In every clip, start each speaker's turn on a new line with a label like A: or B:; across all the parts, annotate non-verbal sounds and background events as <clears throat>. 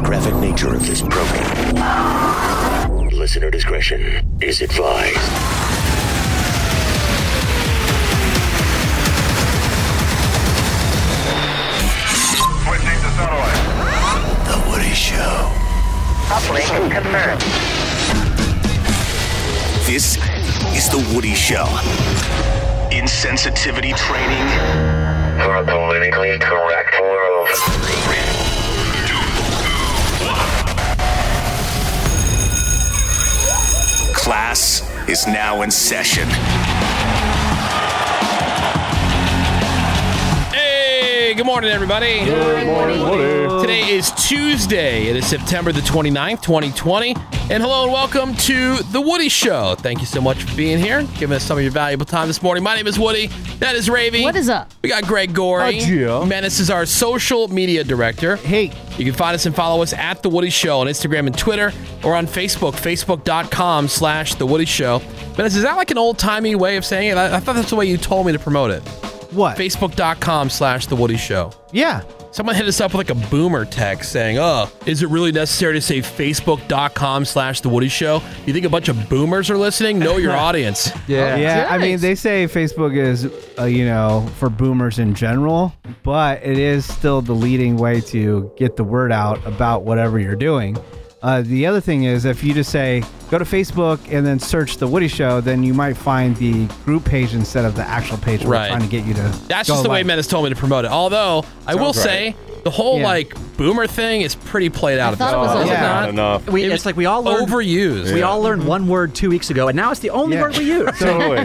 A: graphic nature of this program. Listener discretion is advised.
B: Switching to satellite.
A: The Woody Show.
C: Uplink confirmed.
A: This is The Woody Show. Insensitivity training
B: For a politically correct world.
A: class is now in session.
D: Hey, good morning, everybody. Good morning, Today is Tuesday. It is September the 29th, 2020. And hello and welcome to The Woody Show. Thank you so much for being here, giving us some of your valuable time this morning. My name is Woody. That is Ravy. What is up? We got Greg Gorey.
E: Oh, yeah.
D: Menace is our social media director. Hey. You can find us and follow us at The Woody Show on Instagram and Twitter or on Facebook, facebook.com slash The Woody Show. Menace, is that like an old-timey way of saying it? I, I thought that's the way you told me to promote it.
E: What?
D: Facebook.com slash The Woody Show.
E: Yeah.
D: Someone hit us up with like a boomer text saying, oh, is it really necessary to say Facebook.com slash The Woody Show? You think a bunch of boomers are listening?
E: <laughs>
D: Know your audience.
E: Oh, Yeah. I mean, they say Facebook is, uh, you know, for boomers in general, but it is still the leading way to get the word out about whatever you're doing. Uh, the other thing is, if you just say, go to Facebook and then search The Woody Show, then you might find the group page instead of the actual page we're
D: Right.
E: trying to get you to.
D: That's
E: go
D: just the way
E: like.
D: Menace told me to promote it. Although, I will
E: Sounds
D: say, the whole like boomer thing is pretty played out. at
F: thought
D: this
F: it was
D: point.
F: also Yeah. not
D: enough.
F: We, it's like we all learned,
D: overused.
F: We all learned one word two weeks ago, and now it's the only
E: Yeah.
F: word we use.
E: Totally.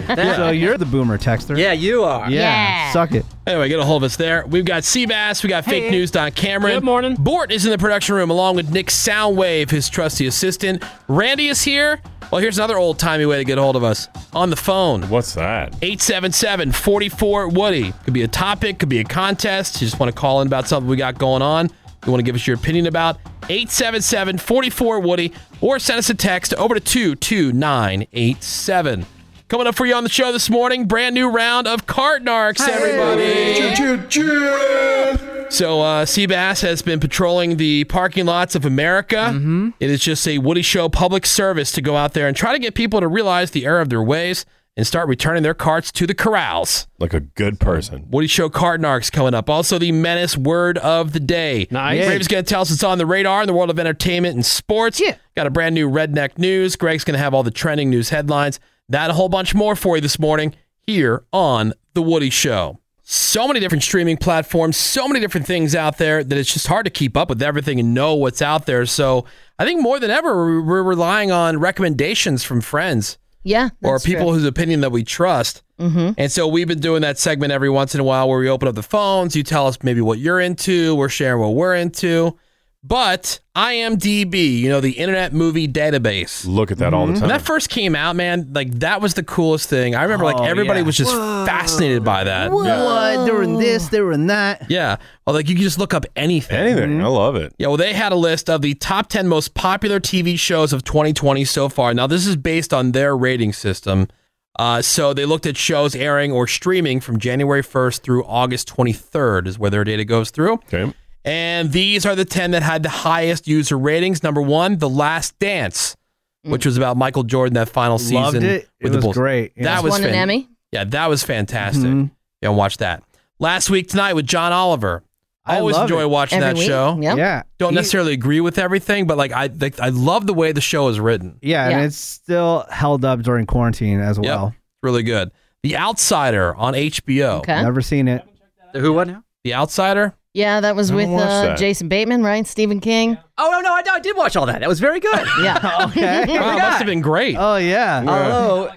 F: <laughs> That-
E: So you're the boomer texter.
F: yeah, you are.
E: Yeah. Suck it.
D: Anyway, get a hold of us there. We've got Seabass. We got fake news. Don Cameron. Good morning. Bort is in the production room along with Nick Soundwave, his trusty assistant. Randy is here. Well, here's another old timey way to get a hold of us on the phone.
G: What's that?
D: 877 44 Woody. Could be a topic, could be a contest. You just want to call in about something we got going on. You want to give us your opinion about 877 44 Woody or send us a text over to 22987. Coming up for you on the show this morning, brand new round of Card Narcs, everybody. So, uh, Seabass has been patrolling the parking lots of America. It is just a Woody Show public service to go out there and try to get people to realize the error of their ways and start returning their carts to the corrals.
G: Like a good person.
D: Woody Show card narcs coming up. Also, the menace word of the day.
G: Nice.
D: Graves going to tell us it's on the radar in the world of entertainment and sports. Yeah. Got a brand new redneck news. Greg's going to have all the trending news headlines. That and a whole bunch more for you this morning here on The Woody Show. So many different streaming platforms, so many different things out there that it's just hard to keep up with everything and know what's out there. So I think more than ever, we're relying on recommendations from friends
H: Yeah.
D: or people whose opinion that we trust. And so we've been doing that segment every once in a while where we open up the phones, you tell us maybe what you're into, we're sharing what we're into. But IMDb, you know, the Internet Movie Database. Mm-hmm.
G: Look at that all the
D: When that
G: time.
D: first came out, man, like that was the coolest thing. I remember like everybody was just fascinated by that.
E: What? They were in this, they were in that. Mm-hmm.
D: Yeah. Well, like you can just look up anything.
G: Anything. I love it.
D: Yeah, well, they had a list of the top 10 most popular TV shows of 2020 so far. Now, this is based on their rating system. Uh, so they looked at shows airing or streaming from January 1st through August 23rd, is where their data goes through.
G: Okay.
D: And these are the 10 that had the highest user ratings. Number one, The Last Dance, which was about Michael Jordan, that final season
E: Mm. Loved it. It
D: with the
E: was
D: Bulls.
E: great. Yeah.
D: That was
H: won an
D: fan-
H: Emmy.
D: Yeah, that was fantastic.
E: Mm-hmm.
D: Yeah, watch that. Last week tonight with John Oliver.
E: I
D: Always
E: love
D: enjoy
E: it.
D: watching
H: Every
D: that
H: week.
D: show
H: Yep.
E: Yeah.
D: don't
E: He-
D: necessarily agree with everything, but like I like, I love the way the show is written.
E: Yeah,
H: Yeah.
E: and it's still held up during quarantine as
D: Yep.
E: well.
D: It's really good. The Outsider on HBO.
H: Okay.
E: Never seen it.
F: Who what now?
D: The Outsider.
H: Yeah, that was
G: I
H: with
G: haven't watched
H: uh,
G: that.
H: Jason Bateman, right? Stephen King.
F: Oh no, no, I, I did watch all that. That was very
E: <laughs>
F: good. <laughs>
H: Yeah.
E: Okay.
D: Wow, must have been great.
E: oh yeah.
F: Although,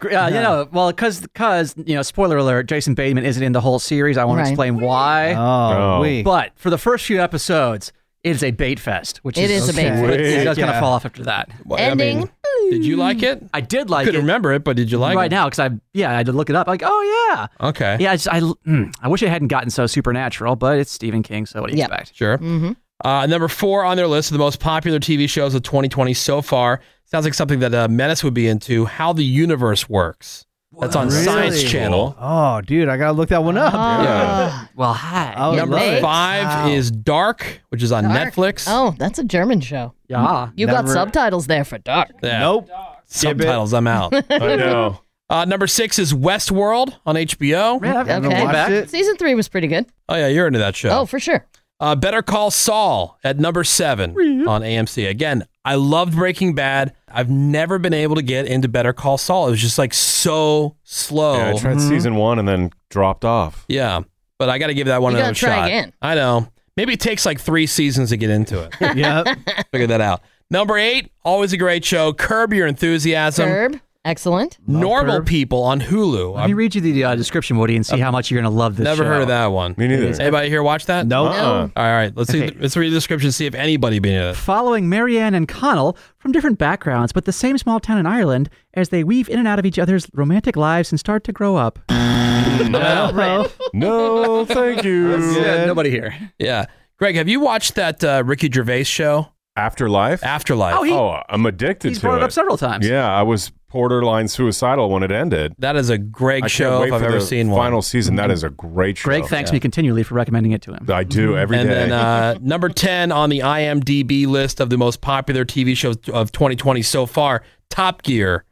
F: gr- uh, you know, well, because because you know, spoiler alert, Jason Bateman isn't in the whole series. I won't
H: Right.
F: explain why.
E: Oh,
G: Oh.
E: wait.
F: but for the first few episodes, it is a bait fest, which
H: It
F: is
H: is a bait Okay. fest.
F: It does kind
E: Yeah.
F: of fall off after that.
D: <laughs> Well, I mean,
H: Ending.
D: did you like it?
F: I did
D: I
F: like
D: couldn't
F: it
D: remember it, but did you like
F: right
D: it?
F: now because I yeah I had to look it up. Like oh yeah.
D: now. Okay.
F: Yeah, I just, I, mm, I wish it hadn't gotten so supernatural, but it's Stephen King, so what do you
H: Yeah.
F: expect?
D: Sure.
E: Mm-hmm.
H: Mhm.
D: Uh, number four on their list of the most popular TV shows of 2020 so far. Sounds like something that uh, Menace would be into. How the Universe Works. That's on Science
E: Really? Ah.
D: Channel.
E: Oh, dude, I gotta look that one up.
G: Yeah.
F: Well, hi.
E: I would
D: Number
E: love it.
D: five
E: Wow.
D: is Dark, which is on
H: Dark.
D: Netflix.
H: Oh, that's a German show.
F: yeah.
H: You got
E: Never-
H: subtitles there for dark.
D: Yeah.
E: Nope.
D: Subtitles,
E: <laughs>
D: I'm out.
G: I know.
D: uh, number six is Westworld on HBO.
F: Man, I've
H: Okay.
F: I've
E: watched
F: back.
E: it.
H: Season three was pretty good.
D: Oh, yeah, you're into that show.
H: Oh, for sure.
D: Uh, Better Call Saul at number seven on AMC. Again, I loved Breaking Bad. I've never been able to get into Better Call Saul. It was just like so slow.
G: Yeah, I tried
F: Mm-hmm.
G: season one and then dropped off.
D: Yeah, but I got to give that one
H: You gotta
D: another
H: try
D: shot.
H: again.
D: I know. Maybe it takes like three seasons to get into
F: <laughs>
D: it.
E: Yep.
D: <laughs> Figure that out. Number eight, always a great show. Curb Your Enthusiasm.
H: Curb, excellent.
D: Normal
E: Curb.
D: People on Hulu.
F: Let me
D: I've
F: read you the uh, description, Woody, and see how much you're gonna love this.
D: never
F: show.
D: heard of that one.
G: Me neither.
D: Anybody here watch that?
E: Nope.
G: Uh-uh.
D: All right, all right. Let's see.
F: Okay.
D: Let's read the description. See if anybody been in it.
F: Following Marianne and Connell from different backgrounds, but the same small town in Ireland, as they weave in and out of each other's romantic lives and start to grow
D: <laughs>
F: up.
E: Oh, bro.
G: No, thank you.
F: nobody here.
D: Yeah. Greg, have you watched that uh, Ricky Gervais show,
G: Afterlife.
D: Afterlife?
F: Oh, he-
G: oh, I'm addicted
F: He's
G: to
F: brought
G: it.
F: it up several times.
G: Yeah, I was borderline suicidal when it ended.
D: that is a Greg
G: I
D: show
G: can't wait
D: if I've
G: for
D: ever
G: the
D: seen one. Mm-hmm.
G: final season. That is a great show.
F: Greg thanks me continually for recommending it to him.
G: I do every day.
D: and then
G: <laughs>
D: uh, number 10 on the IMDb list of the most popular TV shows of 2020 so far, Top Gear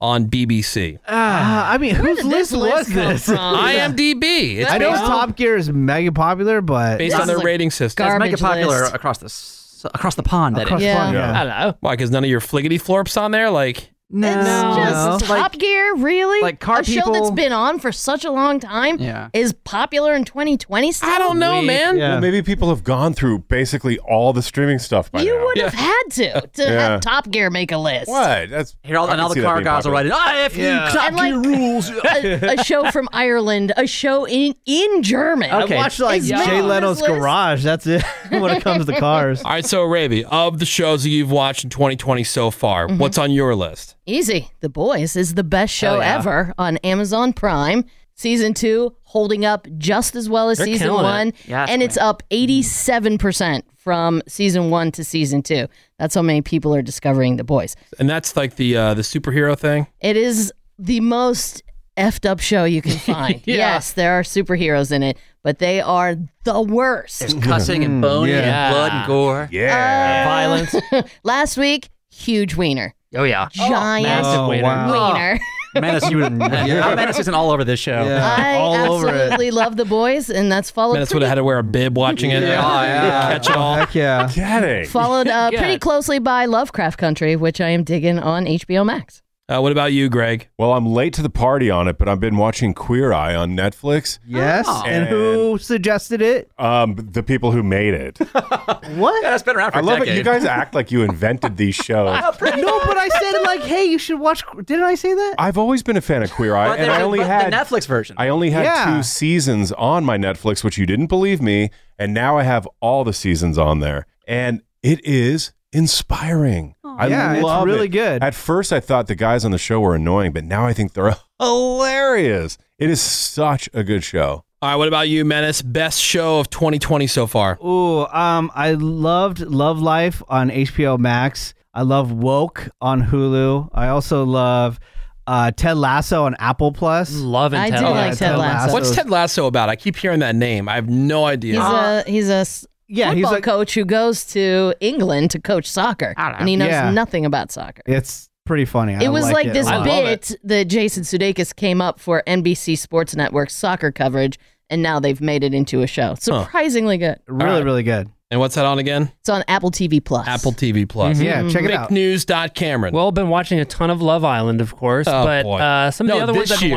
D: on BBC.
E: Ah, I mean, whose
H: did this
E: list was
H: list come
E: this?
H: from?
D: IMDb. It's
E: I know
D: based,
E: Top Gear is mega popular, but
D: based
H: Uh, This
D: on
H: is
D: their
H: like
D: rating system.
H: gar-
F: Let's make it
H: Garbage
F: popular
H: list.
F: across the s- across the pond. That is.
E: Across
H: Yeah.
E: fun,
G: Yeah.
F: Hello.
D: Why? Because none of your fliggity florps on there? Like,
F: No.
H: It's just
F: Like-
H: Top Gear, really?
F: like car
H: a show that's
F: people-
H: been on for such a long time
F: Yeah.
H: is popular in 2020 still?
D: I don't know,
F: Weak.
D: man.
E: Yeah.
G: Well, maybe people have gone through basically all the streaming stuff by
H: You
G: now.
H: would have had
G: <laughs>
H: to to
G: Yeah.
H: have Top Gear make a list.
G: What? That's
F: Here, all,
G: I
F: and
G: can
F: all
G: see
F: the
G: that
F: car
G: being
F: guys are
G: popular.
F: writing. Ah, if
E: Yeah.
F: you top
H: And, like-
F: your rules.
H: <laughs> a, a show from Ireland, a show in in German.
F: Okay.
E: watch like
H: Is Matt
E: Jay
H: on
E: Leno's
H: this list?
E: Garage. That's it <laughs> when it comes to cars.
D: All right, so Ravi, of the shows that you've watched in 2020 so far,
H: Mm-hmm.
D: what's on your list?
H: Easy. The Boys is the best
F: Oh,
H: show ever on Amazon Prime. Season two holding up just as well as
D: They're
H: season
D: killing it.
H: one.
F: Yes,
H: and it's up 87% from season one to season two. That's how many people are discovering The Boys.
D: And that's like the uh, the superhero thing.
H: It is the most effed up show
F: <laughs>
H: you can find. Yes, there are superheroes in it, but they are the worst.
D: Mm-hmm.
F: Cussing
E: <laughs>
D: Mm,
F: and boning and blood and gore.
G: Yeah.
I: Uh,
F: Violence.
H: <laughs> Last week, huge wiener.
F: Oh yeah.
H: Giant
E: Oh,
F: wiener.
E: wow. <laughs>
H: wiener. <laughs>
F: Menace, you
J: <laughs>
F: would.
E: Yeah.
F: Menace isn't all over this show.
E: Yeah.
H: I
E: All over it.
H: absolutely love The Boys, and that's followed
D: Man, that's what I had to wear a bib
E: <laughs>
D: watching it. <laughs>
F: Oh, yeah.
D: Catch it all.
E: Heck yeah.
G: Getting.
F: <laughs>
H: followed uh, pretty closely by Lovecraft Country, which I am digging on HBO Max.
D: Uh, what about you, Greg?
G: Well, I'm late to the party on it, but I've been watching Queer Eye on Netflix.
E: Yes.
D: Oh.
E: And who suggested it?
G: Um, the people who
D: <laughs>
G: made it.
E: What?
F: That's been around for
G: I
F: a
G: love it.
F: decade.
G: You guys <laughs> act like you invented
D: <laughs>
G: these shows.
E: no, but I said like, <laughs> hey, you should watch. Didn't I say that?
G: I've always been a fan of Queer Eye,
F: But
G: and
F: there-
G: I only
F: but
G: had
F: the Netflix version.
G: I only had
E: Yeah.
G: two seasons on my Netflix, which you didn't believe me, and now I have all the seasons on there, and it is inspiring. I
E: Yeah, it's
G: love
E: really
G: it.
E: good.
G: At first, I thought the guys on the show were annoying, but now I think they're <laughs> hilarious. It is such a good show.
D: All right, what about you, Menace? Best show of 2020 so far.
E: Ooh, um, I loved Love Life on HBO Max. I love Woke on Hulu. I also love uh, Ted Lasso on Apple Plus.
F: love
H: I do like Ted
E: Ted
H: Lasso.
E: Lasso.
D: What's
E: those-
D: Ted Lasso about? I keep hearing that name. I have no idea.
H: He's
F: Ah.
H: a he's a s-
E: Yeah, he's
H: football
E: like
H: coach who goes to England to coach soccer,
F: I don't know.
H: and he knows
E: Yeah.
H: nothing about soccer.
E: it's pretty funny. I
H: it was
E: like,
H: like
E: it
H: this
E: a lot.
H: bit that Jason Sudeikis came up for NBC Sports Network soccer coverage, and now they've made it into a show. Surprisingly good.
E: Really,
D: Alright.
E: really good.
D: And what's that on again?
H: It's on Apple TV Plus.
D: Apple TV Plus.
E: Mm-hmm. Yeah, check it out.
D: BigNews.Cameron.
I: Well, been watching a ton of Love Island, of course,
D: Oh,
I: but
D: boy.
I: uh, some of
D: No,
I: the other ones I've
D: this
I: been
D: year.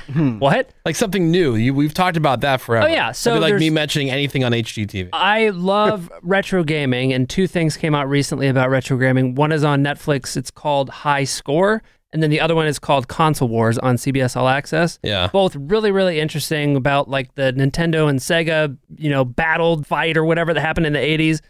D: <laughs>
I: watching.
D: Hmm.
I: what?
D: like something new. You, we've talked about that forever.
I: Oh, yeah. So
D: That'd be like
I: there's- Uh,
D: me mentioning anything on HGTV.
I: I
D: <laughs>
I: love retro gaming, and two things came out recently about retro gaming. One is on Netflix. It's called High Score, and then the other one is called Console Wars on CBS All Access.
D: Yeah.
I: both really really interesting about like the Nintendo and Sega, you know, battle fight or whatever that happened in the '80s.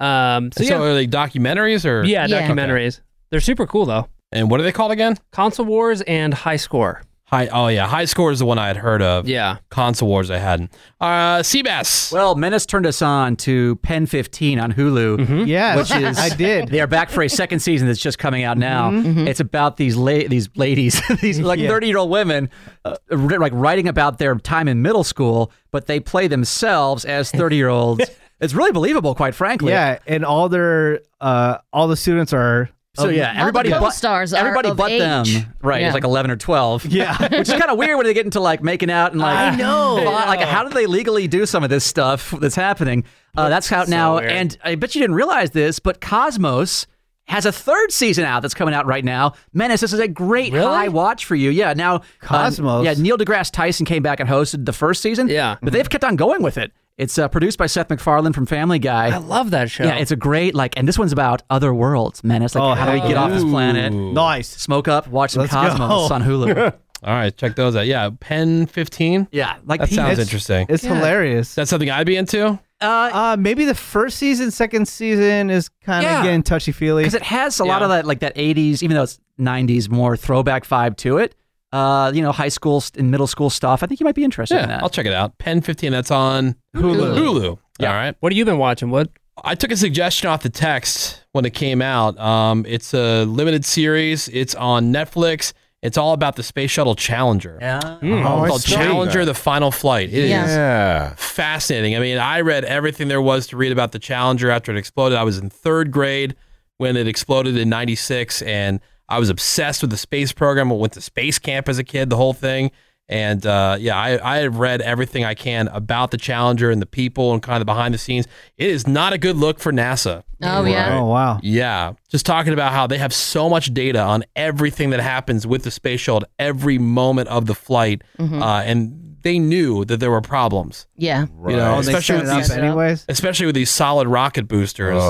I: Um, so,
D: So,
I: yeah,
D: are they documentaries or?
I: yeah,
H: Yeah.
I: documentaries. They're super cool though.
D: And what are they called again?
I: Console Wars and High Score.
D: High, oh yeah, High Score is the one I had heard of.
I: Yeah.
D: Console Wars I hadn't. Uh, Seabass.
J: Well, Menace turned us on to Pen 15 on Hulu.
E: Yes,
J: which is
E: I did.
J: They are back for a second season that's just coming out now. It's about these la- these ladies, <laughs> these like 30-year-old women uh, ri- like writing about their time in middle school, but they play themselves as 30-year-olds. it's really believable, quite frankly.
E: Yeah, and all their uh, all the students are
J: So yeah, everybody but
H: co-stars are
J: everybody
H: of
J: but them,
H: age.
J: right?
H: Yeah.
J: It's like eleven or
G: <laughs>
J: twelve. Yeah, <laughs> which is kind of weird when they get into like making out and like I know, like how do they legally do some of this stuff that's happening? Uh, that's out now,
I: weird.
J: and I bet you didn't realize this, but Cosmos has a third season out that's coming out right now. Menace, this is a great high watch for you. Yeah, now um,
E: Cosmos?
J: yeah, Neil deGrasse Tyson came back and hosted the first season.
I: Yeah.
J: but they've kept on going with it. It's uh, produced by Seth MacFarlane from Family Guy.
I: I love that show.
J: Yeah, it's a great like, and this one's about other worlds, man. It's like
E: Oh,
J: how do we get off this planet?
E: nice.
J: Smoke up, watch some
E: Let's
J: Cosmos
E: go.
J: on Hulu.
D: <laughs> All right, check those out. Yeah, Pen 15.
J: yeah, like
D: That
J: he-
D: sounds
J: it's-
D: interesting.
E: It's hilarious.
D: That's something I'd be into.
J: uh,
E: Uh, maybe the first season, second season is kind of
J: Yeah.
E: getting touchy feely.
J: because it has a lot of that like that '80s, even though it's '90s more throwback vibe to it. Uh, you know, high school st- and middle school stuff. I think you might be interested in
D: Yeah,
J: that.
D: I'll check it out. Pen 15. That's on Hulu. Hulu. All right.
I: What have you been watching? What?
D: I took a suggestion off the text when it came out. Um, it's a limited series. It's on Netflix. It's all about the space shuttle Challenger.
K: Hmm.
G: oh,
D: It's Mm. called Challenger: The Final Flight. It is
H: Yeah.
G: Yeah.
D: fascinating. I mean, I read everything there was to read about the Challenger after it exploded. I was in third grade when it exploded in '96, and I was obsessed with the space program. I went to space camp as a kid, the whole thing. And uh, yeah, I, I have read everything I can about the Challenger and the people and kind of behind the scenes. It is not a good look for NASA.
H: Oh yeah.
E: oh wow.
D: Yeah. Just talking about how they have so much data on everything that happens with the space shuttle at every moment of the flight.
H: Mm-hmm.
D: Uh, and they knew that there were problems,
H: Yeah.
D: you know,
E: Oh, they set it
D: especially with
E: up
D: these,
H: Set it up.
E: anyways. Oh.
D: especially with these solid rocket boosters.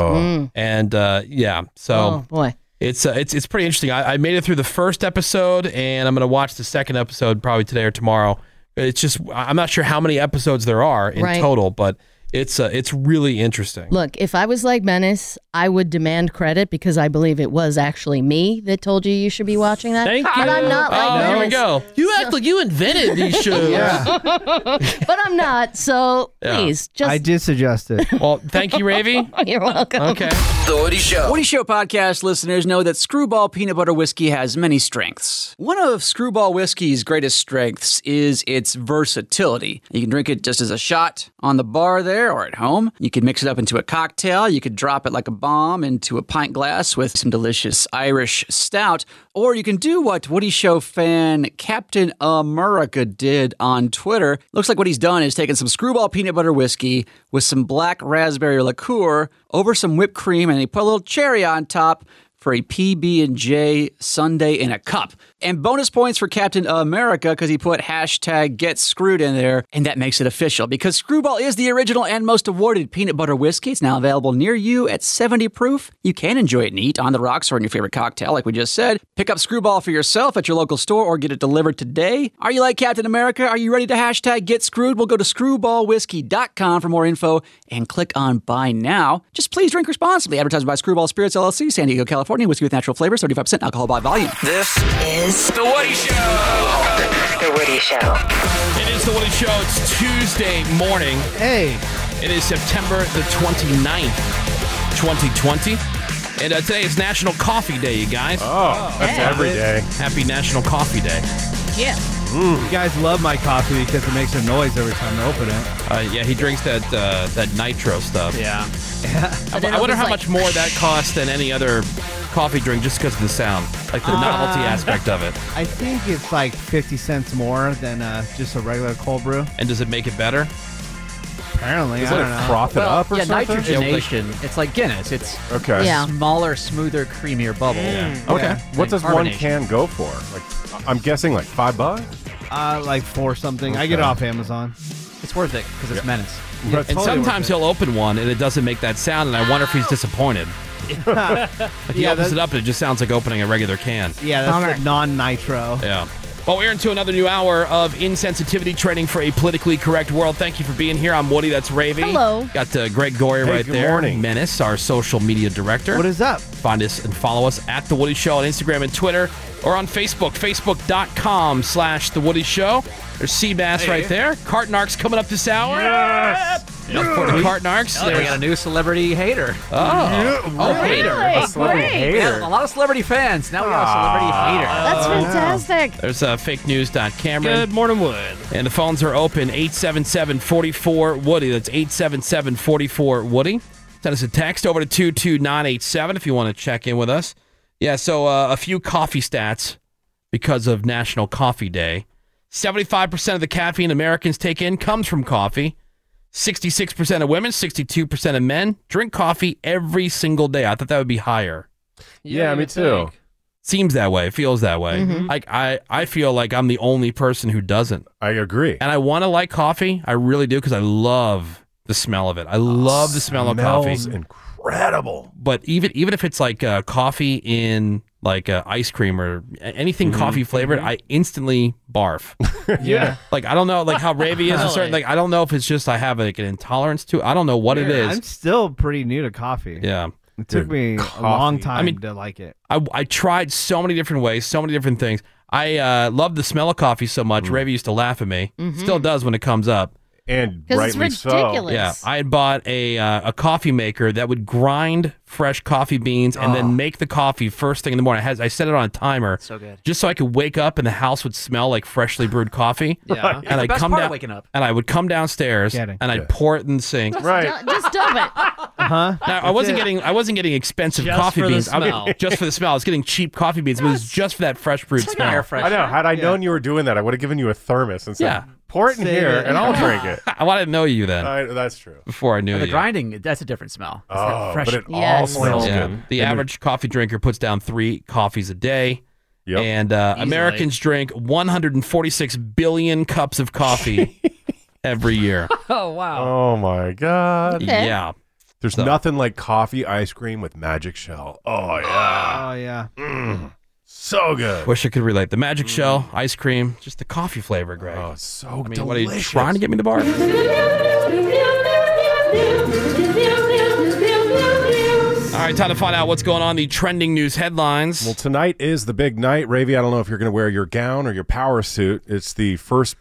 D: And uh, yeah, so
H: Mm. Oh boy.
D: it's uh, it's it's pretty interesting. I, I made it through the first episode, and I'm gonna watch the second episode probably today or tomorrow. It's just I- I'm not sure how many episodes there are in
H: Right.
D: total, but it's uh, it's really interesting.
H: Look, if I was like Menace, I would demand credit because I believe it was actually me that told you you should be watching that.
I: Thank
H: but
I: you.
H: I'm not like
D: Oh, there we
H: Menace.
D: go. You act like you invented these
H: <laughs>
E: <laughs>
D: shows.
H: But I'm not. So
D: Yeah.
H: please, just
E: I did suggest it.
D: <laughs> Well, thank
J: <laughs>
D: you, Ravy.
H: <laughs> you're welcome.
D: Okay.
J: Woody Show podcast listeners know that Screwball Peanut Butter Whiskey has many strengths. One of Screwball Whiskey's greatest strengths is its versatility. You can drink it just as a shot on the bar there or at home. You can mix it up into a cocktail. You could drop it like a bomb into a pint glass with some delicious Irish stout. Or you can do what Woody Show fan Captain America did on Twitter. Looks like what he's done is taken some Screwball Peanut Butter Whiskey with some black raspberry liqueur over some whipped cream and he put a little cherry on top for a PB&J Sunday in a cup. And bonus points for Captain America because he put hashtag get screwed in there, and that makes it official because Screwball is the original and most awarded peanut butter whiskey. It's now available near you at 70 proof. You can enjoy it neat on the rocks or in your favorite cocktail, like we just said. Pick up Screwball for yourself at your local store or get it delivered today. Are you like Captain America? Are you ready to hashtag get screwed? We'll go to screwballwhiskey.com for more info and click on buy now. Just please drink responsibly. Advertised by Screwball Spirits LLC, San Diego, California. Whiskey with natural flavors, 35% alcohol by volume.
L: The Woody Show.
D: It is the Woody Show. It's Tuesday morning.
E: hey,
D: It is September the 29th, 2020. And uh, today is National Coffee Day, you guys.
G: Oh, that's every day. Mm.
D: Happy National Coffee Day.
E: you guys love my coffee because it makes a noise every time I open it.
D: Uh, yeah, he drinks that uh, that nitro stuff.
I: Yeah.
D: I,
H: But then
D: I
H: it
D: wonder
H: was
D: how
H: like-
D: much more that costs than any other coffee drink just because of the sound, like
H: Uh-huh.
D: the novelty aspect of it.
E: I think it's like 50 cents more than uh, just a regular cold brew.
D: And does it make it better?
E: Apparently, I
G: Does
E: don't
G: it
E: know.
G: froth it up or something?
J: it's like Guinness. It's
G: Okay.
H: Yeah.
J: smaller, smoother, creamier bubble.
G: Okay.
E: Yeah.
G: What does one
J: Carbonation.
G: can go for? Like, I'm guessing like five bucks.
E: Uh, like four something. I
G: Okay.
E: get it off <laughs> Amazon.
J: It's worth it because it's menace.
G: That's
D: And
G: totally worth
D: sometimes
G: it.
D: he'll open one and it doesn't make that sound, and I wonder
E: <gasps>
D: if he's disappointed. like he
E: Yeah,
D: opens
E: that-
D: it up and it just sounds like opening a regular can.
E: Yeah, that's
H: Bummer.
E: the non nitro.
D: Yeah. Well, we're into another new hour of insensitivity training for a politically correct world. Thank you for being here. I'm Woody. That's Ravy.
H: Hello.
D: Got uh, Greg Gory
G: Hey,
D: right
G: good
D: there.
G: morning.
D: Menace, our social media director.
E: What is up?
D: Find us and follow us at The Woody Show on Instagram and Twitter or on Facebook, facebook.com slash The Woody Show. There's Seabass right there. Cartnark's coming up this hour. Yes! Look for the Cartnarks.
F: Oh, we got a new celebrity hater.
D: oh. oh, hater.
H: Really? Great.
F: Yeah, a lot of celebrity fans. Now we got a celebrity hater.
H: That's fantastic.
D: There's uh, fake news. Cameron.
J: Good morning, Wood.
D: And the phones are open 877 44 Woody. That's 877 44 Woody. Send us a text over to 22987 if you want to check in with us. Yeah, so uh, a few coffee stats because of National Coffee Day. 75% of the caffeine Americans take in comes from coffee. 66% of women, 62% of men drink coffee every single day. I thought that would be higher.
G: Yeah, me too.
D: Seems that way, feels that way.
H: Mm-hmm.
D: Like I, I feel like I'm the only person who doesn't.
G: I agree.
D: And I want to like coffee. I really do because I love the smell of it. I love the smell of coffee.
G: Oh, Smells incredible.
D: But even even if it's like uh, coffee in like uh, ice cream or a- anything
G: Mm-hmm.
D: coffee flavored, I instantly
G: <laughs>
D: barf.
E: Mm-hmm. Yeah.
D: like I don't know like how Ravi is a certain like I don't know if it's just I have like an intolerance to. it. I don't know what it
E: I'm
D: is.
E: still pretty new to coffee.
D: yeah.
E: It took
G: Dude,
E: me
G: coffee.
E: a long
D: I
E: time
D: mean-
E: to like it.
D: I, I tried so many different ways, so many different things. I uh, love the smell of coffee so much.
F: Mm.
D: Ravi used to laugh at me.
F: Mm-hmm.
D: Still does when it comes up.
G: And
H: Because it's
G: rightly
H: ridiculous.
G: so.
D: Yeah, I had bought a uh, a coffee maker that would grind fresh coffee beans and then make the coffee first thing in the morning. I, had, I set it on a timer
F: Oh. So good.
D: just so I could wake up and the house would smell like freshly brewed coffee.
F: Yeah. That's
D: and
F: the
D: I'd
F: best
D: come
F: part of
D: down
F: waking up.
D: and I would come downstairs
E: Getting-
D: and I'd
G: Yeah.
D: pour it in the sink. Now,
G: Right.
H: Just dump it. <laughs>
E: Uh huh.
D: I wasn't getting I wasn't getting expensive
J: Just
D: coffee
J: for the
D: beans I was-
J: smell.
D: just for the smell. I was getting cheap coffee beans. but it was just for that fresh brewed
F: It's like an
D: smell.
F: air
G: I
F: freshener.
G: know. Had I known you were doing that, I would have given you a thermos and said,
D: Yeah.
G: pour it in
E: Save
G: here
E: it.
F: <laughs>
G: and I'll drink it.
D: <laughs>
G: Uh,
D: I wanted to know you then
G: I, that's true.
D: before I knew
F: The
D: you.
F: grinding, that's a different smell. It's that
G: Oh,
F: fresh-
G: but it all
H: Yes.
G: smells
D: Yeah.
G: good.
D: The average coffee drinker puts down three coffees a day.
G: Yep.
D: And uh, Americans drink 146 billion cups
F: <laughs>
D: of coffee every year.
J: Oh, wow.
G: Oh my god.
H: Okay.
D: Yeah.
G: There's
D: So-
G: nothing like coffee ice cream with magic shell. Oh yeah. Mm.
E: Oh yeah.
G: So good.
D: Wish I could relate. The magic
F: Mm.
D: shell, ice cream, just the coffee flavor, Greg.
G: Oh, it's so
D: I mean,
G: delicious.
D: what are you trying to get me to bar? All
G: Uh.
D: right, time to find out what's going on in the trending news headlines.
G: Well, tonight is the big night. Ravi, I don't know if you're going to wear your gown or your power suit. It's the first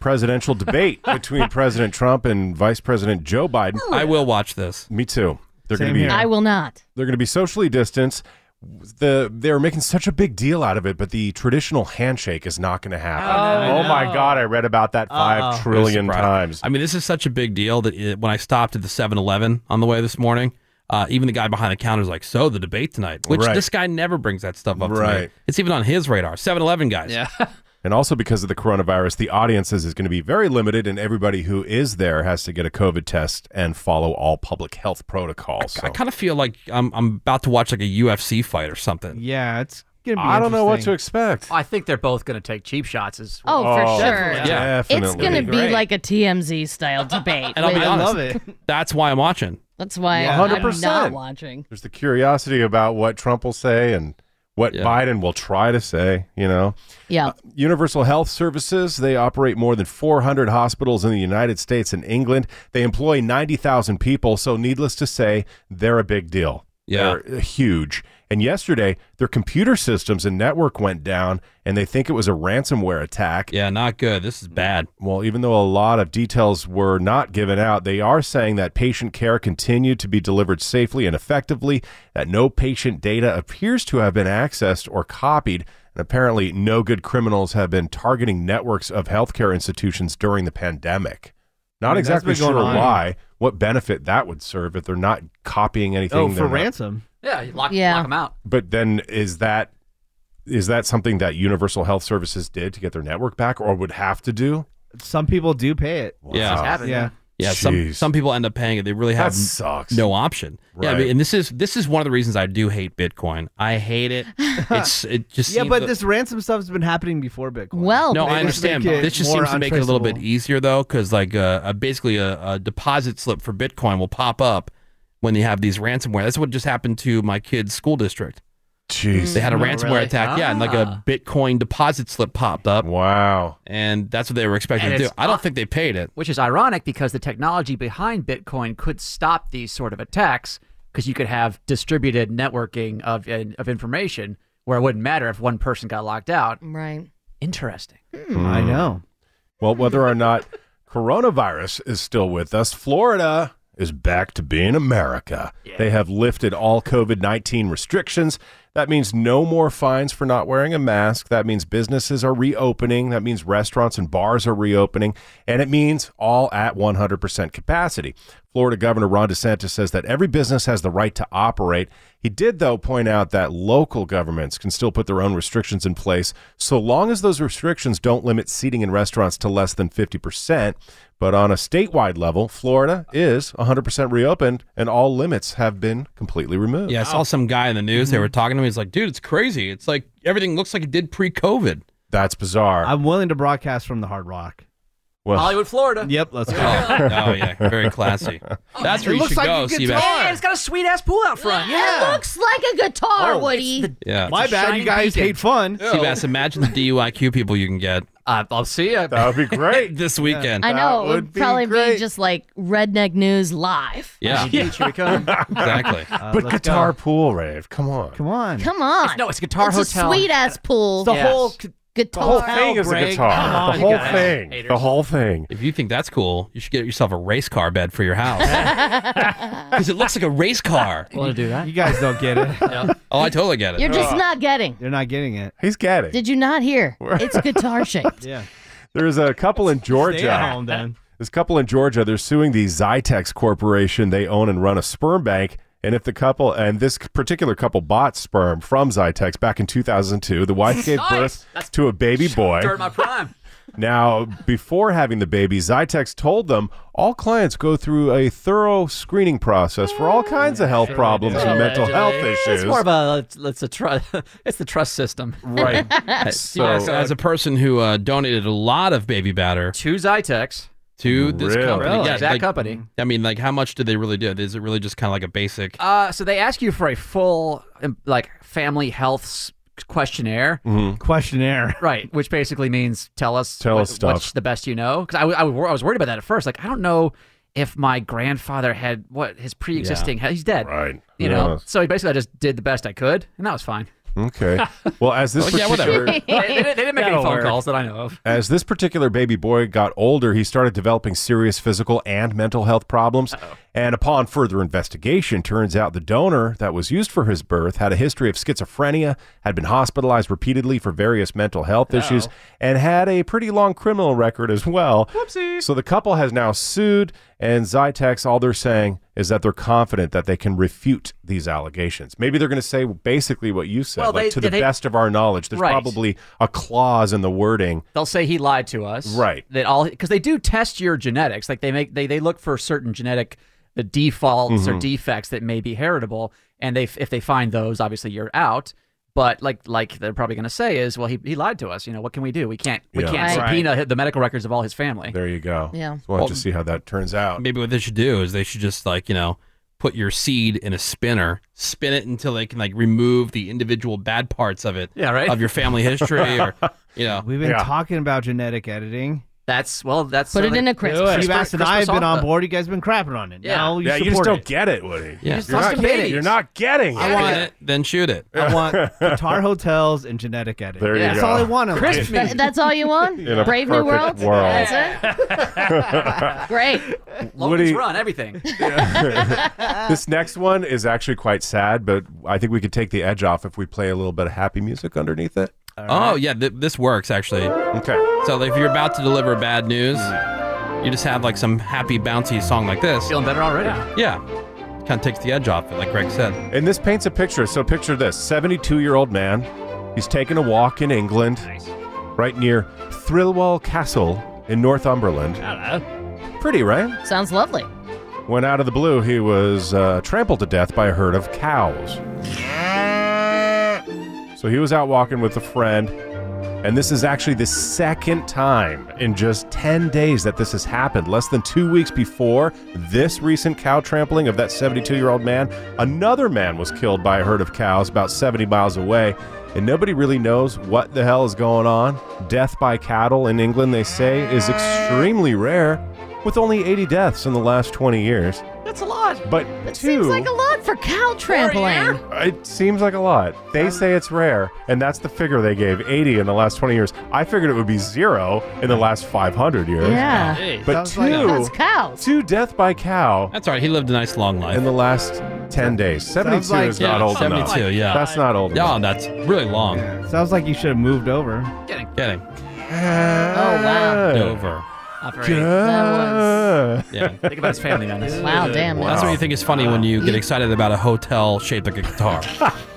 E: <laughs>
G: presidential debate between President Trump and Vice President Joe Biden.
D: I will watch this.
G: Me too. They're
E: Same
G: going to be
E: here.
H: I will not.
G: they're going to be socially distanced. The they're making such a big deal out of it, but the traditional handshake is not going to happen. Oh, my god, I read about that
E: Oh.
G: five trillion
D: Surprise.
G: times.
D: I mean, this is such a big deal that it, when I stopped at the 7 Eleven on the way this morning, uh, even the guy behind the counter is like, So, the debate tonight, which
G: Right.
D: this guy never brings that stuff up to me.
G: Right.
D: It's even on his radar. 7 Eleven guys. Yeah.
I: <laughs>
G: And also because of the coronavirus, the audiences is going to be very limited, and everybody who is there has to get a COVID test and follow all public health protocols. So-
D: I kind of feel like I'm, I'm about to watch like a UFC fight or something.
E: Yeah. It's gonna be.
G: I don't know what to
E: interesting.
G: expect.
F: I think they're both going to take cheap shots. As
H: Oh, for sure.
D: Yeah.
H: It's
G: Definitely.
H: going to be
D: Great.
H: like a TMZ style debate.
D: And I'll be
H: with-
E: I
D: honest,
E: love it.
D: <laughs> that's why I'm watching.
H: That's why
E: Yeah.
H: I'm
G: 100%.
H: not watching.
G: There's the curiosity about what Trump will say and what
D: Yeah.
G: Biden will try to say, you know.
D: Uh,
H: Yeah.
G: Universal Health Services, they operate more than 400 hospitals in the United States and England. They employ 90,000 people, so needless to say, they're a big deal.
D: Yeah.
G: They're uh, huge. And yesterday, their computer systems and network went down, and they think it was a ransomware attack.
D: Yeah, not good. This is bad.
G: Well, even though a lot of details were not given out, they are saying that patient care continued to be delivered safely and effectively, that no patient data appears to have been accessed or copied, and apparently no good criminals have been targeting networks of healthcare institutions during the pandemic.
E: I
G: Not
E: mean, that's
G: exactly
E: been going
G: sure
E: on.
G: why, what benefit that would serve if they're not copying anything.
E: Oh, for
G: they're not-
E: ransom.
F: yeah, you lock,
H: Yeah.
F: lock them out.
G: But then is that is that something that Universal Health Services did to get their network back or would have to do?
E: Some people do pay it.
D: Yeah.
G: Wow.
F: Happened.
E: Yeah.
D: Yeah, some
G: Jeez.
D: some people end up paying it. They really
G: That
D: have
G: sucks.
D: no option. Yeah, I mean,
G: Right.
D: and this is this is one of the reasons I do hate Bitcoin. I
E: <laughs>
D: hate it. It's it just
E: Yeah,
D: seems-
E: but this ransom stuff's been happening before Bitcoin.
H: Well,
D: No,
E: They
D: I
E: just
D: understand.
E: make
D: but
E: Oh, it
D: This just
E: more
D: seems to make it a little bit
E: untraceable.
D: easier though, because like uh, a, basically a, a deposit slip for Bitcoin will pop up when you have these ransomware. That's what just happened to my kid's school district.
G: Jeez.
D: They had a
G: Oh,
D: ransomware
G: really?
D: attack, yeah, and like a Bitcoin deposit slip popped up.
G: Wow.
D: And that's what they were expecting
J: And
D: to do.
J: it's-
D: I don't think they paid it.
J: which is ironic because the technology behind Bitcoin could stop these sort of attacks because you could have distributed networking of of information where it wouldn't matter if one person got locked out.
H: Right.
J: Interesting.
E: Hmm. I know.
G: Hmm. Well, whether or not coronavirus is still with us, Florida is back to being America. They have lifted all COVID 19 restrictions. That means no more fines for not wearing a mask. That means businesses are reopening. That means restaurants and bars are reopening. And it means all at 100% capacity. Florida Governor Ron DeSantis says that every business has the right to operate. He did, though, point out that local governments can still put their own restrictions in place so long as those restrictions don't limit seating in restaurants to less than 50%. But on a statewide level, Florida is 100% reopened and all limits have been completely removed.
D: Yeah, I saw some guy in the news. They were talking to me. He's like, dude, it's crazy. It's like everything looks like it did pre COVID.
G: That's bizarre.
E: I'm willing to broadcast from the Hard Rock.
G: well,
F: Hollywood, Florida.
E: Yep, let's go.
D: Oh, oh, yeah. Very classy. That's where you should go, Seabass.
F: Yeah, it's got a sweet ass pool out front.
H: It
F: Yeah.
H: looks like a guitar, Woody.
D: Yeah.
E: My
J: It's a
E: bad. You
J: shining
E: guys
J: beacon.
E: hate fun.
D: Seabass, imagine the DUIQ people you can get
J: <laughs> Uh, I'll see you.
G: that would be
J: <laughs>
G: great.
D: this weekend.
H: I know.
G: That
H: It
G: would
H: would,
G: be
H: probably
G: great.
H: be just like redneck news live.
D: Yeah,
J: Here we come.
D: exactly.
E: <laughs> Uh,
G: but
E: let's go.
G: guitar pool rave, come on.
E: Come on.
H: Come on.
J: No, it's Guitar
H: It's
J: Hotel.
H: a sweet ass pool.
J: The whole
G: The whole
H: guitar.
G: thing is a
J: Break.
G: guitar.
J: Come on,
G: the
J: you
G: whole
J: guys.
G: thing.
J: Haters.
G: The whole thing.
D: If you think that's cool, you should get yourself a race car bed for your
G: <laughs>
D: house. Because it looks like a
J: <laughs>
D: race car.
J: Want to do that?
E: You guys don't
J: <laughs>
E: get it.
D: Oh, I totally get it.
H: You're just not getting.
E: You're not getting it.
G: He's getting.
H: Did you not
G: <laughs>
H: hear? It's guitar shaped.
E: Yeah.
G: There's a couple in Georgia.
E: Stay at home then.
G: This couple in Georgia, they're suing the Zytex Corporation. They own and run a sperm bank. And if the couple and this particular couple bought sperm from Zytex back in 2002, the wife gave birth to a baby boy.
F: During my prime.
G: Now, before having the baby, Zytex told them all clients go through a thorough screening process for all kinds of <laughs> health problems and mental health issues.
J: It's more of a let's a trust. <laughs> It's the trust system.
D: <laughs>
J: <laughs>
G: right.
D: So, as, as a person who uh, donated a lot of baby batter
J: Two Zytex.
D: to this
G: Really?
D: company,
J: Really?
D: yeah,
J: that
D: like,
J: company.
D: I mean, like, how much did they really do? Is it really just kind of like a basic?
J: Uh, so they ask you for a full um, like family health s- questionnaire,
I: <laughs>
E: Questionnaire.
J: right? Which basically means tell us
G: Mm-hmm. Tell
J: what-
G: us stuff.
J: what's the best you know. Because I, w- I w- I was worried about that at first. Like I don't know if my grandfather had what his pre-existing. He's dead,
G: Right.
J: You know.
G: Yes.
J: So basically, I just did the best I could, and that was fine.
G: Okay. Well, as this
D: yeah,
G: particular-
D: whatever.
J: they, they didn't- they didn't make any
I: <laughs> That'll
J: phone
I: work.
J: calls that I know of. <laughs>
G: As this particular baby boy got older, he started developing serious physical and mental health problems. And upon further investigation, turns out the donor that was used for his birth had a history of schizophrenia, had been hospitalized repeatedly for various mental health issues, and had a pretty long criminal record as well. Whoopsie. So the couple has now sued, and Zytex, all they're saying is that they're confident that they can refute these allegations. Maybe they're going to say basically what you said,
J: Well,
G: like
J: they-
G: to the
J: they-
G: best of our knowledge. There's
J: Right.
G: probably a clause in the wording
J: They'll say he lied to us,
G: Right.
J: That all because they do test your genetics. Like they make they they look for certain genetic uh, defaults
G: Mm-hmm.
J: or defects that may be heritable, and they if they find those, obviously you're out. But like like they're probably going to say is, well, he, he lied to us. You know what can we do? We can't we
G: Yeah.
J: can't
H: Right.
J: subpoena the medical records of all his family.
G: There you go.
H: Yeah.
G: So we'll have to see how that turns out.
D: Maybe what they should do is they should just like you know put your seed in a spinner, spin it until they can like remove the individual bad parts of it.
J: Yeah, right.
D: Of your family history,
J: <laughs>
G: <laughs>
D: or you know,
E: We've been
G: Yeah.
E: talking about genetic editing.
J: That's well, that's
H: Put it in a crisp.
E: You've
J: Christmas-
E: asked and I've been
J: Christmas
E: on
J: off-
E: board. You guys have been crapping on it.
J: Yeah.
E: Now you
G: yeah, you just
E: support
G: don't
E: it.
G: get it, Woody.
D: Yeah.
J: Just
G: You're,
J: lost
G: not
J: some
G: getting,
J: babies.
G: you're not getting it.
E: I want
D: spin it, then shoot it.
E: I
G: <laughs>
E: want guitar hotels and genetic editing.
G: There you
E: That's
G: go.
E: all I want. in life.
J: Crisp me.
H: Th- That's all you want?
G: In a
H: Brave New World?
G: perfect world.
H: That's it? Great.
J: Logan's
G: Woody-
J: run
G: <laughs>
J: everything.
G: This next one is actually quite sad, but I think we could take the edge off if we play a little bit of happy music underneath it.
D: Oh yeah, th- this works actually.
G: Okay.
D: So like, if you're about to deliver bad news, you just have like some happy bouncy song like this.
J: Feeling better already.
D: Yeah, kind of takes the edge off it, like Greg said.
G: And this paints a picture. So picture this 72 year old man. He's taking a walk in England, right near Thrillwall Castle in Northumberland. Pretty, right?
H: Sounds lovely.
G: When out of the blue, he was uh, trampled to death by a herd of cows. So he was out walking with a friend, And this is actually the second time in just 10 days that this has happened. Less than two weeks before this recent cow trampling of that 72 year old man, another man was killed by a herd of cows about 70 miles away. And nobody really knows what the hell is going on. Death by cattle in England, they say, is extremely rare, with only 80 deaths in the last 20 years.
F: That's a lot.
G: But
H: That
G: two,
H: seems like a lot for cow trampling.
G: it seems like a lot.
E: Um,
G: They say it's rare, and that's the figure they gave 80 in the last 20 years. I figured it would be zero in the last 500 years.
H: Yeah.
D: Hey,
G: But
E: Sounds
G: two,
E: like-
H: That's cows.
G: two death by cow
D: that's all right. He lived a nice long life.
G: in the last 10 days. 72
E: like-
G: is not
D: Yeah,
G: old
D: 72,
G: enough.
D: yeah.
G: That's not old
D: Yeah,
G: enough.
D: that's really long.
E: Sounds like you should have moved over.
D: Getting
G: Oh,
H: wow.
D: over.
H: That
D: Yeah.
J: Think about his family, man.
H: Wow, damn.
G: Wow.
H: that's-
D: That's what you think is funny when you get excited about a hotel shaped like a guitar.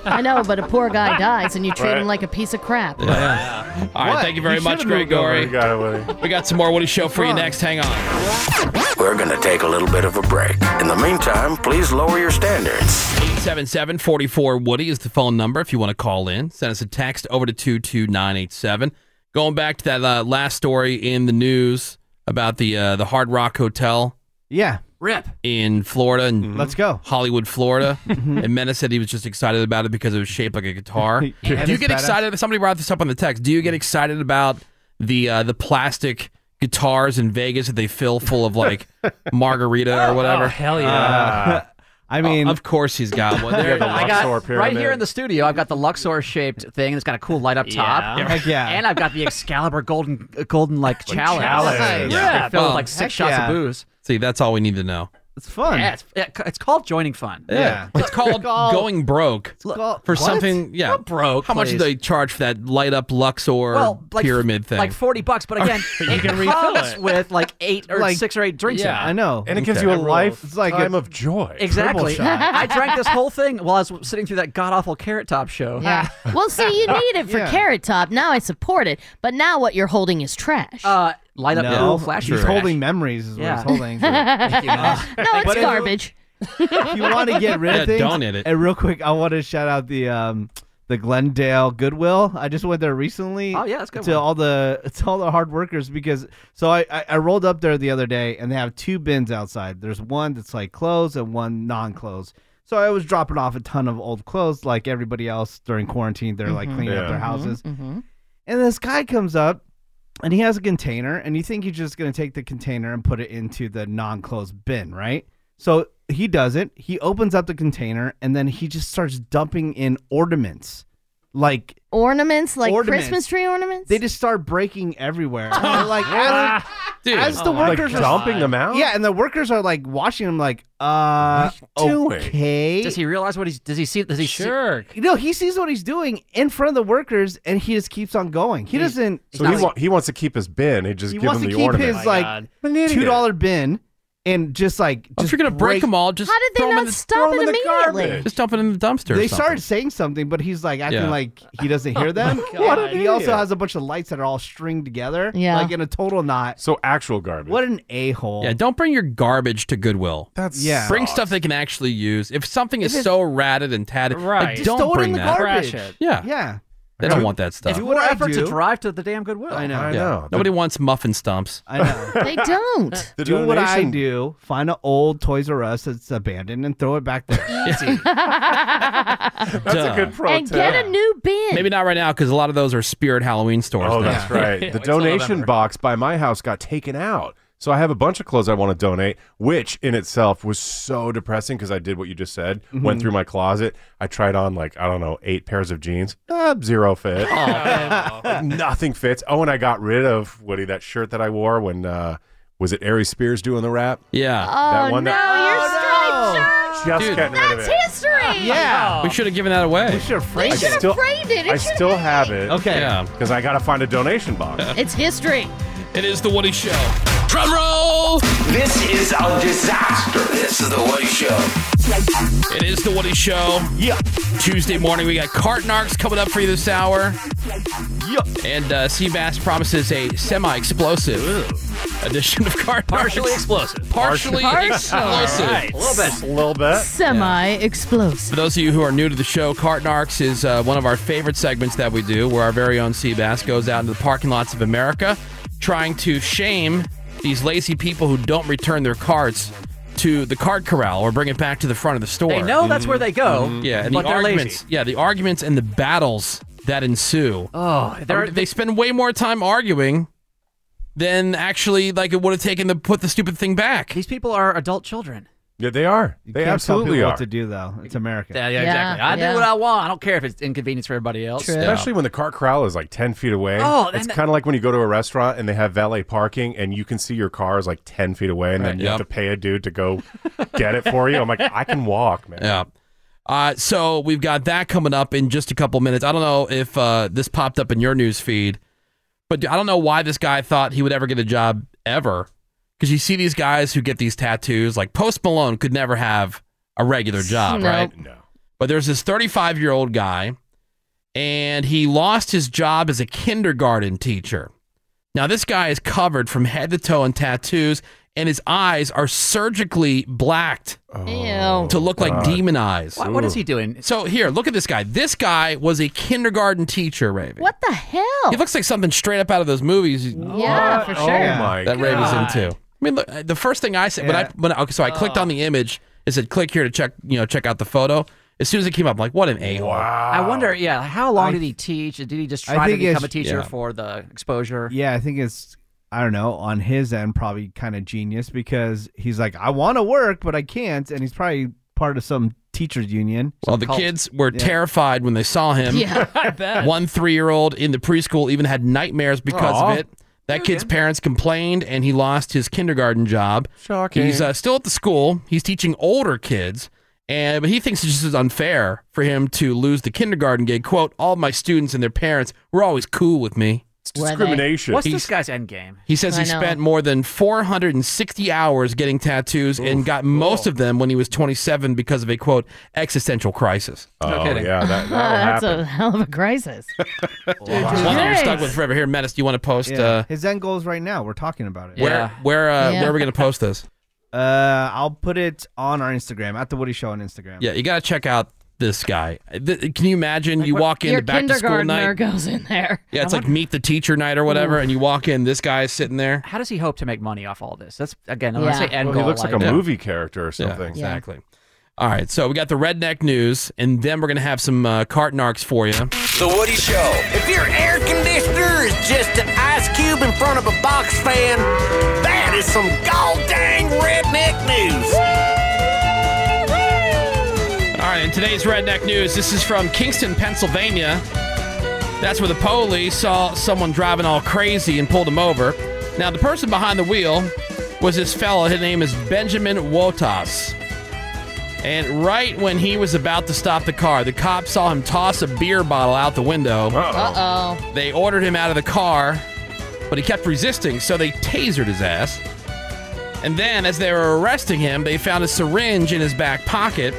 H: I know, but a poor guy dies and you treat
G: Right.
H: him like a piece of
D: <laughs>
H: crap.
D: All right, thank you very much, Gregory. We got some more Woody Show for you next. Hang on.
A: We're going to take a little bit of a break. In the meantime, please lower your standards.
D: 877 44 Woody is the phone number if you want to call in. Send us a text over to 22987. Going back to that uh, last story in the news about the uh, the Hard Rock Hotel
E: Yeah,
J: Rip.
D: in Florida and
E: Mm-hmm. let's go. Mm-hmm. <laughs>
D: Hollywood, Florida. and Menace said he was just excited about it because it was shaped like
E: <laughs>
D: a guitar.
E: Yeah,
D: Do you
E: that's
D: get
E: badass.
D: excited? Somebody brought this up on the text. Do you
E: Mm-hmm.
D: get excited about the uh, the plastic guitars in Vegas that they fill full
E: <laughs>
D: of like margarita or
I: Oh,
D: whatever? Oh,
I: hell yeah.
E: Uh, I mean,
D: of course he's got
E: <laughs>
D: one. There,
J: I got
G: Luxor
J: right here
G: pyramid.
J: in the studio. I've got the Luxor shaped thing. It's got a cool light up top.
I: Yeah.
E: heck yeah.
J: And I've got the Excalibur golden, uh, golden like chalice.
G: chalice.
J: Yeah,
D: Yeah.
J: filled with
D: Well,
J: like six
E: heck
J: shots
E: yeah.
J: of booze.
D: see, that's all we need to know.
E: it's fun.
J: Yeah, it's, it- it's called joining fun.
E: Yeah.
D: It's called
E: Call-
D: going broke
E: It's called-
D: for
E: what?
D: something. Yeah,
J: Not broke,
D: How much do
J: please.
D: they charge for that light up Luxor
J: Well, like
D: pyramid thing?
J: like forty bucks, but <laughs> again, you it
I: can refill
J: comes
I: it.
J: with like eight or
E: Like-
J: six or eight drinks. in
I: Yeah.
J: it.
E: I know.
G: And it gives
D: Okay.
G: you a
D: It rules.
G: life
E: It's like a-
G: time of joy.
J: Exactly.
E: Triple shot.
J: <laughs> I drank this whole thing while I was sitting through that god awful carrot top show. <laughs>
H: Yeah. well, see, you need it for
E: Yeah.
H: Carrot Top. Now I support it, but now what you're holding is trash.
J: Uh, light up
E: No,
J: cool flashy.
E: he's
J: trash.
E: holding memories is
J: Yeah.
E: what
J: <laughs>
E: he's holding. if
H: <laughs> no, it's
E: if-
H: garbage.
E: you want to get rid
D: Yeah,
E: of things,
D: donate it.
E: And real quick, I want to shout out the um the Glendale Goodwill. I just went there recently.
J: Oh, yeah, that's a good
E: To
J: one.
E: all the to all the hard workers because so I, I I rolled up there the other day and they have two bins outside. There's one that's like clothes and one non-clothes. So I was dropping off a ton of old clothes like everybody else during quarantine. They're
J: Mm-hmm.
E: like cleaning
G: Yeah.
E: up their houses.
H: hmm
E: And this guy comes up and he has a container, and you think he's just going to take the container and put it into the non closed bin, right? So he doesn't. He opens up the container and then he just starts dumping in ornaments. Like
H: Ornaments like
E: Ornaments.
H: Christmas tree
E: <laughs>
H: ornaments.
E: they just start breaking everywhere.
G: <laughs>
E: And, like as,
D: Dude,
E: as the
G: Like
E: workers are
G: dumping them out?
E: yeah, and the workers are like watching him, like, uh,
G: What are you doing?
E: okay.
J: Does he realize what he's? Does he see? Does he see-
I: Sure.
E: no, he sees what he's doing in front of the workers, and he just keeps on going. He doesn't.
G: So he, wa- he wants to keep his bin. He just
E: he
G: give
E: wants
G: him
E: to
G: the
E: keep
G: ornament.
H: Oh
E: his
I: My
E: like
I: God.
D: Oh
E: two dollar bin and just like just
D: if you're gonna break them all, just
H: How did
D: throw
H: they
D: 'em in
H: not
D: the,
H: stop it
G: in the
H: immediately?
G: garbage.
D: just dump it in the dumpster. or
E: They
D: something.
E: started saying something, but he's like acting
D: Yeah. Oh,
E: like he doesn't
D: <laughs>
E: hear them.
G: What
E: And
G: an
E: he also
G: idiot.
E: has a bunch of lights that are all stringed together,
H: Yeah.
E: like in a total knot.
G: So actual
E: <laughs>
G: garbage.
E: What an a hole!
D: Yeah, don't bring your garbage to Goodwill.
G: That's
E: Yeah.
D: Bring stuff they can actually use. If something is
E: If it's-
D: so ratted and tatted,
I: Right.
D: like,
I: Just
D: don't
E: throw it
D: bring
E: in the
D: that.
E: garbage.
I: Trash it.
D: Yeah,
E: Yeah,
D: they don't want that stuff.
E: Do
J: More
E: what I
J: effort
E: do.
J: to drive to the damn Goodwill.
E: I
G: I
E: know.
G: know.
D: Nobody wants muffin stumps.
E: I
D: <laughs>
E: know.
H: They don't.
E: <laughs>
G: The
E: do what I
G: donation-
E: do. Find an old Toys R Us that's abandoned and throw it back there.
H: <laughs>
G: That's
D: Duh.
G: a good pro
H: and
G: tip.
H: get a new bin.
D: Maybe not right now because a lot of those are Spirit Halloween stores.
G: Oh,
D: now.
H: <laughs>
G: that's right. The
J: till
G: donation
J: November.
G: box by my house got taken out. So I have a bunch of clothes I want to donate, which in itself was so depressing because I did what you just said.
H: Mm-hmm.
G: Went through my closet. I tried on like, I don't know, eight pairs of jeans. Uh, zero fit. Like, <laughs> Nothing fits. Oh, and I got rid of Woody, that shirt that I wore when uh was it Ari Spears doing the rap?
D: Yeah,
H: Oh
G: that one
H: no,
G: that-
H: your striped shirt.
G: Just
D: Dude.
G: getting rid of
H: That's
G: it.
H: history.
E: yeah,
D: we should have given that away.
E: we should have
H: They
E: framed
H: should
E: it.
H: have
G: still-
H: framed it. it
G: I
H: should
G: still
H: been-
G: have it.
E: Okay.
D: Yeah,
G: Because I got to find a donation box.
D: <laughs>
H: It's history.
D: it is the Woody Show. Drum roll!
A: This is a disaster. This is the Woody Show.
D: It is the Woody Show.
G: yeah.
D: Tuesday morning, we got Cartnarks coming up for you this hour,
G: Yeah.
D: and uh, Seabass promises a semi-explosive edition of Card
J: Partially
D: Nerds.
J: explosive.
D: Partially
H: Partial.
D: explosive.
H: All right.
J: A little bit.
G: A little bit.
H: Semi-explosive.
D: For those of you who are new to the show, Cart Narcs is uh, one of our favorite segments that we do, where our very own Seabass goes out into the parking lots of America, trying to shame these lazy people who don't return their carts to the card corral or bring it back to the front of the store. Mm-hmm.
J: They know that's where they go.
D: Yeah, and
J: but
D: the
J: they're
D: arguments.
J: lazy.
D: Yeah, the arguments and the battles that ensue.
J: Oh,
D: Or
J: they're,
D: they spend way more time arguing than actually like it would have taken to put the stupid thing back.
J: these people are adult children.
G: Yeah, they are.
E: You
G: they
E: can't tell
G: absolutely
E: people
G: are.
E: what to do though. It's America.
J: Yeah, yeah,
H: Yeah,
J: exactly. I
H: yeah.
J: do what I want. I don't care if it's inconvenience for everybody else.
H: True.
G: Especially when the car corral is like 10 feet away.
J: Oh,
G: it's
J: and-
G: kind of like when you go to a restaurant and they have valet parking and you can see your car is like 10 feet away and then you
D: Yep.
G: have to pay a dude to go get it for you. I'm like, I can walk, man.
D: Yeah. Uh, so we've got that coming up in just a couple minutes. I don't know if uh, this popped up in your news feed, but I don't know why this guy thought he would ever get a job ever. Because you see these guys who get these tattoos, like Post Malone could never have a regular job,
H: No.
D: right?
G: No.
D: But there's this 35 year old guy, and he lost his job as a kindergarten teacher. Now, this guy is covered from head to toe in tattoos, and his eyes are surgically blacked
G: Oh.
H: Ew.
D: to look like
G: God.
D: demon eyes.
J: Why, Oh. what is he doing?
D: So here, look at this guy. This guy was a kindergarten teacher, Raven.
H: What the hell?
D: He looks like something straight up out of those movies
H: yeah, for
G: Oh
H: sure.
G: my
D: that
G: God.
D: Raven's into. I mean, look, uh, the first thing I said when I
E: Yeah.
D: when I, okay, so I clicked
J: Oh.
D: on the image. It said, "Click here to check you know check out the photo." As soon as it came up, I'm like, what an a hole.
G: Wow.
J: I wonder, yeah, how long
E: I-
J: did he teach? Did he just
E: I
J: try to
E: think it's-
J: become a teacher
D: yeah.
J: for the exposure?
E: Yeah, I think it's I don't know on his end probably kind of genius because he's like I want to work but I can't and he's probably part of some teachers union.
D: Well, the
J: cult.
D: kids were terrified when they saw him.
H: Yeah.
D: One three year old in the preschool even had nightmares because
G: Aw.
D: of it. That kid's parents complained, and he lost his kindergarten job.
G: Shocking.
D: He's uh, still at the school. He's teaching older kids, and but he thinks it's just unfair for him to lose the kindergarten gig. "Quote: All my students and their parents were always cool with me."
G: It's
H: Were they?
G: discrimination.
J: What's
D: He's-
J: this guy's end game?
D: He says he
H: I know.
D: spent more than 460 hours getting tattoos and got most of them when he was 27 because of a quote existential crisis.
G: Oh,
J: kidding.
H: <laughs>
G: yeah. That, that'll
H: Uh, That's
G: happen.
H: a hell of a
G: <laughs>
H: crisis.
D: One that you're stuck
H: Jeez.
D: with forever. Here, Menace, do you want to post?
E: Yeah.
D: Uh,
E: his end goals right now. We're
H: <laughs>
E: talking about it.
J: Yeah.
D: Where uh,
H: Yeah.
D: where are we gonna post this?
E: Uh, I'll put it on our Instagram at the Woody Show on Instagram.
D: Yeah, you gotta check out this guy. Th- Can you imagine? you walk in
H: Your
D: the back to school
H: kindergartner Uh-huh.
D: night.
H: goes in there.
D: Yeah, it's like meet the teacher night or whatever, and you walk in. This guy is sitting there.
J: How does he hope to make money off all this? That's again, when I say
H: Yeah.
J: end
G: Well, he
J: goal,
G: looks like, a
D: Yeah.
G: movie character or
D: Yeah,
G: something.
D: exactly. All right, so we got the redneck news, and then we're gonna have some uh, cart narcs for you.
K: The Woody Show. If your air conditioner is just an ice cube in front of a box fan, that is some goddamn redneck news.
D: All right, in today's redneck news, this is from Kingston, Pennsylvania. That's where the police saw someone driving all crazy and pulled him over. Now, the person behind the wheel was this fella. His name is Benjamin Wotas. And right when he was about to stop the car, the cops saw him toss a beer bottle out the window.
G: Uh-oh.
H: Uh-oh.
D: They ordered him out of the car, but he kept resisting, so they tasered his ass. And then, as they were arresting him, they found a syringe in his back pocket.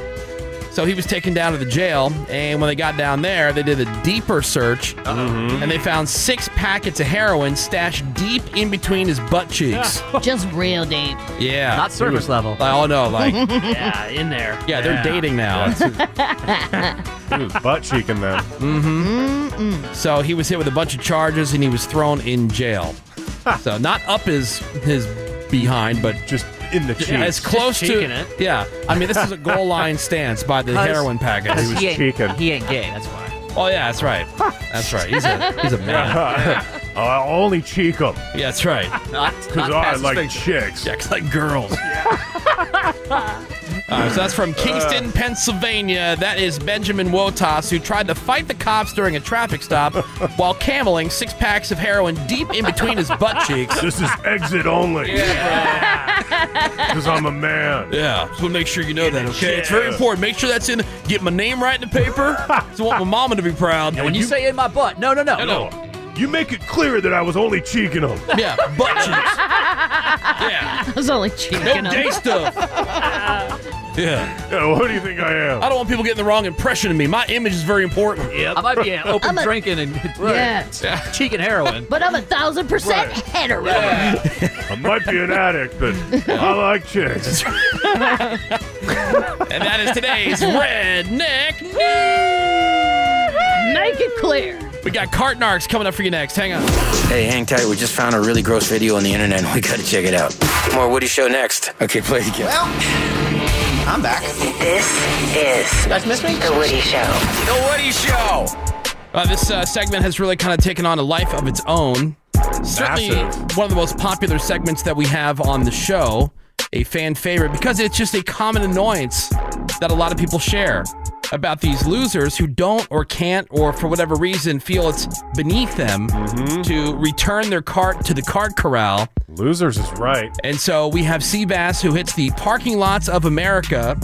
D: So he was taken down to the jail. And when they got down there, they did a deeper search. And they found six packets of heroin stashed deep in between his butt cheeks.
H: <laughs> Just real deep.
D: yeah.
J: not surface level.
D: oh, no.
H: <laughs>
J: <laughs>
D: Like,
I: yeah, in there.
D: yeah, they're dating now.
G: He was butt cheeking them.
D: Mm-hmm. So he was hit with a bunch of charges and he was thrown in jail. so not up his his behind, but
G: Just in the cheeks.
D: Yeah, as close
I: cheeking
D: to
I: it.
D: yeah. I mean, this is a goal line stance
L: <laughs>
D: by the heroin
G: he
D: package.
G: was cheeking.
J: He ain't gay. That's
G: <laughs>
J: why.
D: Oh yeah, that's right. That's right. He's a he's a man.
G: Uh-huh. I'll Uh, only cheek them
D: Yeah, that's right.
J: <laughs> Not,
G: because
J: not
G: I
J: past his
G: like
J: fingers.
G: chicks.
D: Yeah, 'cause like girls.
J: <laughs>
D: All right, so that's from
G: Uh,
D: Kingston, Pennsylvania. That is Benjamin Wotas, who tried to fight the cops during a traffic
G: <laughs>
D: stop while cameling six packs of heroin deep in between his
G: <laughs>
D: butt cheeks.
G: This is exit only. Because I'm a man.
D: <laughs> Yeah, so make sure you know that, okay? It's very
G: Yeah.
D: important. Make sure that's in. Get my name right in the
G: <laughs>
D: paper. So I want my mama to be proud.
J: When you, say in my butt, no, no, no,
D: Hello.
G: You make it clear that I was only cheeking them.
K: <laughs>
D: Yeah, butt cheeks. Yeah,
H: I was only cheeking <laughs>
D: no
H: him.
D: gay stuff. Yeah.
G: yeah who do you think I am?
D: I don't want people getting the wrong impression of me. My image is very important.
J: I might be uh, open
H: I'm a-
J: drinking and <laughs>
H: Yeah.
J: cheeking heroin.
H: But I'm a thousand percent hetero.
G: I might be an addict, but I like chicks.
D: And that is
H: <laughs>
D: today's Redneck News.
H: Make it clear.
D: We got Cartnarks coming up for you next. Hang on.
M: Hey, hang tight. We just found a really gross video on the internet. We gotta check it out. More Woody Show next. Okay, play it again.
K: I'm back. This is. You guys miss me? The Woody Show. The Woody Show.
D: Uh, this uh, segment has really kind of taken on a life of its own. Certainly one of the most popular segments that we have on the show, a fan favorite, because it's just a common annoyance that a lot of people share about these losers who don't or can't or for whatever reason feel it's beneath them
G: Mm-hmm.
D: to return their cart to the cart corral.
G: Losers is right.
D: And so we have Seabass who hits the parking lots of America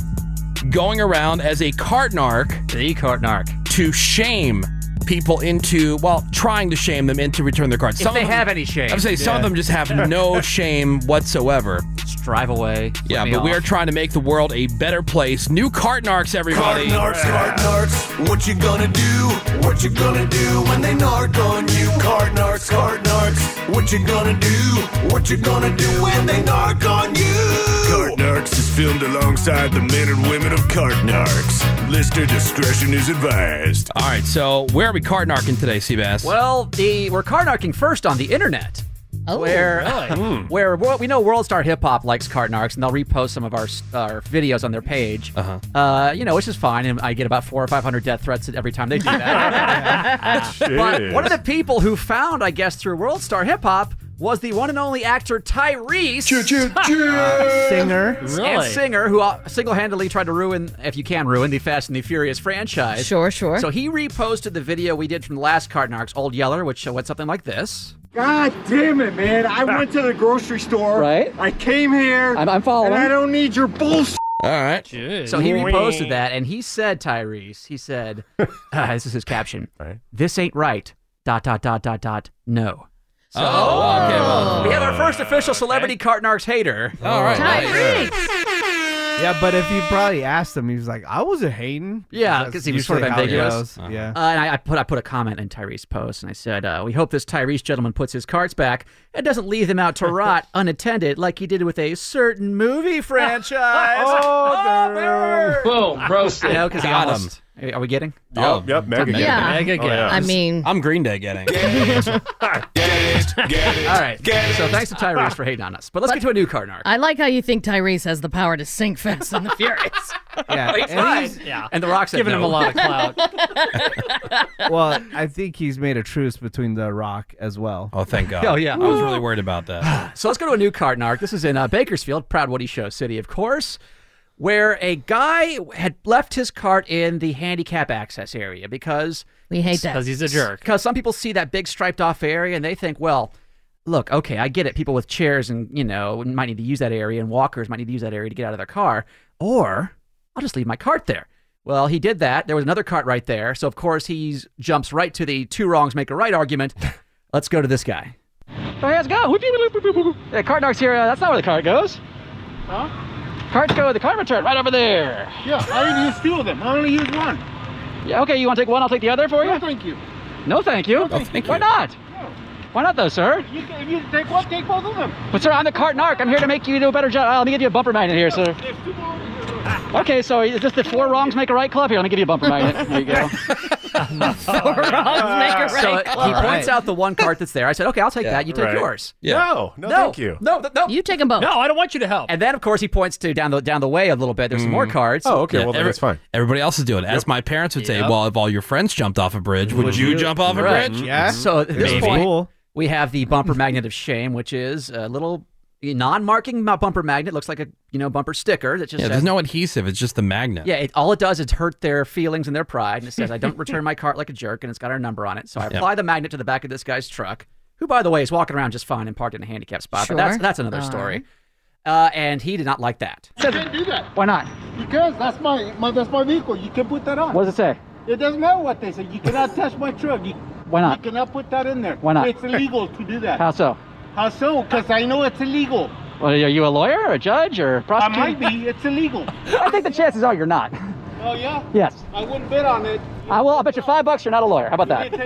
D: going around as a cartnark.
J: The cartnark.
D: To shame people into, well, trying to shame them into return their carts.
J: If they
D: of them-
J: have any shame.
D: I would say some of
J: Yeah.
D: them just have
J: <laughs>
D: no shame whatsoever.
J: Just drive away.
D: Yeah,
J: me
D: but we
J: off.
D: are trying to make the world a better place. New cartnarks, everybody.
K: <laughs> Narcs, card narcs, what you gonna do? What you gonna do when they narc on you? Card narcs, card narcs, what you gonna do? What you gonna do when they narc on you?
N: Cart Narcs is filmed alongside the men and women of Cart Narcs. Listener discretion is advised.
D: All right, so where are we cartnarking today, Seabass?
J: Well, the we're cartnarking first on the internet.
K: Oh.
J: where,
H: Oh,
J: <laughs> where wor- we know World Star Hip Hop likes cartnarks, and they'll repost some of our s- our videos on their page. Uh-huh. Uh, you know, which is fine, and I get about four or five hundred death threats every time they do
I: <laughs>
J: that. <laughs> but
K: Jeez.
J: one of the people who found, I guess, through World Star Hip Hop was the one and only actor Tyrese, <laughs>
E: singer,
J: and singer who uh, single-handedly tried to ruin, if you can ruin, the Fast and the Furious franchise.
H: Sure, sure.
J: So he reposted the video we did from the last Cartnarks, Old Yeller, which uh, went something like this.
L: God damn it, man. I went to the grocery store.
J: Right.
L: I came here.
J: I'm- I'm following.
L: And I don't need your bullshit.
D: All right.
J: So he reposted that, and he said, Tyrese, he said, uh, this is his caption. This ain't right. Dot dot dot dot dot. No. So
K: Oh, okay, well-
J: we have our first official celebrity Cartnarks hater.
D: uh, All right.
E: Yeah, but if you probably asked him, he was like, "I wasn't hating."
J: Yeah,
E: That's
J: because he was sort of
E: usually how it
J: ambiguous.
D: Uh-huh.
E: goes. Yeah.
J: Uh, and I, I put I put a comment in Tyrese's post, and I said, uh, "We hope this Tyrese gentleman puts his carts back and doesn't leave them out to rot unattended, like he did with a certain movie franchise." <laughs> oh, bird.
K: Boom, roasted.
J: You know, because he
K: Got
J: almost. Are we getting?
D: Yep, Oh. yep, mega
J: It's a
D: getting. Yeah.
J: getting.
D: Mega Oh, yeah. getting. I mean- I'm Green Day <laughs> getting.
J: All right. so thanks to Tyrese for hating on us, but let's get to a new card arc.
H: I like how you think Tyrese has the power to sink Fast and the Furious.
E: <laughs>
D: Oh,
E: Yeah,
J: He's
E: and
J: fine.
E: he's-
J: yeah. And the Rock said no. <laughs>
E: well, I think he's made a truce between the Rock as well.
D: Oh, thank
J: <laughs>
D: God.
J: Oh, yeah.
D: I was really worried about that.
J: <clears throat> So let's go to a new card arc. This is in uh, Bakersfield, Proud Woody Show City, of course, where a guy had left his cart in the handicap access area because
H: We hate that. 'Cause he's a jerk.
J: Because some people see that big striped off area and they think, well, look, okay, I get it. People with chairs and you know might need to use that area, and walkers might need to use that area to get out of their car, or I'll just leave my cart there. Well, he did that. There was another cart right there, so of course he jumps right to the two wrongs make a right <laughs> argument. Let's go to this guy. All right, let's go. Yeah, cart knocks here. Uh, that's not where the cart goes.
L: Huh?
J: Carts go the cart return right over there.
L: Yeah, I didn't use two of them. I only used one.
J: Yeah, okay, you want to take one? I'll take the other for you.
L: No, thank you.
J: No, thank you. Why not? Why not, though, sir?
L: You, if you take one, take both of them.
J: But sir, I'm the cart narc. I'm here to make you do a better job. Uh, Let me give you a bumper magnet here, sir.
L: There's two more.
J: Okay, so is this the four wrongs make a right club? Here, let me give you a bumper magnet. <laughs> There you go.
H: <laughs> four wrongs make a
J: <laughs> so
H: right
J: he
H: club.
J: points out the one cart that's there. I said, okay, I'll take
H: Yeah,
J: that. You take
H: right.
J: yours.
H: Yeah. No, no, thank you.
J: No, th- no.
H: You take them both.
J: I don't want you to help. Mm-hmm. And then, of course, he points to down the down the way a little bit. <sighs> There's some more cards.
D: Mm.
H: Oh,
D: Yeah, every- Everybody else is doing it. As my parents would say,
J: Yep.
D: well, if all your friends jumped off a bridge, would, you, jump off a
J: Right.
D: bridge?
J: So at this
D: Maybe.
J: point, we have the bumper magnet of shame, which is a little non-marking ma- bumper magnet. Looks like a you know bumper sticker that just
D: Yeah,
J: says.
D: there's no adhesive. It's just the magnet.
J: yeah, it, all it does is hurt their feelings and their pride. And it says, I don't return my cart like a jerk. And it's got our number on it. So I
D: Yep.
J: apply the magnet to the back of this guy's truck, who, by the way, is walking around just fine and parked in a handicapped spot. But that's,
L: Sure.
J: that's another
L: All
J: story. Uh, and he did not like that.
L: You can't do that.
J: Why not?
L: Because that's my, my that's my vehicle. You can put that on.
J: What does it say?
L: It doesn't matter what they say. You cannot touch my truck. You,
J: Why not?
L: You cannot put that in there.
J: Why not?
L: It's illegal to do that.
J: How so?
L: How so? Because I know it's illegal.
O: Well, are you a lawyer or a judge or a
L: I
O: prosecutor?
L: might be. It's illegal.
O: <laughs> I think the chances are you're not.
L: Oh yeah.
O: Yes.
L: I wouldn't bet on it.
O: I will. I'll bet you five bucks you're not a lawyer. How about that?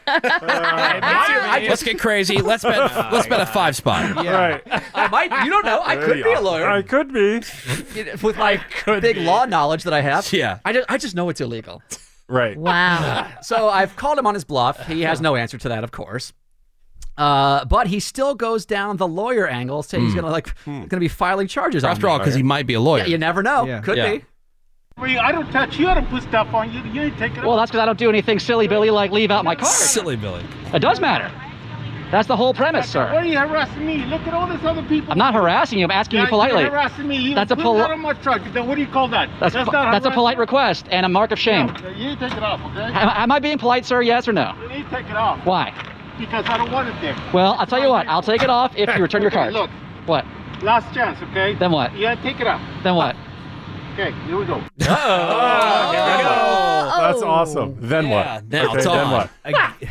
J: <laughs>
H: <laughs>
D: let's get crazy. Let's bet. <laughs> Let's bet a five spot.
J: Yeah. I might. You don't know. I could be a lawyer. I
G: could be.
J: With my big law knowledge that I have.
D: Yeah.
J: I just, I just know it's illegal.
G: Right.
H: Wow.
J: <laughs> so I've called him on his bluff. He has no answer to that, of course. Uh, but he still goes down the lawyer angle, saying he's
D: Hmm.
J: gonna like gonna be filing charges.
D: After all, because he might be a lawyer.
J: Yeah, you never know. Could
D: Yeah.
J: be.
L: I don't touch you. I don't put stuff on you. You ain't taking it.
O: Well, that's because I don't do anything silly, Billy, like leave out my card.
D: Silly Billy.
O: It does matter. That's the whole premise,
L: Why are
O: sir.
L: you harassing me? Look at all these other people.
O: I'm not harassing you. I'm asking
L: Yeah,
O: you politely.
L: You're harassing me. You
O: That's a
L: put
O: poli-
L: that on my truck. Then what do you call that?
O: That's, po-
L: not
O: that's a
L: harassing-
O: polite request and a mark of shame.
L: No, You ain't take it off, okay?
O: Am, am I being polite, sir? Yes or no?
L: You need to take it off.
O: Why?
L: Because I don't want it there.
O: Well, I'll tell you what. I'll take it off if you return your
L: Okay,
O: card.
L: Look,
O: What?
L: last chance, okay?
O: Then what?
L: Yeah, take it off.
O: Then what?
L: Okay, here we go.
G: Oh, That's awesome. Then what?
J: Oh, Now
G: okay,
J: it's
G: then
J: on. <laughs>
G: what?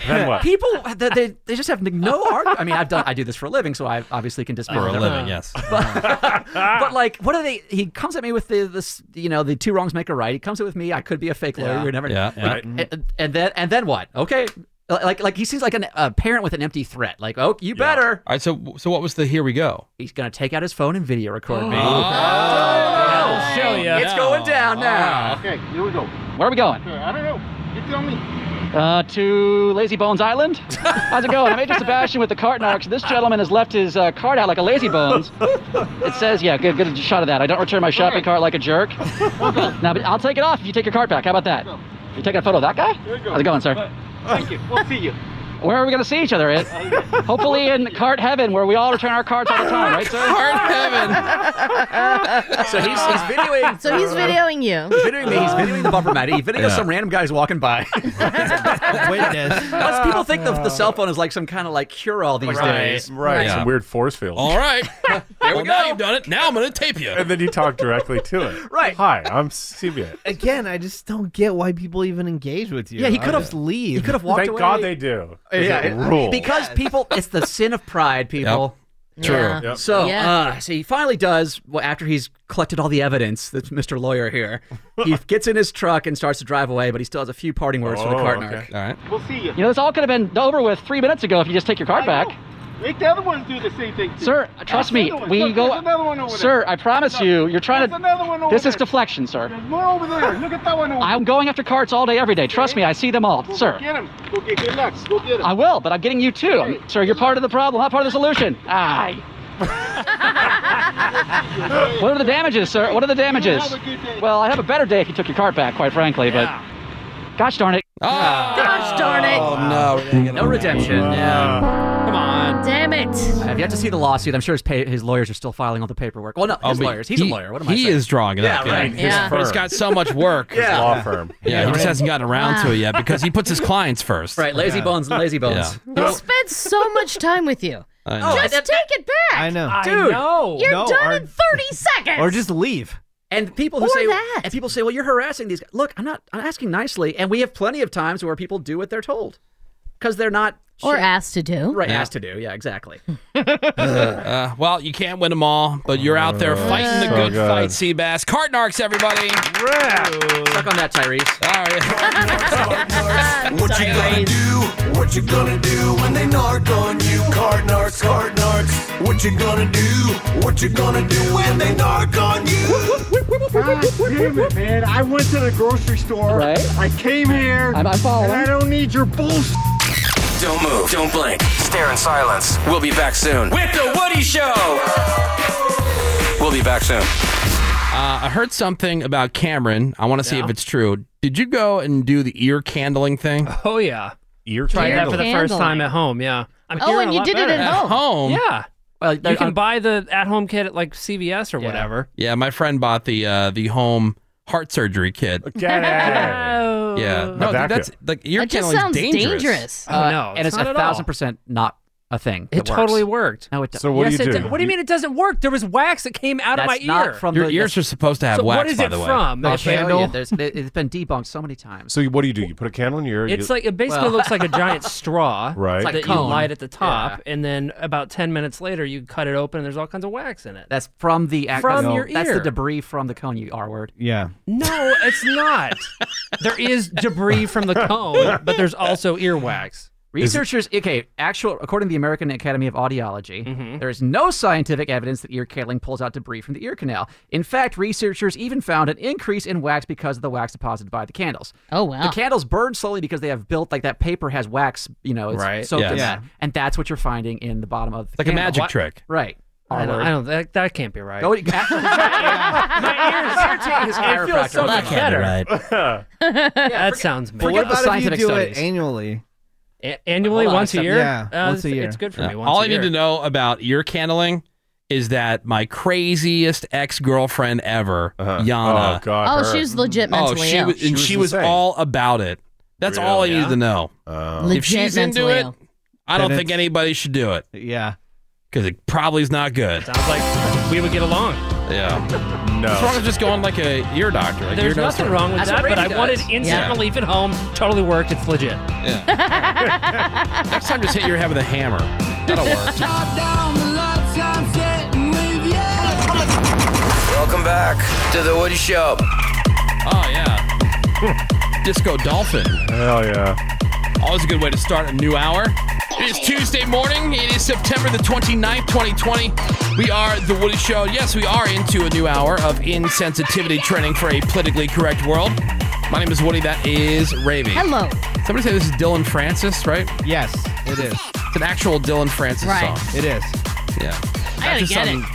G: then what?
J: People, they, they, they just have no argument. I mean, I've done, I do this for a living, so I obviously can dismantle
D: For a
J: everything.
D: living, yes.
J: <laughs> but like, what are they? He comes at me with the this, you know, the two wrongs make a right. He comes at with me. I could be a fake lawyer.
D: Yeah.
J: You never.
D: Yeah, yeah.
J: like, And, and then and then what? Okay, like like he seems like an, a parent with an empty threat. Like, oh, you better.
D: All right. So so what was the here we go? Oh.
J: He's gonna take out his phone and video record me.
L: Oh,
J: show ya. Oh. It's going down now.
L: Okay, here we go.
O: Where are we going?
L: Okay, I don't know. You tell me.
O: Uh, to Lazy Bones Island. How's it going? I'm Major Sebastian with the Cart Narcs. This gentleman has left his uh, cart out like a Lazy Bones. It says, yeah, good, good shot of that. I don't return my shopping cart like a jerk. Now, but I'll take it off if you take your cart back. How about that? You taking a photo of that guy?
L: Here we go.
O: How's it going, sir?
L: Thank you. We'll see you.
O: Where are we going to see each other? It, hopefully in cart heaven, where we all return our carts all the time, right, sir?
D: Cart
O: heaven.
J: <laughs> So he's,
H: <laughs>
J: he's videoing.
H: So he's videoing you.
J: He's videoing me. He's videoing the bumper mat. He videos
D: Yeah.
J: some random guys
H: <laughs>
J: walking by.
E: Witness.
J: Plus, people think the, the cell phone is like some kind of like cure all these days.
G: Right.
D: Yeah.
G: Some weird force field.
J: <laughs>
D: All right. there we go. Now you've done it. Now I'm going to tape you.
G: And then you talk directly
I: <laughs>
G: to it.
J: Right.
G: Hi, I'm CBA.
E: Again, I just don't get why people even engage with you.
J: Yeah, he
E: I
J: could have-
E: just leave.
J: He could have walked
G: Thank
J: away.
G: God they do.
J: Yeah,
G: It's a
J: it-
G: rule.
J: because people, it's the sin of pride, people.
D: True. Yeah.
G: Yep.
J: So,
H: Yeah.
J: uh, so he finally does. Well, after he's collected all the evidence, that's Mr. Lawyer here.
G: <laughs>
J: He gets in his truck and starts to drive away, but he still has a few parting words for the
G: Oh,
J: cart
G: okay.
J: narc.
D: All right.
L: We'll see you.
O: You know, this all could have been over with three minutes ago if you just take your cart back.
L: Make the other ones do the same thing. too.
O: Sir, trust
L: That's
O: me,
L: another one.
O: we
L: Look,
O: go.
L: there's another one over
O: Sir,
L: there.
O: I promise you, you're trying
L: There's another one
O: to.
L: over
O: This is
L: there.
O: deflection, sir.
L: There's more over there. Look at that one over
O: I'm going after carts all day, every day. Trust me, I see them all,
L: there. Go
O: <laughs> sir.
L: Get him. Go get, good luck. Go get him.
O: I will, but I'm getting you too. I'm- Sir, you're part of the problem, not part of the solution. Aye. what are the damages, sir? What are the damages?
L: have a good day.
O: Well, I'd have a better day if you took your cart back, quite frankly, but. Gosh darn it.
J: Ah.
H: Gosh darn
D: Oh,
H: it.
D: no.
J: No redemption. Yeah.
I: Come on.
H: Damn it.
J: I've yet to see the lawsuit. I'm sure his, pay- his lawyers are still filing all the paperwork. Well, no,
D: Oh,
J: his
D: but
J: lawyers. He's
D: he-
J: a lawyer. What am I
D: He
J: saying?
D: is drawing it
J: Yeah,
D: up.
J: right.
D: His
H: Yeah.
D: But it's got so much work.
G: His law firm.
D: Yeah, he just hasn't gotten around to it yet because he puts his clients first.
J: Right, lazy bones and lazy bones. Oh,
D: Yeah.
H: He spends so much time with you.
D: I know.
H: Just take it back.
E: I know.
J: Dude.
I: know.
H: You're
E: No,
H: done
E: or-
H: in <laughs> 30 seconds.
E: Or just leave.
J: And people who
H: Or
J: say
H: that.
J: and people say, "Well, you're harassing these guys." Look, I'm not. I'm asking nicely, and we have plenty of times where people do what they're told because they're not
H: Or
J: shit-
H: asked to do.
J: right
D: Yeah.
J: asked to do. Yeah, exactly.
D: <laughs> Uh, well, you can't win them all, but you're out there
J: Uh,
D: fighting the
G: so
D: good,
G: good.
D: fight, Seabass. Cart narcs, everybody.
J: Suck on that, Tyrese.
D: All
J: <laughs>
D: right.
K: What you gonna do? What you gonna do when they narc on you? Card narcs, card narcs. What you gonna do? What you gonna do when they narc on you?
L: God damn it, man. I went to the grocery store.
O: Right.
L: I came here.
O: I'm- I'm following.
L: And I don't need your bullshit.
M: Don't move. Don't blink. Stare in silence. We'll be back soon with the Woody Show. We'll be back soon.
D: Uh, I heard something about Cameron. I want to see if it's true. Did you go and do the ear candling thing?
I: Oh yeah.
G: Ear
I: Tried that
G: candle.
I: for the first
H: Candling.
I: time at home. Yeah. I'm
H: Oh,
I: hearing
H: and
I: a
H: you
I: lot
H: did it
I: better.
H: at
D: At
H: home.
D: home.
I: Yeah.
J: Well,
I: You can buy the at-home kit at like CVS or
J: Yeah.
I: whatever.
D: Yeah, my friend bought the uh, the home heart surgery kit.
G: Get it.
I: Oh.
D: Yeah. No,
G: Back
J: <laughs>
D: that's
G: up.
D: like ear
H: That just
D: candling
H: sounds
D: dangerous.
H: dangerous.
I: Oh no.
J: Uh, and it's
I: not
J: a
I: at
J: thousand
I: all.
J: percent not a thing.
I: It
J: that works.
I: totally worked.
J: No, it doesn't.
I: So what do Yes, you it do? did. What do you mean it doesn't work? There was wax that came out of
J: That's
I: my
J: not
I: ear.
J: From
D: Your
J: the,
D: ears are supposed to have
I: So
D: wax,
I: what is
D: by
I: it
D: the way.
I: from?
J: I'll
I: A
J: show you.
I: candle?
J: There's- it- it's been debunked so many times.
G: So you- what do you do? You put a candle in your ear.
I: It's
G: you-
I: like it basically
J: Well-
I: looks like a
G: <laughs>
I: giant straw
G: Right.
I: that
J: It's like
I: you
J: cone.
I: light at the top, and then about ten minutes later you cut it open and there's all kinds of wax in it.
J: That's from the act-
I: From
J: that's-
I: your
J: That's the
I: ear.
J: debris from the cone. You R word.
E: Yeah.
I: No, it's not. there is debris from the
J: <laughs>
I: cone, but there's also earwax.
J: Researchers, okay, actual according to the American Academy of Audiology,
I: Mm-hmm.
J: there is no scientific evidence that ear candling pulls out debris from the ear canal. In fact, researchers even found an increase in wax because of the wax deposited by the candles.
H: Oh wow!
J: The candles burn slowly because they have built like that paper has wax, you know, it's
I: Right.
J: soaked
I: Yes.
J: in
I: Yeah.
J: that, and that's what you're finding in the bottom of the
I: like a
J: candle.
I: magic What? trick.
J: right?
I: I don't,
J: R-word.
I: I don't that, that can't be right.
J: Go- My ears irritating as
I: It feels so
J: chiropractor.
I: much better.
G: <laughs>
I: that sounds
E: Forget
I: bad.
E: about if you do it annually.
I: A- annually,
E: Hold on a
I: once a
E: second.
I: year.
E: Yeah,
I: Uh,
E: once a
I: it's-
E: year.
I: It's good for
D: Yeah.
I: me. Once
D: All
I: a
D: I
I: year.
D: need to know about ear candling is that my craziest ex girlfriend ever, Yana.
G: Oh, God,
H: Uh-huh. Oh, her. she was legit
D: oh,
H: mentally
D: she
H: ill.
D: Was,
H: She
D: and
H: was
D: she was
H: insane.
D: all about it. That's all I
H: Really? Oh.
D: needed to know.
H: Legit
D: if she's into
H: mentally
D: it,
H: ill.
D: I don't
H: Then
D: think anybody should do it.
E: Yeah.
D: Because it probably is not good.
I: Sounds like we would get along.
H: <laughs>
D: Yeah.
G: No.
D: What's wrong with just going like a ear doctor? Like
I: There's
D: ear
I: nothing
D: doctor?
I: wrong with that, but I wanted instant
D: Yeah.
I: relief at home. Totally worked. It's legit.
D: Oh, Next time, just hit your head with a hammer. That'll work.
M: Welcome back to the Woody Show.
D: Oh yeah. <laughs> Disco Dolphin.
G: Hell yeah.
D: Always a good way to start a new hour. It is Tuesday morning. It is September the 29th, 2020. We are The Woody Show. Yes, we are into a new hour of insensitivity training for a politically correct world. My name is Woody. That is Ravy.
H: Hello.
D: Somebody say this is Dylan Francis, right?
E: Yes, it is.
D: It's an actual Dylan Francis
E: Right.
D: song.
E: It is.
D: Yeah.
E: gotta
D: That's just
E: get
D: some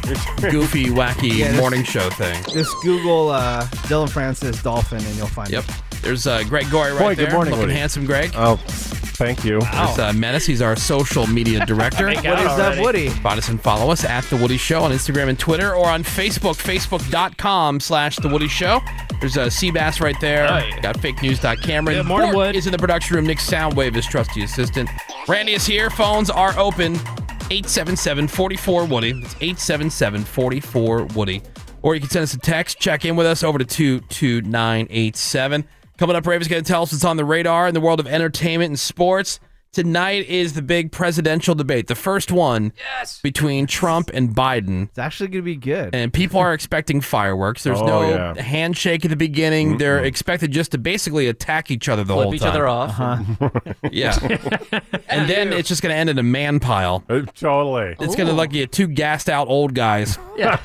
D: goofy, wacky
E: Yeah, this-
D: morning show thing.
E: Just Google uh, Dylan Francis dolphin and you'll find
D: Yep.
E: it.
D: There's uh, Greg Gorey right
E: Boy, good
D: there.
E: morning,
D: looking
E: Woody.
D: handsome, Greg.
G: Oh, thank you.
D: There's uh, Menace. He's our social media
I: <laughs>
D: director.
E: What is up, Woody?
D: Find us and follow us at The Woody Show on Instagram and Twitter or on Facebook, facebook.com slash The Woody Show. There's uh, Seabass right there. Got fake news. Cameron.
I: Good morning,
D: Wood. Is in the production room. Nick Soundwave is trusty assistant. Randy is here. Phones are open. 877 44 Woody. That's 877 44 Woody. Or you can send us a text. Check in with us over to 22987. Coming up, Raven's going to tell us what's on the radar in the world of entertainment and sports. Tonight is the big presidential debate, the first one between Trump and Biden. It's
E: actually going to be good.
D: And people
G: <laughs>
D: are expecting fireworks. There's
G: Oh,
D: no
G: yeah.
D: handshake at the beginning. They're expected just to basically attack each other the
J: Flip
D: whole
J: each
D: time.
J: other off.
I: Uh-huh.
E: <laughs>
J: <laughs>
D: Yeah. and then it's just going to end in a man pile.
G: Uh, Totally.
D: It's going to
J: Ooh.
D: look at two gassed out old guys
J: <laughs>
G: <laughs>
J: Yeah.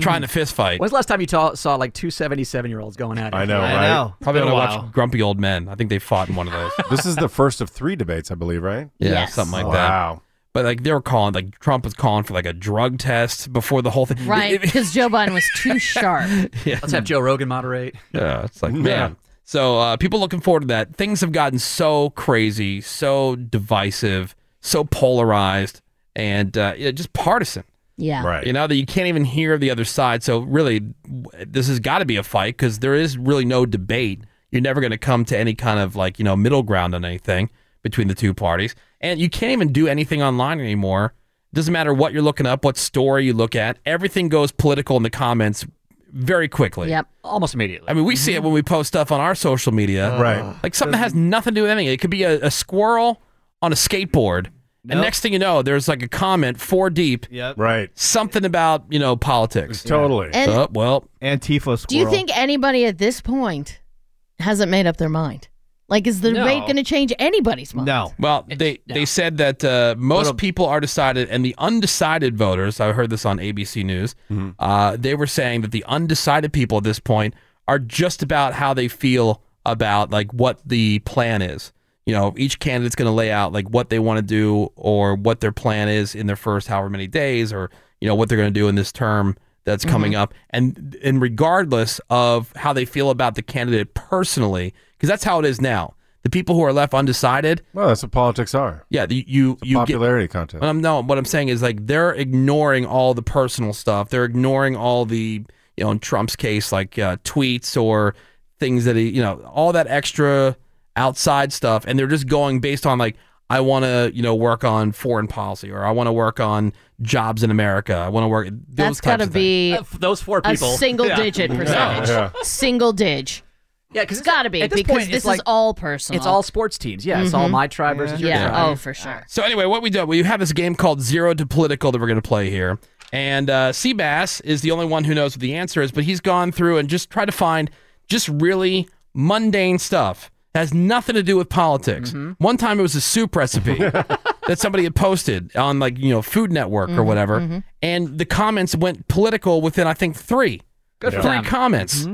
D: trying to fist fight.
J: When's the last time you ta- saw like two 77 year olds going at it?
G: I know, I right? know.
D: Probably
G: It's
D: want
G: been
D: to
G: a
D: watch
G: while.
D: Grumpy Old Men. I think they fought in one of those.
G: <laughs> This is the first of three debates, I believe, right?
D: Yeah, something like that.
G: Wow.
D: But like they were calling, like Trump was calling for like a drug test before the whole thing.
H: Right, because Joe Biden was <laughs> too sharp.
D: <laughs> Yeah.
J: Let's have Joe Rogan moderate.
D: Yeah, it's like man. So uh, people looking forward to that. Things have gotten so crazy, so divisive, so polarized, and uh, yeah, just partisan.
H: Yeah.
G: Right.
D: You know that you can't even hear the other side. So really, w- this has got to be a fight because there is really no debate. You're never going to come to any kind of like you know middle ground on anything between the two parties, and you can't even do anything online anymore. Doesn't matter what you're looking up, what story you look at, everything goes political in the comments very quickly.
H: Yep. Mm-hmm.
J: Almost immediately.
D: I mean, we see it when we post stuff on our social media.
G: Right.
D: Like something that has nothing to do with anything. It could be a, a squirrel on a skateboard. And next thing you know, there's like a comment four deep.
E: Yep.
G: Right.
D: Something about, you know, politics.
G: Totally.
H: And-
D: Oh, well.
E: Antifa squirrel.
H: Do you think anybody at this point hasn't made up their mind? Like, is the
D: No.
H: debate going to change anybody's mind?
E: No.
D: Well, they, they said that uh, most people are decided, and the undecided voters, I heard this on ABC News, uh, they were saying that the undecided people at this point are just about how they feel about like what the plan is. You know, each candidate's going to lay out like what they want to do or what their plan is in their first however many days or, you know, what they're going to do in this term that's coming up and and regardless of how they feel about the candidate personally because that's how it is now the people who are left undecided
G: Well, that's what politics are.
D: yeah the, you you
G: popularity
D: get,
G: contest.
D: Um, no what i'm saying is like they're ignoring all the personal stuff they're ignoring all the you know in trump's case like uh, tweets or things that he you know all that extra outside stuff and they're just going based on like I want to, you know, work on foreign policy, or I want to work on jobs in America. I want to work. Those
H: That's
D: got to
H: be
J: Uh, those four
H: a
D: people.
H: single
D: Yeah.
H: digit
D: Yeah.
H: percentage.
D: Yeah.
H: Single dig.
J: Yeah, because
H: it's got to be
J: at this
H: because
J: point, it's
H: this
J: like-
H: is all personal.
J: It's all sports teams. Yeah, it's all
H: Mhm.
J: my tribe versus your
H: Yeah.
J: tribe.
H: Oh, for sure.
D: So anyway, what we do, we have this game called Zero to Political that we're going to play here, and uh, Seabass is the only one who knows what the answer is, but he's gone through and just tried to find just really mundane stuff has nothing to do with politics.
P: Mm-hmm.
D: One time it was a
P: <laughs>
D: soup recipe that somebody had posted on like you know Food Network or
P: Mhm,
D: whatever,
P: mhm.
D: and the comments went political within I think three,
P: Good for
D: three
P: them. Mm-hmm.
D: comments.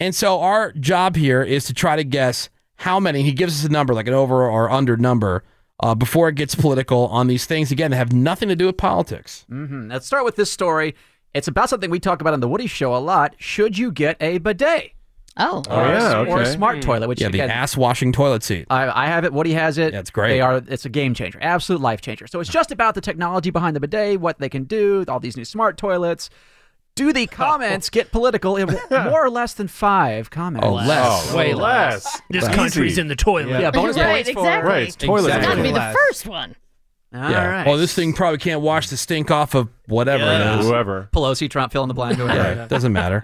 D: And so our job here is to try to guess how many. He gives us a number, like an over or under number, uh, before it gets political on these things. Again, that have nothing to do with politics.
J: hmm Let's start with this story. It's about something we talk about on the Woody Show a lot. Should you get a bidet?
H: Oh, Hmm.
J: Or a- or a smart toilet, which
D: yeah, the
J: again-
D: ass washing toilet seat.
J: I, I have it. Woody has it. That's
D: great.
J: They are. It's a game changer. Absolute life changer. So it's just about the technology behind the bidet, what they can do, all these new smart toilets. Do the comments get political? It- More or less than five comments.
D: Oh, less. Oh, way less.
Q: This country's in the toilet.
J: Yeah, bonus
H: right,
J: points for-
H: exactly.
D: Right, it's toilet
H: It's got to be the
D: paper.
H: first one.
J: All
D: yeah.
J: right.
D: Well, this thing probably can't wash the stink off of whatever
J: Yeah.
D: it is.
J: Whoever. Pelosi, Trump, fill in the blank.
D: Yeah, it doesn't matter.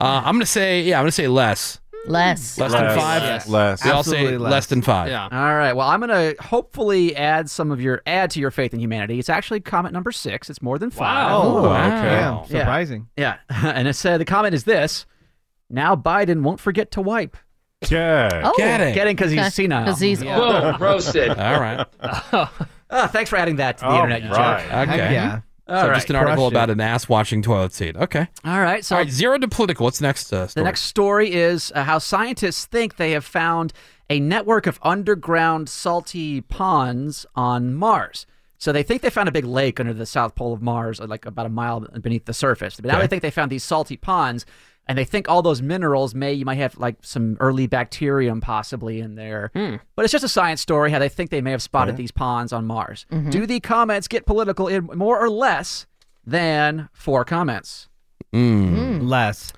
D: Uh, I'm gonna say yeah. I'm gonna say less.
H: Less.
D: Less, than five. We all say less. than five.
J: All right. Well, I'm going to hopefully add some of your add to your faith in humanity. It's actually comment number six. It's more than five.
E: Wow. Oh, Wow. okay. Wow. Surprising.
J: Yeah. <laughs> yeah. And it said the comment is this: Now Biden won't forget to wipe.
G: Yeah.
J: Oh. Get it. Get it 'cause he's
H: Okay.
J: senile.
H: 'Cause he's
J: Yeah.
H: old.
J: Boom, roasted.
D: <laughs>
J: <laughs>
D: All right. Oh,
J: Ah, thanks for adding that to the
D: All
J: internet, you jerk.
D: Okay.
J: All
D: so
J: right.
D: just an article about an ass washing toilet seat. Okay.
J: All right. So
D: All right. Zero to political. What's next? Uh,
J: The
D: story?
J: next story is uh, how scientists think they have found a network of underground salty ponds on Mars. So they think they found a big lake under the south pole of Mars, uh, like about a mile beneath the surface. But now
O: Okay.
J: they think they found these salty ponds, and they think all those minerals may you might have like some early bacterium possibly in there. But it's just a science story how they think they may have spotted these ponds on Mars.
O: Mhm.
J: Do the comments get political in more or less than four comments?
D: Mm.
E: Less.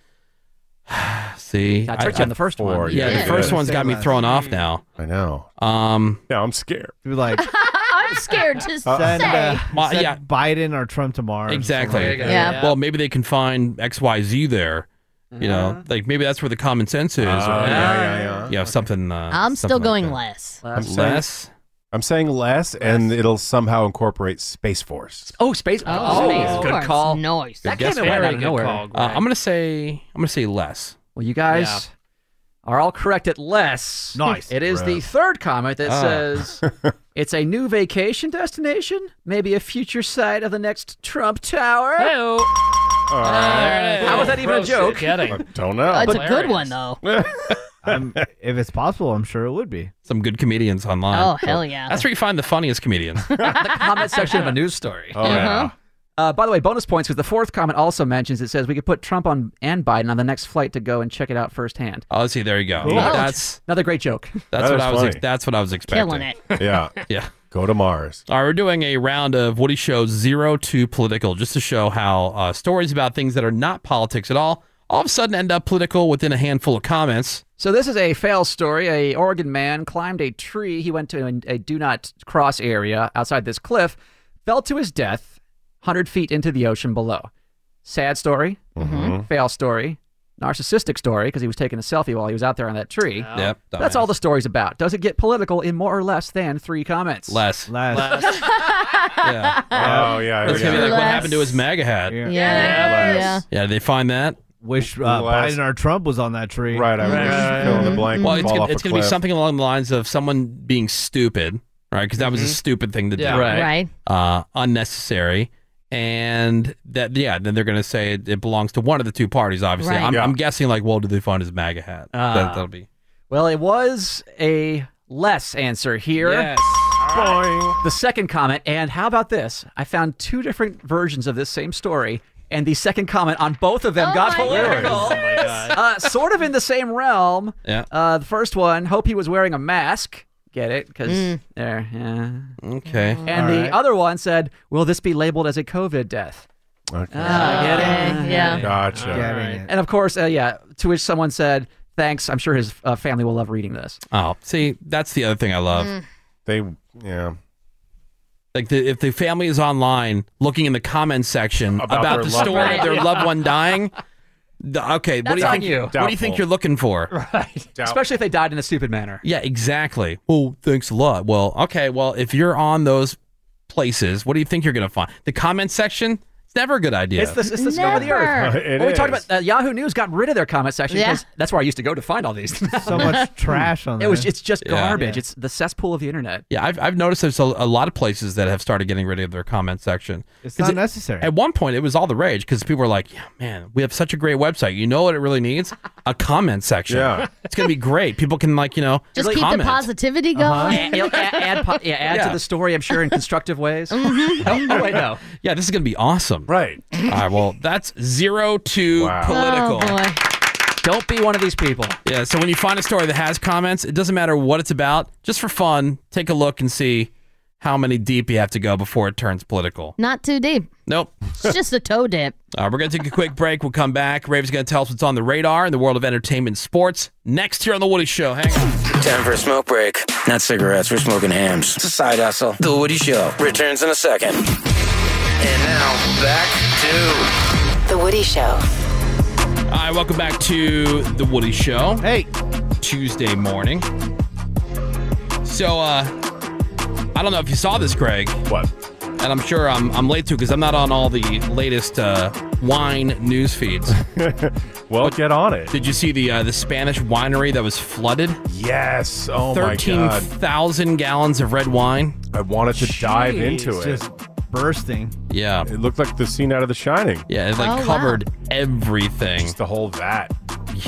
D: See,
J: I tricked you on the first one.
D: Yeah,
J: Yeah.
D: the first
J: Yeah.
D: one's got me
J: Same
D: thrown off now.
G: I know.
D: Um,
G: now I'm scared.
E: You're
G: <laughs>
E: like,
H: <laughs> I'm scared to
E: send,
H: say.
E: uh,
D: Well,
E: send
D: yeah.
E: Biden or Trump to Mars. or
D: Exactly.
E: something like that.
H: Yeah.
D: Well, maybe they can find X Y Z there. You know, like maybe that's where the common sense is.
G: Ah, yeah, yeah,
D: yeah. something. Uh,
H: I'm still
D: something like
H: going
D: that.
H: less.
G: I'm saying- I'm saying less, and it'll somehow incorporate Space Force.
J: Oh, space.
H: Oh,
J: Oh,
H: space.
J: good
H: Force.
J: call.
H: Noise.
J: That came in right out of nowhere.
D: Uh, I'm gonna say I'm gonna say less.
J: Well, you guys are all correct at less.
D: Nice.
J: It is the
D: Right.
J: third comment that
D: Ah. <laughs>
J: says it's a new vacation destination, maybe a future site of the next Trump Tower. Hello. How was that even a joke? Oh,
G: don't know.
J: It's a good one,
H: though.
E: I'm, if it's possible, I'm sure it would be.
D: Some good comedians online.
H: Oh, hell yeah.
D: That's where you find the
J: <laughs>
D: funniest comedians.
J: the
D: <laughs>
J: comment section of a news story.
D: Oh, yeah. Uh-huh.
J: Uh, by the way, bonus points because the fourth comment also mentions it says we could put Trump on and Biden on the next flight to go and check it out firsthand.
D: Oh, see, there you go.
J: Cool.
D: Yeah, That's
J: Another great joke.
D: that's
G: That
D: what
G: is
D: I was. Ex-
G: funny.
D: that's what I was expecting. <laughs>
G: Yeah.
D: yeah.
G: Go to Mars.
D: All right, we're doing a round of Woody Show zero to political, just to show how uh, stories about things that are not politics at all all of a sudden end up political within a handful of comments.
J: So this is a fail story. A Oregon man climbed a tree. He went to an- a do not cross area outside this cliff, fell to his death, hundred feet into the ocean below. Sad story.
G: Mhm.
J: Fail story. Narcissistic story because he was taking a selfie while he was out there on that tree.
D: Yep,
J: That's
D: dumbass.
J: all the story's about. Does it get political in more or less than three comments?
D: Less.
E: Less. <laughs>
D: yeah.
E: Uh,
G: Oh, yeah,
D: That's gonna
G: yeah.
D: be like what
G: Less.
D: happened to his MAGA hat.
E: Yeah.
H: Yeah. Yeah.
D: Yeah, they find that.
E: Wish Uh, Biden or Trump was on that tree.
G: Right. I wish fill in the blank.
D: Well,
G: would
D: it's
G: fall
D: gonna,
G: off
D: it's
G: a
D: gonna be
G: cliff.
D: something along the lines of someone being stupid, right? Because that was a
G: Mhm.
J: Mm-hmm.
D: stupid thing to
G: Yeah.
D: do,
G: Right. Right.
D: Uh, unnecessary, and that yeah, then they're gonna say it, it belongs to one of the two parties. Obviously,
J: Right.
D: I'm,
J: Yeah.
D: I'm guessing like, well, did they find his MAGA hat?
J: Ah.
D: that, that'll be
J: Well, it was a less answer here.
D: Yes.
J: The second comment, and how about this? I found two different versions of this same story, and the second comment on both of
H: Oh
J: them got political. Uh, sort of in the same realm.
D: Yeah.
J: Uh, the first one, hope he was wearing a mask. Get it? Because
H: Hmm.
J: there, yeah.
D: Okay.
J: And the other one said, will this be labeled as a COVID death?
G: Okay.
J: Ah, get it?
H: Okay, yeah.
G: Gotcha.
J: And of course, uh, yeah, to which someone said, thanks. I'm sure his uh, family will love reading this.
D: Oh, see, that's the other thing I love.
G: They Yeah.
D: Like the, if the family is online looking in the comments section about,
G: About their
D: the
G: loved
D: story
G: one.
D: of their
G: Right.
D: loved one dying, the- okay, what
J: That's
D: do you
J: on
D: think?
J: you.
D: What do you think
J: Doubtful.
D: you're looking for?
J: <laughs> Right. Especially if they died in a stupid manner.
D: Yeah, exactly. Well, thanks a lot. Well, okay, well, if you're on those places, what do you think you're going to find? The comment section? It's never a good idea.
J: It's the, it's the scum of the earth.
D: Never. It
J: well, we talked
D: is.
J: about uh, Yahoo News got rid of their comment section
D: Yeah.
J: because that's where I used to go to find all these. so <laughs>
E: much trash on
J: it was.
D: there.
J: It's just
D: Yeah.
J: garbage.
D: Yeah.
J: It's the cesspool of the internet.
D: Yeah, I've, I've noticed there's a, a lot of places that have started getting rid of their comment section.
E: It's
D: 'Cause
E: not
D: it-
E: necessary.
D: At one point, it was all the rage because people were like, yeah, man, we have such a great website. You know what it really needs? A comment section.
G: Yeah.
D: It's going to be great. People can, like, you know,
H: <laughs> Just keep
D: comment.
H: the positivity going.
J: And it'll add, add, po- Uh-huh. yeah, add
D: Yeah.
J: to the story, I'm sure, in constructive
H: <laughs>
J: ways.
H: Mm-hmm.
J: <laughs> oh, oh, wait, no.
D: Yeah, this is going to be awesome.
G: Right.
D: all right, well, that's zero to Oh, political.
H: Oh,
J: Don't be one of these people.
D: Yeah, so when you find a story that has comments, it doesn't matter what it's about. Just for fun, take a look and see how many deep you have to go before it turns political.
H: Not too deep.
D: Nope. <laughs>
H: It's just a toe dip.
D: All right, we're going to take a quick break. We'll come back. Rave's going to tell us what's on the radar in the world of entertainment and sports next here on The Woody Show. Hang on.
M: Time for a smoke break. Not cigarettes, we're smoking hams. It's a side hustle. The Woody Show returns in a second. <laughs> And now, back
C: The Woody Show.
D: All right, welcome back to The Woody Show.
E: Hey.
D: Tuesday morning. So, uh, I don't know if you saw this, Greg.
G: What?
D: And I'm sure I'm, I'm late too because I'm not on all the latest uh, wine news feeds.
G: <laughs> well, get on it.
D: Did you see the uh, the Spanish winery that was flooded?
G: Yes. Oh my
D: Thirteen
G: God.
D: thousand gallons of red wine.
G: I wanted to dive into it.
E: Just bursting.
D: Yeah.
G: It looked like the scene out of The Shining.
D: Yeah, it like
E: Oh, wow.
D: covered everything.
G: Just the whole vat.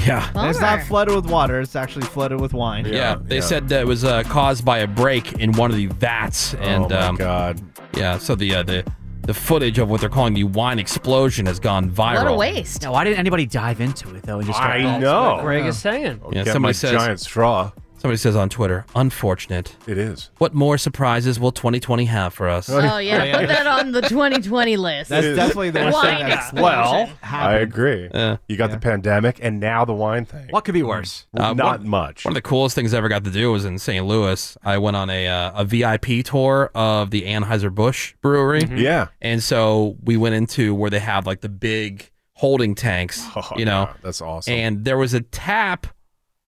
D: Yeah.
E: And it's not flooded with water. It's actually flooded with wine.
D: Yeah, they said that it was uh, caused by a break in one of the vats, and
G: Oh, my
D: um,
G: God,
D: yeah. So the uh, the the footage of what they're calling the wine explosion has gone viral.
H: waste.
J: Now, why didn't anybody dive into it though? And just start
G: I
J: all-
G: know.
I: Greg is saying.
D: Yeah,
G: Oh, Get
D: somebody
G: my
D: says
G: giant straw.
D: Somebody says on Twitter, unfortunate.
G: It is.
D: What more surprises will 2020 have for us?
H: Oh yeah, put that on the 2020 list.
G: That's definitely the worst thing
H: Wine
G: that's-
H: explosion.
G: Well, I agree. you got the pandemic and now the wine thing.
J: What could be worse?
D: Uh,
G: Not
D: one-
G: much.
D: One of the coolest things I ever got to do was in St. Louis. I went on a uh, a VIP tour of the Anheuser Busch Brewery.
G: Mm-hmm. Yeah.
D: and so we went into where they have like the big holding tanks. you know,
G: Oh, that's awesome.
D: And there was a tap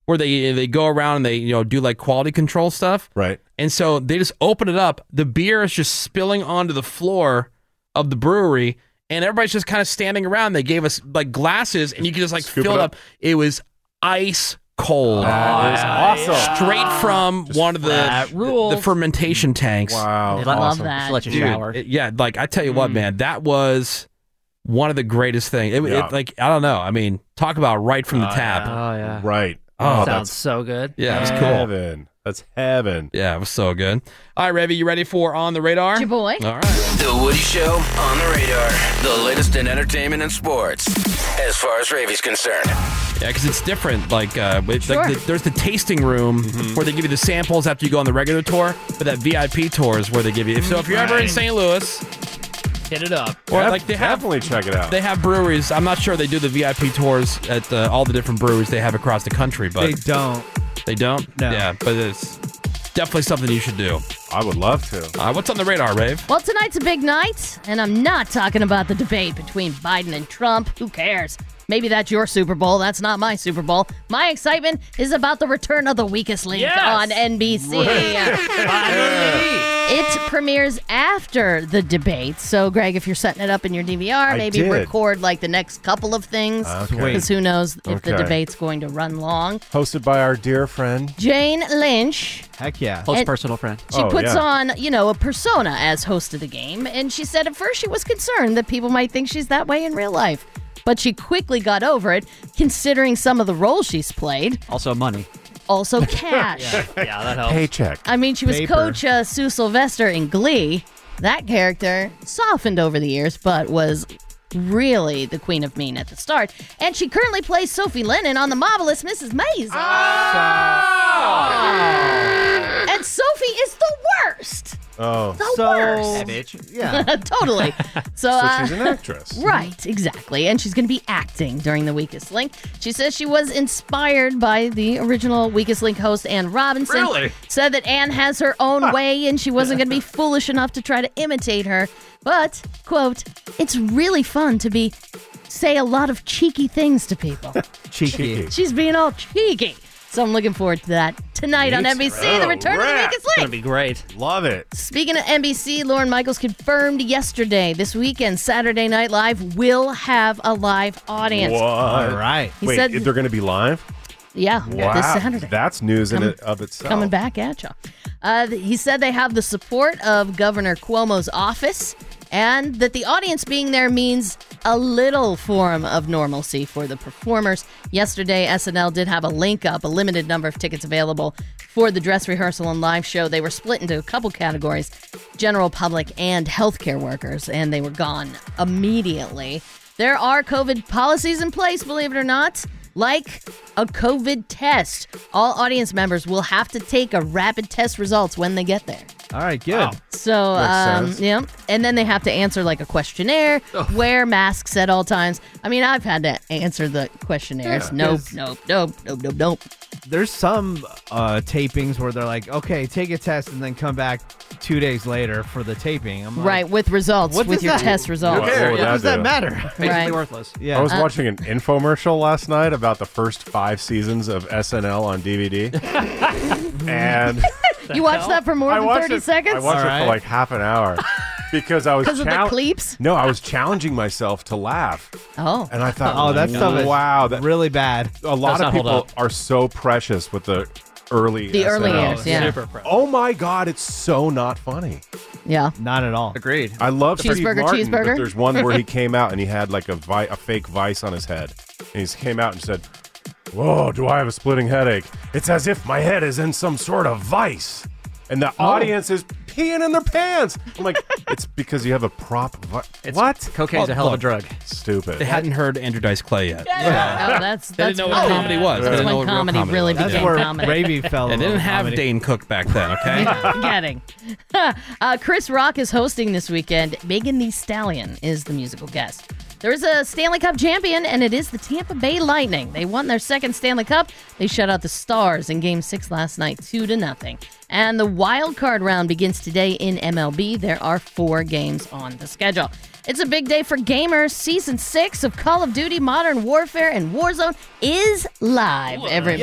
D: where they they go around and they you know do like quality control stuff.
G: Right.
D: And so they just open it up. The beer is just spilling onto the floor of the brewery, and everybody's just kind of standing around. They gave us like glasses, and you can just like
G: Scoop
D: fill
G: it
D: it
G: up.
D: up. It was ice cold.
G: That is awesome.
D: Straight from one of the
G: fresh.
D: the fermentation tanks.
G: Wow. Mm.
J: Love awesome. that. Just let you
D: Dude,
J: shower.
D: it- yeah, like I tell you what, man, that was one of the greatest things. It, it-
G: Yeah.
D: like I don't know. I mean, talk about right from the
G: Oh,
D: tap.
J: Oh yeah.
G: Right.
D: Oh,
G: Oh,
D: Sounds
G: that's
I: so good.
D: Yeah, it was cool.
G: heaven. That's heaven.
D: Yeah, it was so good. All right, Revy, you ready for on the radar?
H: Your boy.
D: All right.
M: to The Woody Show on the radar. The latest in entertainment and sports, as far as Ravy's concerned.
D: Yeah, because it's different. Like, uh, with,
M: Sure.
D: like the, there's the tasting room
G: Mm-hmm.
D: where they give you the samples after you go on the regular tour, but that VIP tour is where they give you. So if you're ever in
I: Right.
D: St. Louis,
I: Hit it up.
D: or like they have
G: Definitely check it out.
D: they have breweries. I'm not sure they do the VIP tours at uh, all the different breweries they have across the country, but
E: They don't.
D: They don't? No. Yeah, but it's definitely something you should do.
G: I would love to.
D: Uh, what's on the radar, Rave?
H: Well, tonight's a big night, and I'm not talking about the debate between Biden and Trump. Who cares? Maybe that's your Super Bowl. That's not my Super Bowl. My excitement is about the return of the weakest link
P: Yes!
H: on NBC. It premieres after the debate. So, Greg, if you're setting it up in your DVR,
P: I
H: maybe
P: did.
H: record like the next couple of things.
G: Okay. Sweet.
H: Because who knows if the
G: Okay.
H: debate's going to run long.
G: Hosted by our dear friend.
H: Jane Lynch
E: Heck yeah.
H: Close And-
J: personal friend.
H: she
G: Oh,
H: puts on, you know, a persona as host of the game, and she said at first she was concerned that people might think she's that way in real life. But she quickly got over it, considering some of the roles she's played.
J: Also money.
H: Also, Cash.
J: yeah, that
G: Paycheck.
H: I mean, she was
J: Paper.
H: Coach uh, Sue Sylvester in Glee. That character softened over the years, but was really the queen of mean at the start. And she currently plays Sophie Lennon on The Marvelous Mrs. Maisel. And Sophie is the worst.
G: Oh.
H: The worst. <laughs>
G: <laughs>
H: totally. So,
G: So
H: uh,
G: she's an actress.
H: Right, exactly. And she's going to be acting during The Weakest Link. She says she was inspired by the original Weakest Link host, Ann Robinson.
P: Really?
H: Said that Ann has her own way and she wasn't going to be foolish enough to try to imitate her. But, quote, it's really fun to be, say a lot of cheeky things to people.
E: Cheeky.
H: She's being all cheeky. So I'm looking forward to that tonight on
I: Neat.
H: NBC, The Return of the
I: Alright.
H: Weakest
I: It's
H: Link.
I: gonna be great.
L: <laughs>
G: Love it.
H: Speaking of NBC, Lauren Michaels confirmed yesterday this weekend, Saturday Night Live will have a live audience.
G: What?
H: All He
G: Wait,
H: said,
G: they're going to be live?
H: yeah,
G: Wow.
H: this Saturday.
G: That's news in
H: Coming-
G: it of itself.
H: Coming back at you. Uh, th- he said they have the support of Governor Cuomo's office and that the audience being there means a little form of normalcy for the performers. Yesterday, SNL did have a link up, a limited number of tickets available for the dress rehearsal and live show. They were split into a couple categories general public and healthcare workers, and they were gone immediately. There are COVID policies in place, believe it or not, like a COVID test. All audience members will have to take a rapid test results when they get there.
E: All right, good.
H: So, um,
E: Makes sense.
H: yeah, and then they have to answer like a questionnaire, wear masks at all times. I mean, I've had to answer the questionnaires.
E: Yeah.
H: Nope,
E: Yes.
H: nope, nope, nope, nope, nope.
E: There's some uh, tapings where they're like, okay, take a test and then come back two days later for the taping. I'm like,
H: Right, with results,
E: What
H: with
E: does
H: your
E: that-
H: test
E: Who
H: results.
G: cares? What would
E: does
G: that
E: that
G: do?
H: <laughs>
E: matter?
H: Basically Right.
J: worthless.
E: Yeah.
G: I was
H: Uh,
G: watching an infomercial last night about the first five seasons of SNL
H: <laughs>
G: on DVD. and
H: You watched that for more
G: I
H: than
G: watched
H: 30
G: it-
H: seconds?
G: I watched it for like half an
H: <laughs>
G: hour because I was
H: 'Cause of the
G: chal-
H: cleeps?
G: No, I was challenging myself to laugh.
H: Oh.
G: And I thought,
E: Oh, that stuff is
G: wow, that,
E: really bad.
G: A lot
E: Does
G: of
E: not hold
G: people
E: up.
G: are so precious with the early
H: The early
G: SNL.
H: years, yeah. Super
G: Oh my god, it's so not funny.
H: Yeah.
E: Not at all.
J: Agreed.
G: I love Steve
H: Cheeseburger,
G: Martin, but
H: cheeseburger.
G: there's
H: <laughs>
G: one where he came out and he had like a vi- a fake vice on his head, and he just came out and said, "Whoa, do I have a splitting headache? It's as if my head is in some sort of vice." And the
H: Oh.
G: audience is peeing in their pants. I'm like, <laughs> it's because you have a prop. Vi- what?
J: cocaine's a hell of a drug.
G: Stupid.
D: They hadn't heard Andrew Dice Clay
H: <laughs>
D: yet.
H: Oh, that's, that's
D: They didn't know what
H: when-
D: comedy was. They
H: That's
D: didn't know
H: when
D: what real
H: comedy really
D: was.
H: became comedy.
J: <laughs>
D: They didn't have
E: comedy.
D: Dane Cook back then,
H: <laughs>
D: okay?
H: getting. uh, Chris Rock is hosting this weekend. Megan Thee Stallion is the musical guest. There is a Stanley Cup champion, and it is the Tampa Bay Lightning. They won their second Stanley Cup. They shut out the Stars in Game Six last night, two to nothing. And the wild card round begins today in MLB. There are four games on the schedule. It's a big day for gamers. Season six of Call of Duty Modern Warfare and Warzone is live, everybody.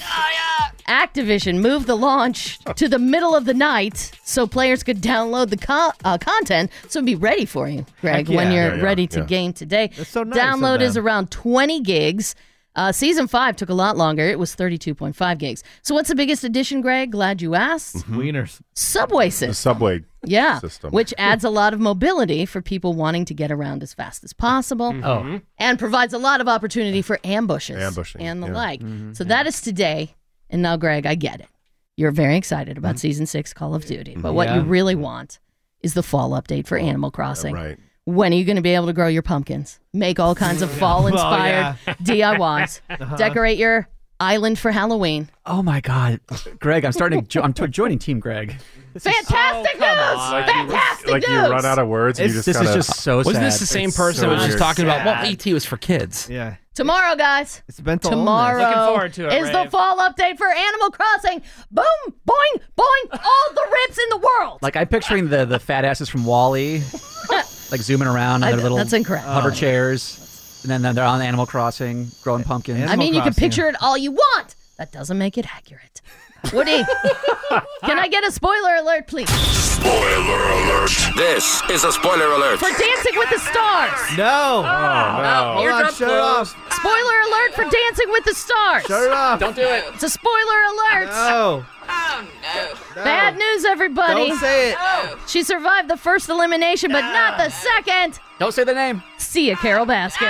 P: Yes.
H: Activision moved the launch to the middle of the night so players could download the co- uh, content so it'd be ready for you, Greg,
P: Heck yeah.
H: when you're
P: Yeah, yeah,
H: ready to
P: yeah.
H: game today.
P: so nice of
H: Download is
P: them.
H: around 20 gigs. Uh, season five took a lot longer. It was 32.5 gigs. So, what's the biggest addition, Greg? Glad you asked.
L: Mm-hmm.
E: Wieners.
H: Subway system.
P: <laughs>
G: The subway.
H: Yeah,
G: System.
H: which adds a lot of mobility for people wanting to get around as fast as possible.
P: Mm-hmm.
G: Oh.
H: And provides a lot of opportunity for ambushes
G: Ambushing,
H: and the
G: yeah.
H: like.
L: Mm-hmm.
E: Mm-hmm.
H: So that is today. And now, Greg, I get it. You're very excited
E: Mm-hmm.
H: about season six Call of Duty. But what you
P: Yeah.
H: really want is the fall update for Animal Crossing.
P: right.
H: When are you going to be able to grow your pumpkins? Make all kinds
E: <laughs>
H: of fall inspired
J: yeah.
L: <laughs>
H: DIYs.
J: Uh-huh.
H: Decorate your island for Halloween.
J: Oh my God, Greg! I'm starting. To jo- I'm t- joining Team Greg.
H: Fantastic news! Fantastic
G: like
H: news!
G: you run out of words and you
J: It's-
G: just
J: this
G: kinda,
J: is just so
D: Wasn't
J: sad.
D: this the same
J: It's
D: person
J: so
D: who was just
J: weird.
D: talking about, well,
J: Sad.
D: ET was for kids?
E: Yeah.
H: Tomorrow, guys.
E: It's mental
H: Tomorrow
E: illness. Looking forward to it,
H: is the
E: Rave.
H: fall update for Animal Crossing. Boom, boing, boing, all the rips in the world.
J: Like I'm picturing the the fat asses from Wally, like zooming around
H: I-
J: on their little
H: that's incorrect.
J: hover
H: Oh.
J: chairs, and then- then they're on Animal Crossing, growing pumpkins.
H: I mean, you can picture it all you want. That doesn't make it accurate.
J: <laughs>
H: Woody, can I get a spoiler alert, please?
M: Spoiler alert. This is a spoiler alert.
H: For Dancing with the
D: Oh,
H: Stars.
E: No.
M: no.
J: Oh,
M: Hold on, shut it off.
H: Spoiler alert for Dancing with the Stars.
M: Shut it off. Don't do it.
H: It's a spoiler alert.
E: No.
J: Oh,
H: Bad news, everybody.
E: Don't say it.
H: She survived the first elimination, but not the second.
J: Don't say the name.
H: See ya, Carol Baskin.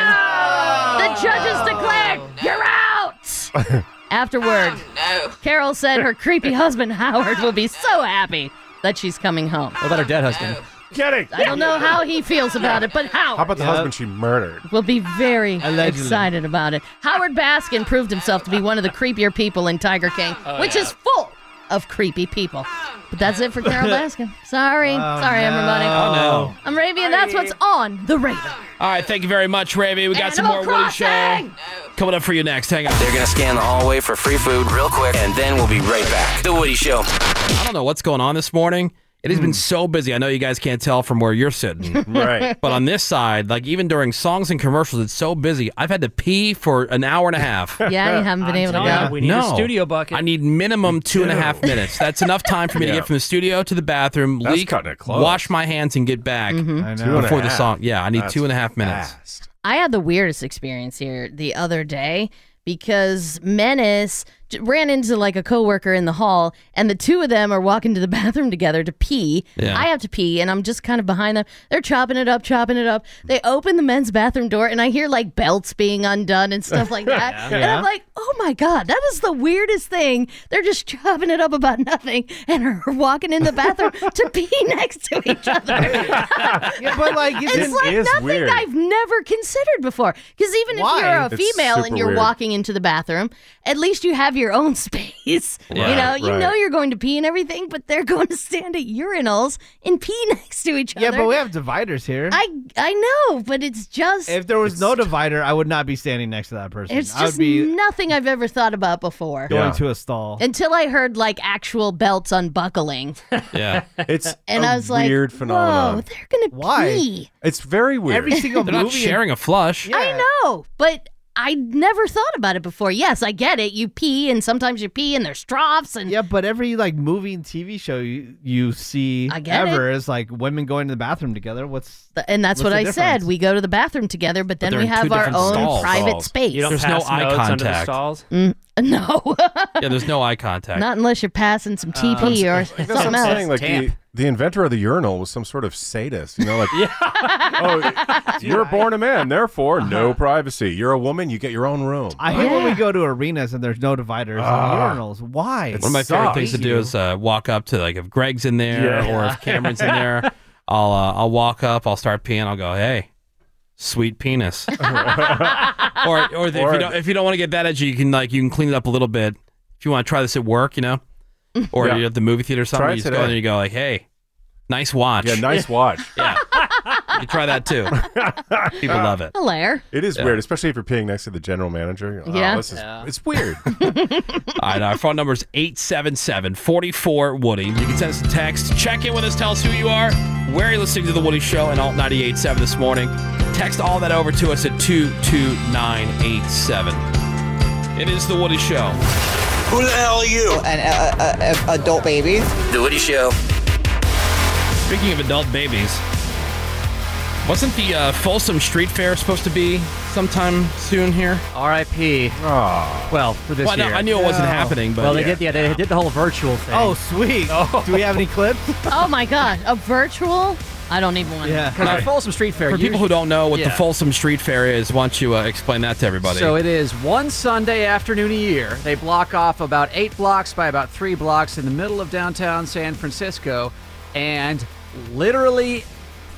H: The judges declared, you're out. Afterward,
G: Oh,
H: Carol said her creepy husband, Howard, will be so happy that she's coming home.
J: What about her
H: <laughs>
J: dead husband?
G: Kidding.
H: I don't know how he feels about it, but
G: How
H: Howard
G: about the husband she murdered?
H: will be very
G: Allegedly.
H: excited about it. Howard Baskin proved himself to be one of the creepier people in Tiger King,
G: Oh,
H: which
G: yeah.
H: is full of creepy people. But that's it for Carol Baskin. Sorry. Sorry, everybody.
D: Oh, no.
H: I'm Ravi, and that's what's on the radar.
D: All right, thank you very much, Ravi. We got some more
H: Animal
D: Woody Show coming up for you next. Hang on.
M: They're gonna scan the hallway for free food real quick, and then we'll be right back. The Woody Show.
D: I don't know what's going on this morning. It
G: Hmm.
D: has been so busy. I know you guys can't tell from where you're sitting.
G: <laughs> Right.
D: But on this side, like even during songs and commercials, it's so busy. I've had to pee for an hour and a half.
H: Yeah, you haven't been able to
D: Yeah,
H: go.
D: Uh, no. bucket. I need minimum two and a
I: Ew.
D: half minutes. That's enough time for me to
I: Yeah.
D: get from the studio to the bathroom,
I: That's
D: leak,
I: cutting it close.
D: wash my hands, and get back
H: Mm-hmm.
I: I know. Two and a
D: before the
I: half.
D: song. Yeah, I need
I: That's
D: two and a half minutes.
H: I had the weirdest experience here the other day because Menace j- ran into like a coworker in the hall, and the two of them are walking to the <laughs> bathroom together to pee.
P: Yeah.
H: I have to pee, and I'm just kind of behind them. They're chopping it up, chopping it up. They open the men's bathroom door, and I hear like belts being undone and
P: <laughs>
H: stuff like that.
P: Yeah.
H: And I'm
P: Yeah.
H: like, oh my God, that is the weirdest thing. They're just chopping it up about <laughs> nothing and are walking in the bathroom to <laughs> pee next to each other
G: <laughs>
E: yeah, but like <laughs>
H: it's like nothing I've never considered before. Because even
E: Why?
H: if you're a
E: It's
H: female
E: super
H: and you're
E: weird.
H: walking into the bathroom, at least you have your own <laughs> space. you
P: Right,
H: know, you
P: right.
H: know you're going to pee and everything, but they're <laughs> going to stand at urinals and pee <laughs> next to each
E: Yeah,
H: other.
E: but we have dividers here.
H: I I know, but it's just
E: if there was no divider, I would not be standing next to that person.
H: it's
E: I would
H: just
E: be
H: nothing I've ever thought about before.
E: going to a stall. <laughs>
H: Until I heard like actual belts unbuckling,
E: <laughs>
D: Yeah.
G: It's
H: and
G: I
H: I was like,
G: weird
H: "Whoa,
G: phenomenon.
H: they're gonna pee."
G: It's very weird.
H: Every single They're not movie- sharing
D: a flush.
H: I know, but I never thought about it before. Yes, I get it. You pee, and sometimes you pee, and there's troughs, and
E: yeah, but every like movie and TV show you, you see
H: I get
E: ever is like women going to the bathroom together. What's
H: and that's
E: what's
H: what
E: the
H: I
E: difference?
H: said. We go to the bathroom together, but then
E: they're
H: we
E: in
H: have
E: two
H: our
E: different
H: own
E: stalls.
H: private
E: Stalls.
H: space.
I: You don't
D: There's no
I: pass
D: eye
I: notes under the
D: contact.
I: stalls?
H: Mm, no,
D: yeah, there's no eye contact.
H: not unless you're passing some
E: Oh.
G: <laughs>
H: TP
E: <laughs>
H: or
G: Like, that's what
H: something
G: Um, I'm
H: else.
G: saying. Like the, the inventor of the urinal was some sort of sadist. You know, like <laughs> oh, you're born a man, therefore no privacy. You're a woman, you get your own room.
E: I hate when we go to arenas and there's no dividers
G: Ah.
E: and urinals. Why?
D: One of my favorite things to do is uh, walk up to like if Greg's in there
E: Yeah.
D: or if Cameron's in
G: <laughs>
D: there, I'll uh, I'll walk up, I'll start peeing, I'll go, hey, sweet
G: <laughs>
D: penis. or or, the, if you don't if you don't want to get that edgy, you can like you can clean it up a little bit. If you want to try this at work, you know, or
G: Yeah.
D: you're at the movie theater or something,
G: Try it
D: you just go
G: today.
D: in and you go like, hey, nice watch.
G: <laughs> Yeah, nice watch.
D: yeah, <laughs> you can try that too. People love it.
H: Hilaire.
G: <laughs> It is
D: Yeah.
G: weird, especially if you're peeing next to the general manager. You're like, "Oh,
H: Yeah.
G: this is-
H: Yeah.
G: it's weird.
D: All right, our phone number is 877 44 Woody. You can send us a text. Check in with us. Tell us who you are, where you're listening to The Woody Show, and Alt 98.7 this morning. Text all that over to us at 22987. It is The Woody Show.
Q: Who the hell are you? An uh, uh, uh, adult baby.
D: Oh
M: The Woody Show.
D: Speaking of adult babies, wasn't the uh, Folsom Street Fair supposed to be sometime soon here?
J: R.I.P. Well, for this
D: Well, I know-
J: year,
D: I knew it wasn't happening, but-
J: well, they
D: Yeah.
J: did. Yeah, they did the whole virtual thing.
E: Oh, sweet.
J: <laughs>
E: Do we have any clips?
H: oh my god, a virtual? I don't even want.
J: Because
E: Uh,
J: the Folsom Street Fair.
D: For people who don't know what the
J: Yeah.
D: Folsom Street Fair is, why don't you uh, explain that to everybody?
J: So it is one Sunday afternoon a year. They block off about eight blocks by about three blocks in the middle of downtown San Francisco, and literally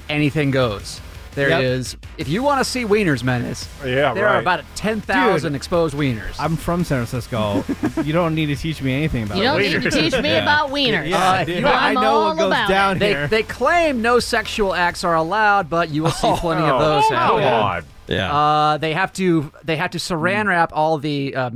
J: anything goes. There is.
E: Yep.
J: If you want to see Wiener's Menace,
G: yeah,
J: there are
E: right.
J: about ten thousand
E: Dude.
J: exposed wieners.
E: I'm from
H: <laughs>
E: San Francisco. you don't need to teach me anything about
J: You don't
E: wieners.
J: need to teach me Yeah. about
H: wieners.
E: <laughs> Yeah,
J: Uh,
E: dude.
J: you-
E: I know what goes down
J: They-
E: here.
J: They claim no sexual acts are allowed, but you will see
E: Oh,
J: plenty of those.
G: come
J: happening.
G: on.
D: Yeah.
J: Uh, they have to they have to
E: Hmm.
J: saran wrap all the uh,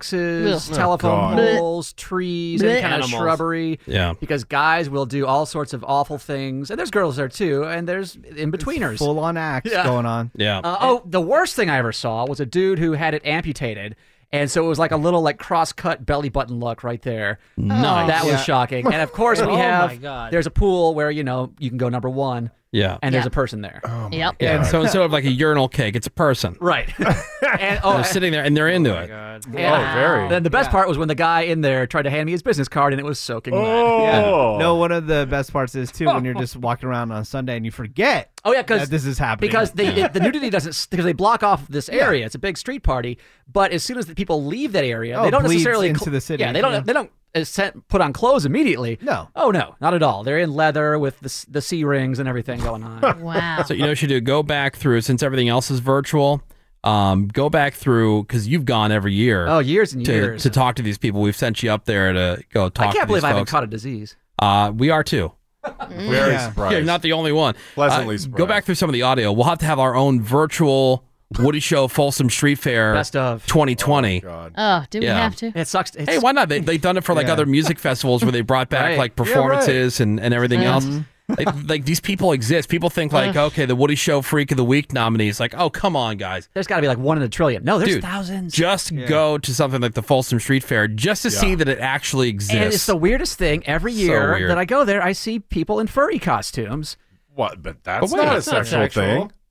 J: mailboxes,
G: Ugh.
J: telephone
G: Oh, God.
J: poles, trees, any
G: Blech.
J: kind
G: Animals.
J: of shrubbery.
G: Yeah.
J: Because guys will do all sorts of awful things, and there's girls there too, and there's in betweeners.
E: Full on acts
J: Yeah.
E: going on.
D: Yeah.
J: Uh, oh, the worst thing I ever saw was a dude who had it amputated. And so it was like a little like cross-cut belly button look right there.
D: Nice.
J: That was
D: Yeah.
J: shocking. And of course we
D: <laughs> Oh my
J: have
D: God.
J: there's a pool where you know you can go number 1
D: Yeah.
J: and there's a person there.
L: Oh.
H: Yep.
J: <laughs>
D: And so instead of like a urinal cake, it's a person.
J: Right.
G: <laughs>
J: and oh,
D: they're sitting there and they're into it.
G: Oh,
J: And Then the best part was when the guy in there tried to hand me his business card and it was soaking wet.
D: Oh.
E: Yeah. No, one of the best parts is too
D: <laughs>
E: when you're just walking around on Sunday and you forget.
J: Oh yeah, because
E: that this is happening
J: Because they, the nudity doesn't because they block off this area. It's a big street party, but as soon as the people leave that area,
E: Oh,
J: they don't
E: bleeds
J: necessarily
E: into the city,
J: Yeah, they don't.
E: yeah.
J: They don't uh, sent- put on clothes immediately.
E: No.
J: Oh no, not at all. They're in leather with the s- the C rings and everything going
D: <laughs>
J: on.
H: wow.
D: So you know what you do? Go back through since everything else is virtual. Um, go back through because you've gone every year.
J: Oh, years and
D: to,
J: years.
D: to talk to these people. We've sent you up there to go talk.
J: I
D: to
J: can't believe
D: these
J: I haven't
D: folks.
J: caught a disease.
D: Uh, we are too.
J: Mm.
G: Very
D: Yeah.
G: surprised.
D: You're not the only one.
G: Pleasantly
D: Uh,
G: surprised.
D: Go back through some of the audio. We'll have to have our own virtual Woody Show Folsom Street Fair
J: Best of.
D: 2020.
H: Oh, do we
D: Yeah.
H: have to?
J: It sucks. It's,
D: Hey, why not? Uh, They, they've done it for like
J: Yeah. <laughs>
D: other music festivals where they brought back
J: Right.
D: like
J: Yeah, right.
D: performances and, and everything
J: Yeah. Uh.
D: else.
J: Mhm.
D: like, like these people exist. People think like,
J: Ugh.
D: okay, the Woody Show Freak of the Week nominee is like, oh, come on, guys.
J: There's got to be like one in a trillion. No, there's
D: Dude,
J: thousands.
D: Just go to something like the Folsom Street Fair just to
J: Yeah.
D: see that it actually exists.
J: And it's the weirdest thing. Every
D: So
J: year
D: weird.
J: that I go there, I see people in furry costumes.
G: What? But
J: that's
G: But wait, not that's a not sexual sexual.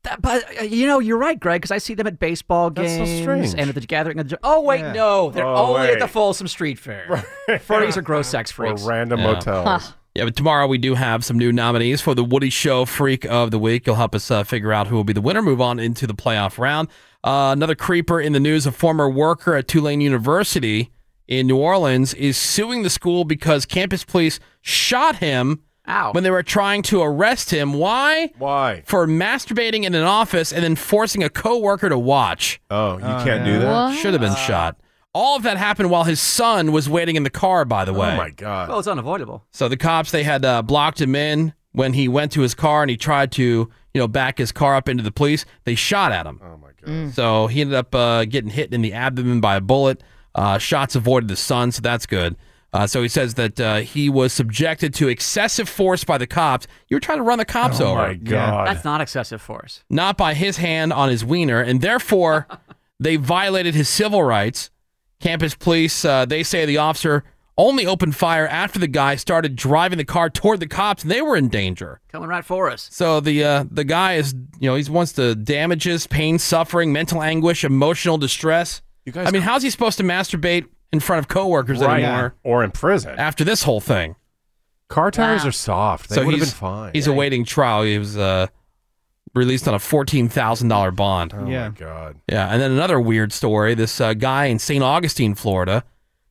G: thing.
J: but uh, you know, you're right, Greg, because I see them at baseball
G: That's so
J: games
G: strange.
J: and at the gathering. Of the, oh wait,
G: Yeah.
J: no, they're
G: Oh,
J: only
G: wait.
J: at the Folsom Street Fair. Furries are
G: <laughs>
J: gross sex freaks.
G: random
D: Yeah.
G: motels.
D: Yeah, but tomorrow we do have some new nominees for the Woody Show Freak of the Week. You'll help us uh, figure out who will be the winner, move on into the playoff round. Uh, another creeper in the news a former worker at Tulane University in New Orleans is suing the school because campus police shot him when they were trying to arrest him. Why?
G: Why?
D: For masturbating in an office and then forcing a coworker to watch.
G: Oh, you can't do that? What?
D: Should have been shot. All of that happened while his son was waiting in the car, by the way.
G: Oh my God.
J: Well, it's unavoidable.
D: So the cops they had uh, blocked him in when he went to his car and he tried to you know back his car up into the police. They shot at him. Oh my god! So he ended up uh, getting hit in the abdomen by a bullet. Uh, shots avoided the sun, so that's good. Uh, so he says that uh, he was subjected to excessive force by the cops. You were trying to run the cops over.
J: that's not excessive force.
D: Not by his hand on his wiener, and therefore they violated his civil rights. Campus police uh, they say the officer only opened fire after the guy started driving the car toward the cops, and they were in danger.
J: Coming right for us.
D: So the uh, the guy is you know he wants to damages, pain, suffering, mental anguish, emotional distress. You guys, I mean, how's he supposed to masturbate in front of coworkers
G: Right.
D: anymore?
G: Or in prison
D: after this whole thing?
G: Car tires are soft. They
D: so
G: would have
D: he's
G: been fine.
D: He's awaiting trial. He was uh, released on a fourteen thousand dollar bond.
G: Oh my God.
D: Yeah, and then another weird story. This uh, guy in St. Augustine, Florida,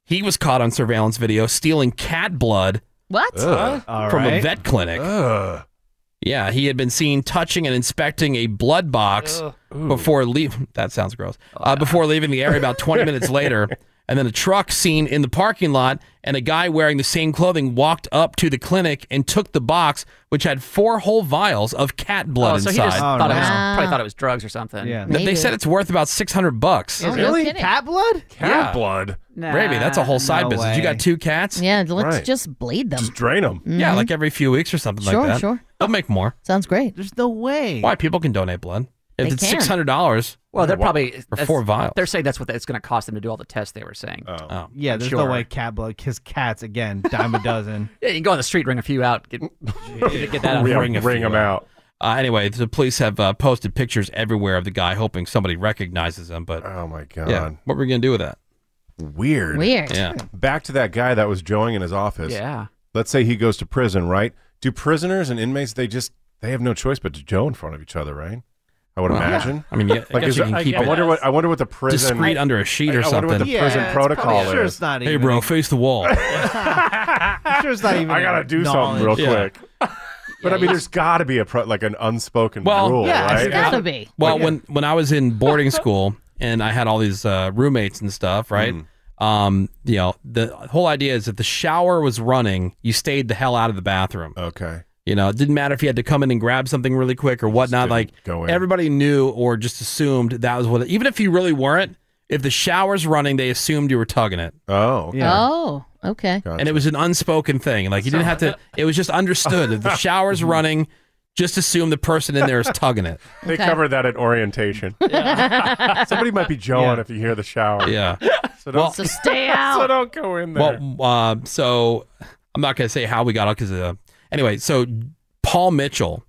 D: he was caught on surveillance video stealing cat blood
H: What?
D: Ugh.
H: Huh?
D: from a
H: Alright.
D: vet clinic. Yeah, he had been seen touching and inspecting a blood box
H: Ugh.
G: Ooh.
D: before leave. That sounds gross.
J: Oh,
D: Uh, before leaving the area about
J: <laughs>
D: 20 minutes later, and then a truck seen in the parking lot, and a guy wearing the same clothing walked up to the clinic and took the box, which had four whole vials of cat blood
J: oh, so
D: inside.
J: he just thought it was, probably thought it was drugs or something.
D: Th- They said it's worth about 600 bucks.
E: Cat blood?
D: Cat
G: blood.
D: Nah, Raby, that's a whole side
H: no
D: business. You
H: way.
D: got two cats?
H: Yeah, let's
D: Right.
H: just bleed them.
G: Just drain them.
D: Yeah, like every few weeks or something
H: Mm-hmm. Sure,
D: like that.
H: sure.
D: They'll make more.
H: Sounds great. There's no way.
D: Why people can donate blood? If
H: They
D: it's
H: can.
D: six hundred dollars,
J: Well, they're probably
D: for
J: that's-
D: four vials.
J: They're saying that's what it's going to cost them to do all the tests. They were saying. Oh,
E: Yeah, there's no way cat blood because cats again, dime a dozen.
J: <laughs> Yeah, you can go on the street, ring a few out, get, get that out.
D: a few Uh, anyway, the police have uh, posted pictures everywhere of the guy, hoping somebody recognizes him. But
G: oh my god,
D: yeah, what were we gonna do with that?
G: Weird.
D: Weird. Yeah.
G: Back to that guy that was joeing in his office.
D: Yeah.
G: Let's say he goes to prison, right? Do prisoners and inmates they just they have no choice but to joe in front of each other, right? I would
D: Well,
G: imagine.
D: I mean, yeah, I guess
G: is
D: you
G: there-
D: can keep
G: I
D: it
G: wonder what I wonder what the prison
D: discreet under a sheet or
G: I- I wonder
D: something.
G: what the prison protocol is.
D: hey, bro, face the wall.
E: I'm sure it's
D: <laughs>
E: not even.
G: I gotta
E: like,
G: do something real
E: knowledge.
G: quick. But I mean, there's got to be a pro- like an unspoken rule, right?
D: Well, when when I was in boarding school and I had all these uh, roommates and stuff, right?
G: Mm-hmm.
D: Um, you know, the whole idea is if the shower was running, you stayed the hell out of the bathroom.
G: Okay.
D: You know, it didn't matter if you had to come in and grab something really quick or whatnot. Like everybody knew or just assumed that was what. Even if you really weren't, if the shower's running, they assumed you were tugging it.
G: Oh,
H: Oh, okay.
D: and it was an unspoken thing. Like you didn't have to. It was just understood. If
G: <laughs>
D: the shower's running, just assume the person in there is tugging it.
G: They covered that at orientation. Somebody might be joeing if you hear the shower.
D: Yeah.
G: <laughs> So don't
D: So
H: stay out.
G: <laughs> so don't go in there.
D: Well, uh, so I'm not going to say how we got out because uh, anyway. So Paul Mitchell,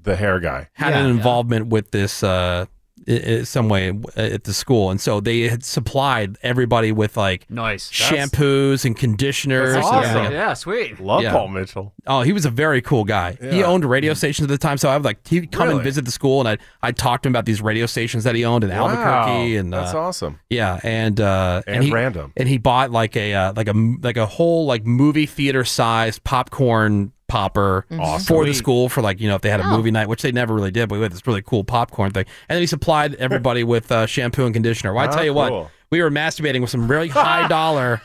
G: the hair guy,
D: had an involvement with this uh, i- i- some way w- at the school, and so they had supplied everybody with like
J: nice
D: shampoos and conditioners.
J: That's
D: and
J: awesome.
D: everything.
J: Yeah, sweet.
G: Love
D: Yeah.
G: Paul Mitchell.
D: Oh, he was a very cool guy. He
G: Yeah.
D: owned radio stations at the time, so I would like he'd come
G: Really?
D: and visit the school, and I I talked to him about these radio stations that he owned in
G: Wow.
D: Albuquerque, and
G: that's
D: uh,
G: awesome.
D: Yeah, and uh,
G: And
D: he,
G: random.
D: and he bought like a uh, like a m- like a whole like movie theater sized popcorn popper
G: Mhm.
D: for the
G: Sweet.
D: school for like you know if they had a
G: Oh.
D: movie night, which they never really did, but we had this really cool popcorn thing, and then he supplied
G: <laughs>
D: everybody with uh, shampoo and conditioner. Well, I
G: Ah,
D: tell you
G: cool. <laughs>
D: what, we were masturbating with some really high dollar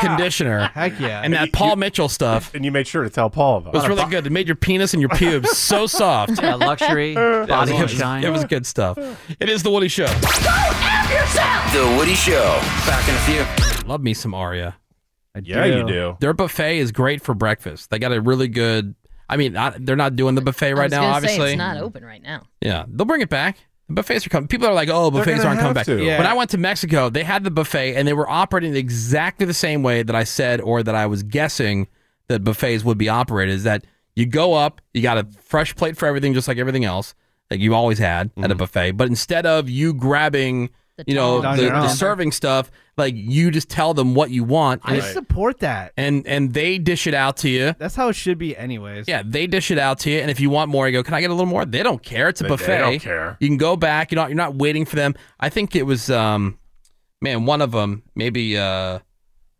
D: conditioner.
E: Heck yeah.
D: And that Paul Mitchell stuff.
G: And you made sure to tell Paul about
D: it. was
G: it.
D: really good. It made your penis and your pubes so soft.
G: Yeah, luxury,
D: <laughs> That
G: body
D: was-
G: shine.
D: It was good stuff. It is The Woody Show.
M: The Woody Show. Back in a few.
D: Love me some Aria.
G: Yeah, do. you do.
D: Their buffet is great for breakfast. They got a really good. I mean, I, they're not doing the buffet right
H: I was
D: now,
H: gonna
D: obviously.
H: Say it's not open right now.
D: Yeah, they'll bring it back. The buffets are coming. People are like, "Oh,
H: They're
D: buffets
H: gonna
D: aren't coming
H: have
D: back."
H: to. Yeah.
D: When I went to Mexico, they had the buffet and they were operating exactly the same way that I said or that I was guessing that buffets would be operated. Is that you go up, you got a fresh plate for everything, just like everything else that you always had at
H: Mm-hmm.
D: a buffet, but instead of you grabbing, you know,
E: tongs.
D: the,
E: On your
D: the
E: own.
D: serving stuff, like you just tell them what you want.
E: I
D: and-
E: support that.
D: and and they dish it out to you.
E: That's how it should be, anyways.
D: Yeah, they dish it out to you, and if you want more, you go. Can I get a little more? They don't care. It's a
E: They- they
D: buffet.
E: don't care.
D: You can go back. You're not you're not waiting for them. I think it was um, man, one of them maybe uh,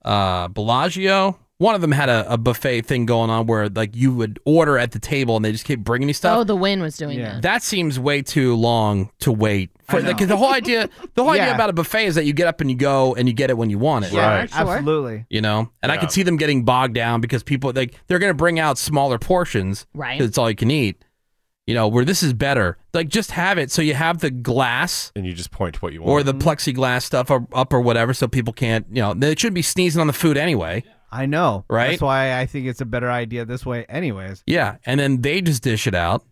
D: uh, Bellagio. One of them had a, a buffet thing going on where like you would order at the table and they just keep bringing you stuff.
H: Oh, the wind was doing that.
D: That seems way too long to wait for like, 'cause the whole idea. The whole
H: Yeah.
D: idea about a buffet is that you get up and you go and you get it when you want it.
E: Absolutely.
D: You know, and I
E: Yeah.
D: could see them getting bogged down because people like they're going to bring out smaller portions,
E: Right.
D: 'cause it's all you can eat. You know, where this is better. Like, just have it so you have the glass
G: and you just point to what you want,
D: or the
E: Mm-hmm.
D: plexiglass stuff up, up or whatever, so people can't. You know, they shouldn't be sneezing on the food anyway.
E: I know.
D: Right?
E: That's why I think it's a better idea this way, anyways.
D: Yeah, and then they just dish it out,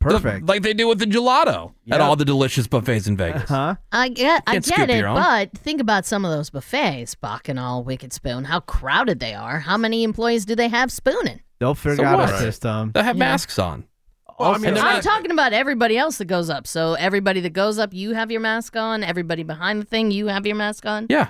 E: Perfect.
D: like they do with the gelato at all the delicious buffets in Vegas.
E: Huh?
H: I get, I
D: Can't scoop
H: get it,
D: your own.
H: but think about some of those buffets, Bacchanal, Wicked Spoon, how crowded they are. How many employees do they have spooning?
E: They'll figure
D: So
E: out a
D: what?
E: system.
D: They have
E: Yeah.
D: masks on.
E: Also-
D: And they're
H: I'm
D: not-
H: talking about everybody else that goes up. So everybody that goes up, you have your mask on. Everybody behind the thing, you have your mask on.
D: Yeah.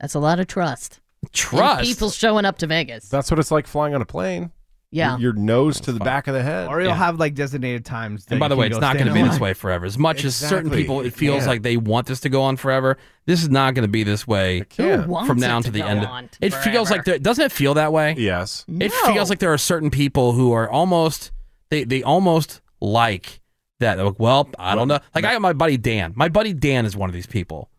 H: That's a lot of trust. in
G: Trust?
H: people showing up to Vegas.
G: That's what it's like flying on a plane.
H: Yeah.
G: Your, your nose to the back of the head.
E: Or you'll Uh, have like designated times. that
D: And by
E: you
D: the
E: can
D: way,
E: go
D: it's not
E: stand
D: going to be
E: in
D: this
E: line.
D: way forever. As much as certain
E: Exactly.
D: people, it feels
E: Yeah.
D: like they want this to go on forever. This is not going to be this way
H: can't. wants
D: from
H: it
D: now
H: to
D: the
H: go
D: end.
H: on
D: it feels like there, doesn't it feel that way?
G: Yes.
D: It feels like there are certain people who are almost they they almost like that. They're like, well, I don't know. Like I got my buddy Dan. My buddy Dan is one of these people.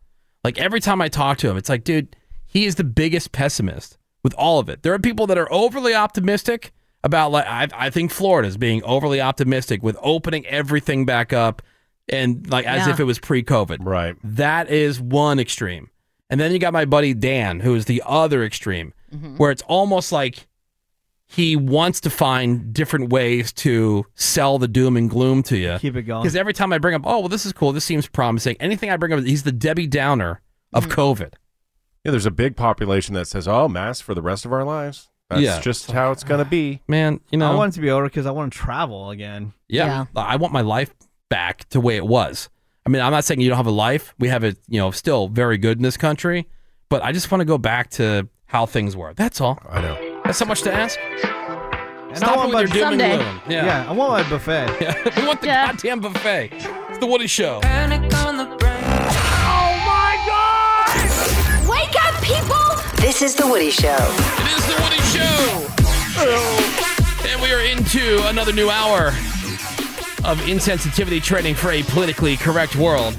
D: Like every time I talk to him, it's like, dude, he is the biggest pessimist with all of it. There are people that are overly optimistic about like I, I think Florida's being overly optimistic with opening everything back up and like as
G: Yeah.
D: if it was pre-COVID.
G: Right.
D: That is one extreme. And then you got my buddy Dan, who is the other extreme,
E: Mm-hmm.
D: where it's almost like he wants to find different ways to sell the doom and gloom to you.
E: Keep it going.
D: Because every time I bring up, oh well, this is cool, this seems promising. Anything I bring up, he's the Debbie Downer of
E: Mm-hmm.
D: COVID.
G: Yeah, there's a big population that says, "Oh, masks for the rest of our lives." That's
D: Yeah.
G: just how it's gonna be.
D: Man, you know,
E: I want it to be over because I want to travel again.
D: Yeah. I want my life back to the way it was. I mean, I'm not saying you don't have a life. We have it, you know, still very good in this country, but I just want to go back to how things were. That's all.
G: I know.
D: That's so much to ask.
E: And
D: Stop
E: I want
D: it
E: my
D: with your doom and
E: Someday.
D: gloom. Yeah.
E: I want my buffet.
D: <laughs> we want the goddamn buffet. It's the Woody Show.
C: Oh my god! Wake up, people! This is The Woody Show.
D: It is The Woody Show. And we are into another new hour of insensitivity training for a politically correct world.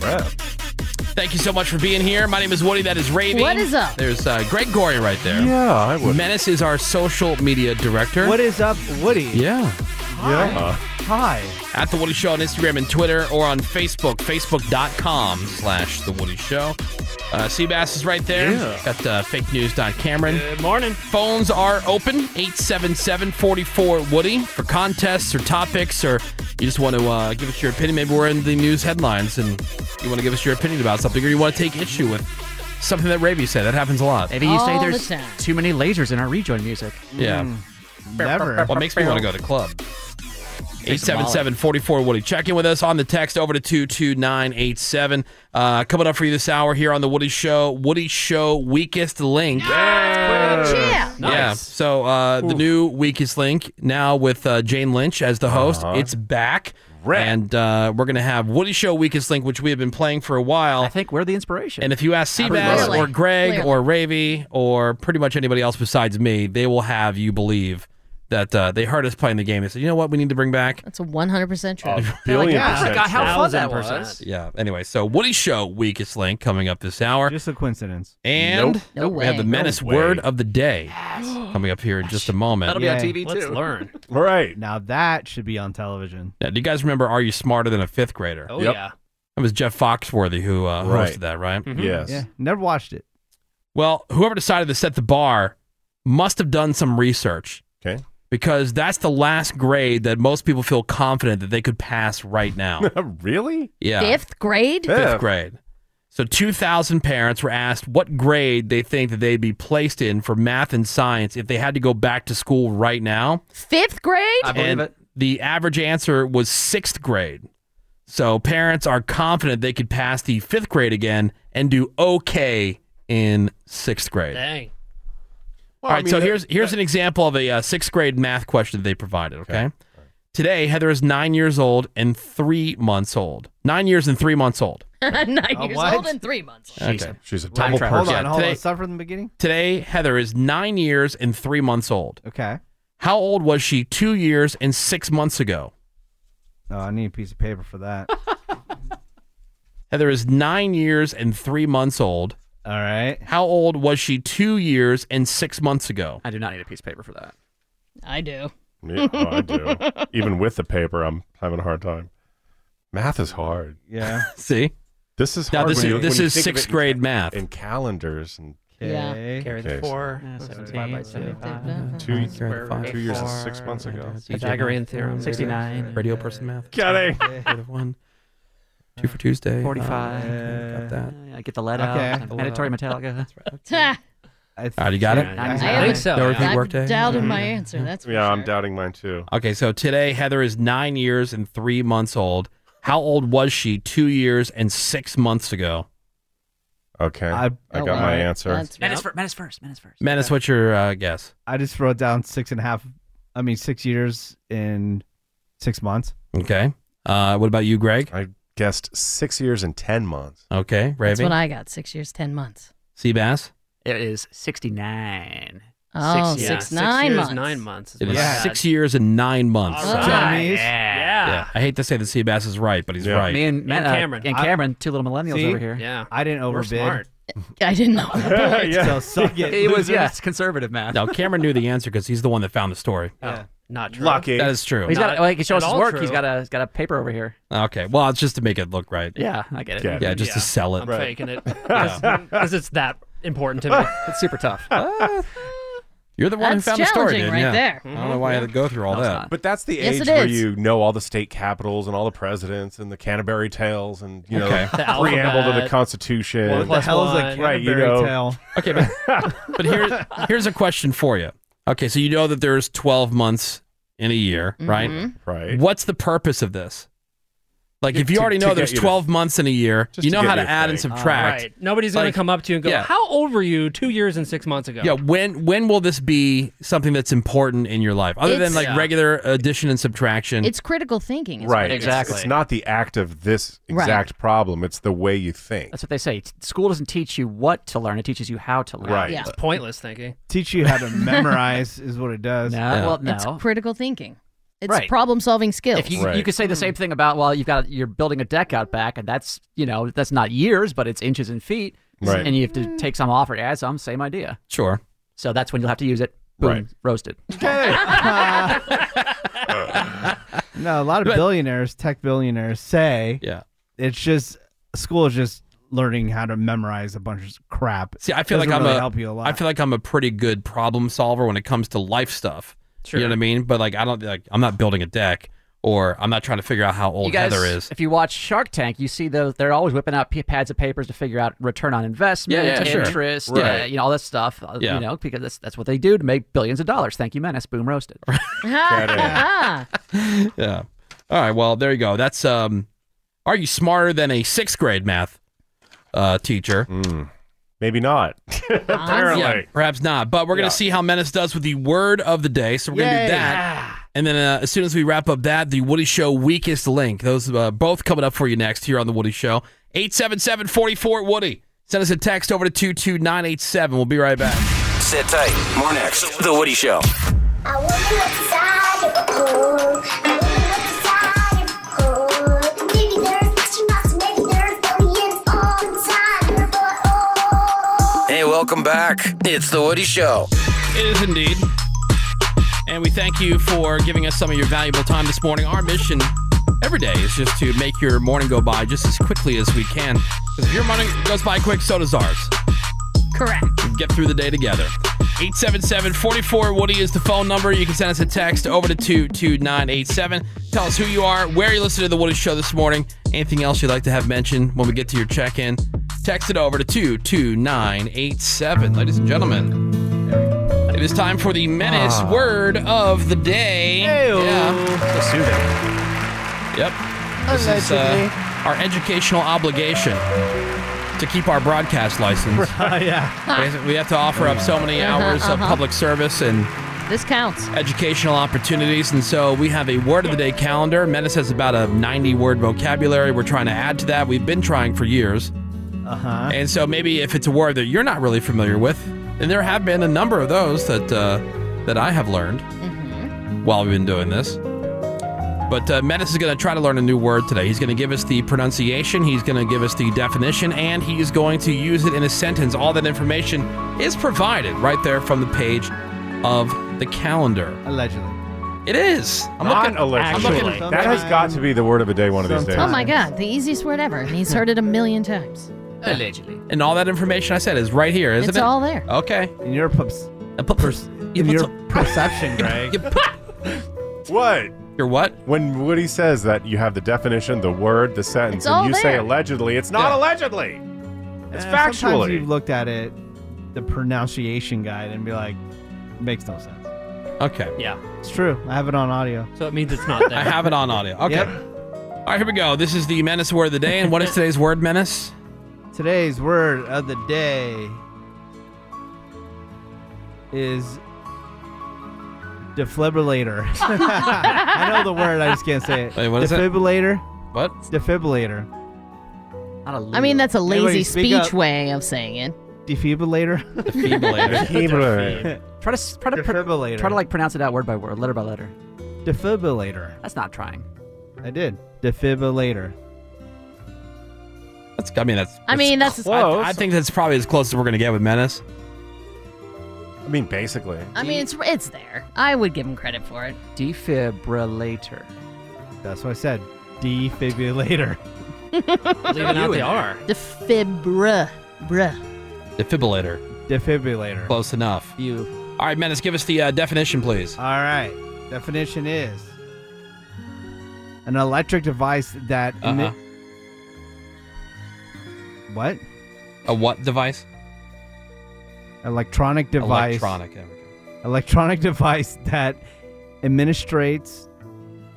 D: Thank you so much for being here. My name is Woody. That is Raving.
H: What is up?
D: There's uh, Greg Gory right there.
G: Yeah, I would.
D: Menace is our social media director.
E: What is up, Woody?
D: Yeah.
E: Hi. Hi.
D: At The Woody Show on Instagram and Twitter or on Facebook, facebook.com slash The Woody Show. Uh, Seabass is right there.
G: Yeah.
D: Got uh, fake news, Don Cameron. Good morning. Phones are open, 877-44-WOODY for contests or topics or you just want to uh, give us your opinion. Maybe we're in the news headlines and you want to give us your opinion about something or you want to take issue with something that Ravy said. That happens a lot.
J: Maybe you say
H: All the
J: there's
H: time.
J: too many lasers in our rejoin music.
D: Yeah.
E: Never.
D: What makes me want to go to the club? 877-44 Woody. Check in with us on the text over to 22987. Uh, coming up for you this hour here on the Woody Show. Woody Show Weakest Link.
G: Yeah.
D: Yeah. So uh, the new Weakest Link now with uh, Jane Lynch as the host.
J: Uh-huh.
D: It's back. And uh, we're going to have Woody Show Weakest Link, which we have been playing for a while. I
J: think we're the inspiration.
D: And if you ask Seabass
J: Absolutely.
D: or Greg
J: Clearly.
D: or Ravy or pretty much anybody else besides me, they will have you believe that uh, they heard us playing the game. They said, you know what, we need to bring back
H: That's a 100%
D: <laughs>
H: true.
D: billion percent
F: how fun that
D: true."
F: was.
D: Yeah. Anyway, so Woody Show weakest link coming up this hour. Just
E: a coincidence.
D: And
E: Nope. No
D: we have
E: way.
D: the menace
E: No way.
D: word of the day
E: <gasps>
D: coming up here in just a moment.
E: Let's learn.
G: All right.
E: Now that should be on television.
D: Yeah, do you guys remember Are You Smarter Than a Fifth Grader?
E: Oh, Yep. yeah.
D: That was Jeff Foxworthy who uh,
E: Right.
D: hosted that, right?
E: Yeah. Never watched it.
D: Well, whoever decided to set the bar must have done some research.
G: Okay.
D: Because that's the last grade that most people feel confident that they could pass right
E: <laughs>
D: now.
G: really?
D: Yeah.
H: Fifth grade?
D: Fifth grade. So 2,000 parents were asked what grade they think that they'd be placed in for math and science if they had to go back to school right now.
H: Fifth grade?
D: and The average answer was sixth grade. So parents are confident they could pass the fifth grade again and do okay in sixth grade.
I: Dang.
D: All right, so here's here's an example of a uh, sixth grade math question they provided. Okay, today Heather is nine years old and three months old. Nine years and three months old.
H: <laughs> Nine
E: A
H: years
E: what?
H: old and three months.
D: okay,
G: she's a
E: Time travel. Hold on, hold
D: today,
E: on. Start from the beginning.
D: today Heather is nine years and three months old.
E: Okay.
D: How old was she two years and six months ago?
E: Oh, I need a piece of paper for that.
D: <laughs> Heather is nine years and three months old.
E: All right.
D: How old was she two years and six months ago?
J: I do not need a piece of paper for that.
H: I do.
G: Yeah, oh,
H: <laughs>
G: I do. Even with the paper, I'm having a hard time. Math is hard.
E: Yeah.
D: See?
G: This is
D: Now,
G: hard.
D: this
G: when
D: is-
G: you-
D: this
G: when you
D: is
G: think of it
D: sixth
G: in
D: grade
G: ca-
D: math.
G: In calendars and.
E: Yeah. Okay. Carry the
I: four,
J: Yeah,
I: so
J: seventeen,
I: divide by
J: seventeen,
I: 75.
J: yeah.
G: Two-
I: Times square
G: two
I: root of
G: years and
I: four,
G: six months ago.
I: Pythagorean theorem.
J: 69.
D: Radio person math.
G: Got it.
D: Got it. One. Two for Tuesday.
J: 45.
D: Uh, got that.
J: I get the lead
D: Okay.
J: out. Mandatory
E: <laughs>
J: Metallica.
H: Ha!
D: All right, Uh, you got it?
J: I
H: I haven't-
D: No repeat
H: I've
D: work day? Mm-hmm.
H: doubted my
J: Mm-hmm.
H: answer. That's for
G: Yeah,
H: sure.
G: I'm doubting mine too.
D: Okay, so today Heather is nine years and three months old. How old was she two years and six months ago?
G: Okay. I,
E: Oh,
G: got
E: wow.
G: my answer.
E: That's-
J: Menace, fir- menace first. Menace first.
D: Menace, what's your uh, guess?
E: I just wrote down six and a half. I mean, six years in six months.
D: Okay. Uh, what about you, Greg?
G: I guessed six years and 10 months.
D: Okay.
H: That's
D: Raven?
H: what I got. Six years, ten months. <laughs>
D: Seabass?
J: It is 69.
H: Oh,
J: Six-
H: six,
J: yeah, six
H: nine
J: years,
H: months.
J: nine months is
D: It is
J: Yeah.
D: six years and nine months.
J: All right. Dummies. Yeah.
D: I hate to say that Seabass is right, but he's right.
J: Me and, Man- uh, and Cameron, two little millennials
E: See?
J: over here.
I: Yeah.
E: I didn't overbid.
J: smart.
H: I didn't know.
J: <laughs>
E: So
I: <laughs>
E: suck it.
J: It was,
E: losers.
J: yes, conservative math.
D: Now, Cameron knew the answer because he's the one that found the story.
I: Oh, Not true.
D: Lucky. That is true.
J: He's got
I: Not
J: a, like, he shows
I: at
J: his
I: all
J: work.
I: true.
J: He's got a he's got a paper over here.
D: Okay. Well, it's just to make it look right.
J: Yeah, I get it.
D: Yeah,
J: Yeah.
D: just to
J: Yeah.
D: sell it.
I: I'm faking <laughs>
D: <laughs>
I: it because it's that important to me.
J: It's super <laughs> tough.
D: You're the one
I: That's
D: who found the story,
I: challenging
D: dude.
I: right
D: yeah.
I: there.
D: I don't know why I had to go through all
I: No, it's
D: that.
I: not.
G: But that's the
I: Yes, it
G: age where
I: is.
G: you know all the state capitals and all the presidents and the Canterbury Tales and you know
D: Okay.
G: the
D: The
G: preamble to the
D: alphabet.
G: Constitution.
D: One What the plus hell is a one.
G: right? You
D: Canterbury
G: know,
D: Tale? Okay, but
G: <laughs>
I: <laughs>
D: But here, here's a question for you. Okay, so you know that there's 12 months in a year,
I: Mm-hmm.
D: right?
G: Mhm. Right.
D: What's the purpose of this? Like, if you
I: To-
D: already
I: to
D: know
I: get
D: there's
I: you to-
D: 12 months in a year,
I: Just
D: you
I: to
D: know
I: get
D: how to
I: you to
D: add and
I: think. Ah,
D: subtract.
I: right. Nobody's gonna
D: Like,
I: come up to you and go,
D: yeah.
I: "How old were you two years and six months ago?"
D: Yeah, when when will this be something that's important in your life, other than
H: It's-
D: like
H: Yeah.
D: regular addition and subtraction?
H: It's critical thinking. is
G: right?
H: what it is.
G: It's- It's, not the act of this
H: Right.
G: exact problem. It's the way you think.
J: That's what they say. T- School doesn't teach you what to learn; it teaches you how to learn.
G: Right.
H: Yeah.
I: It's pointless thinking.
E: Teach you
J: <laughs>
E: how to memorize is what it does.
J: No, Uh, well, no.
H: It's critical thinking. It's
J: Right.
H: problem solving skills.
J: If you you could say
H: <laughs>
J: the
D: Hmm.
J: same thing about well, you've got you're building a deck out back, and that's you know that's not years, but it's inches and feet,
D: Right.
J: And you have to take some off or add some. Same idea.
D: sure.
J: So that's when you'll have to use it. Boom,
D: Right.
J: roasted.
E: <laughs> No, a lot of billionaires, tech billionaires, say
D: yeah.
E: It's just school is just learning how to memorize a bunch of crap.
D: See, I feel
E: Doesn't
D: like I'm
E: really
D: a,
E: help you a lot.
D: I feel like I'm a pretty good problem solver when it comes to life stuff.
E: Sure.
D: You know what I mean? But like, I don't like I'm not building a deck, or I'm not trying to figure out how old
J: you guys,
D: Heather is.
J: if you watch Shark Tank, you see those they're always whipping out p- pads of papers to figure out return on investment,
D: <laughs> Yeah, yeah, sure.
J: interest,
D: Right.
J: uh, you know all that stuff. uh,
D: Yeah.
J: You know because that's that's what they do to make billions of dollars. Thank you, menace. Boom,
D: <laughs>
J: roasted.
H: Ah,
D: yeah. All right. Well, there you go. That's um. Are you smarter than a sixth grade math uh, teacher?
G: Hmm. Maybe not. <laughs> Apparently.
D: perhaps not. But we're gonna
G: Yeah.
D: see how Menace does with the word of the day. So we're gonna
G: Yay.
D: do that, and then uh, as soon as we wrap up that, the Woody Show weakest link. Those uh, both coming up for you next here on the Woody Show. 877-44 Woody. Send us a text over to two two nine eight seven. We'll be right back.
M: Sit tight. More next. The Woody Show. Hey, welcome back. It's The Woody Show.
D: It is indeed. And we thank you for giving us some of your valuable time this morning. Our mission every day is just to make your morning go by just as quickly as we can. Because if your morning goes by quick, so does ours.
H: Correct.
D: We Get through the day together. 877 44 Woody is the phone number. You can send us a text over to 22987. Tell us who you are, where you listen to The Woody Show this morning, anything else you'd like to have mentioned when we get to your check in. Text it over to 22987. Ladies and gentlemen, it is time for the menace
K: Ah.
D: word of the day. Yeah. Yep. This is
K: Allegedly.
D: uh, our educational obligation to keep our broadcast license.
K: yeah.
D: We have to offer up so many
H: Uh-huh,
D: hours of
H: uh-huh.
D: public service and
H: This counts.
D: educational opportunities. And so we have a word of the day calendar. Menace has about a 90 word vocabulary. We're trying to add to that. We've been trying for years. Uh-huh. And so maybe if it's a word that you're not really familiar with, and there have been a number of those that uh, that I have learned while we've been doing this. But uh, Menace is going to try to learn a new word today. He's going to give us the pronunciation, he's going to give us the definition, and he's going to use it in a sentence. All that information is provided right there from the page of the calendar.
E: Allegedly.
D: It is. I'm
G: Not
D: looking,
G: allegedly.
D: I'm looking,
G: that has got to be the word of a day one of these days.
H: Oh my God, the easiest word ever. And he's heard it a million
J: <laughs>
H: times.
D: Allegedly. And all that information I said is right here, isn't
H: It's
D: it?
H: all there.
D: Okay.
E: In your pups.
D: In
E: your
D: <laughs>
E: perception, Greg.
G: What?
D: Your what?
G: When Woody says that you have the definition, the word, the sentence,
E: It's all
G: and you say
E: there.
G: allegedly, it's not allegedly. It's
E: Sometimes
G: factually.
E: you've looked at it, the pronunciation guide, and be like, makes no sense.
D: Okay.
I: Yeah.
E: It's true. I have it on audio.
I: So it means it's not there.
D: I have it on audio. Okay.
E: Yep.
D: All right, here we go. This is the Menace word of the day. And what is today's word, Menace?
E: <laughs> Today's word of the day is defibrillator. <laughs> I know the word, I just can't say it.
D: Wait, what is it?
E: defibrillator.
D: What?
E: Defibrillator.
H: I mean, that's a lazy
E: Everybody speak
H: speech
E: up.
H: way of saying it.
E: Defibrillator.
D: <laughs> Defibrillator.
E: <laughs> Defibrillator.
J: Try to try to pr-
E: Defibrillator.
J: try to like pronounce it out word by word, letter by letter.
E: Defibrillator.
J: That's not trying.
E: I did. Defibrillator.
D: That's, I mean, that's.
H: I mean, that's.
D: I, I think that's probably as close as we're going to get with Menace.
G: I mean, basically.
H: I mean, it's it's there. I would give him credit for it.
J: Defibrillator.
E: That's what I said. Defibrillator.
I: Leaving out the R.
H: Defibra. Bruh.
D: Defibrillator.
E: Defibrillator.
D: Close enough.
J: You.
D: All right, Menace, give us the uh, definition, please.
E: All right. Definition is an electric device that
D: Uh-uh.
E: emit- what?
D: A what device?
E: Electronic device.
D: Electronic. There we
E: Electronic device that administrates.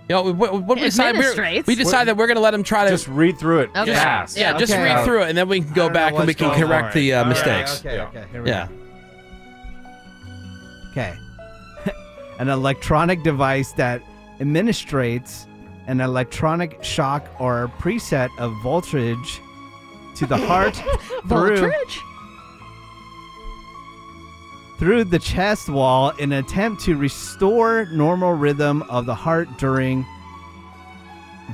D: Yo, we, we, we, decided, we're,
E: Administrates.
D: we decided that we're going to let him try to.
G: Just read through it.
D: Yeah,
G: fast.
D: yeah, just
E: Okay. Uh,
D: read through it, and then we can go back and we can
E: going
D: correct
E: on.
D: the uh,
E: All right,
D: mistakes.
E: okay, okay, here we
D: yeah.
E: Okay. <laughs> an electronic device that administrates an electronic shock or preset of voltage to
H: <laughs>
E: the heart through
H: Voltage?
E: through the chest wall in an attempt to restore normal rhythm of the heart during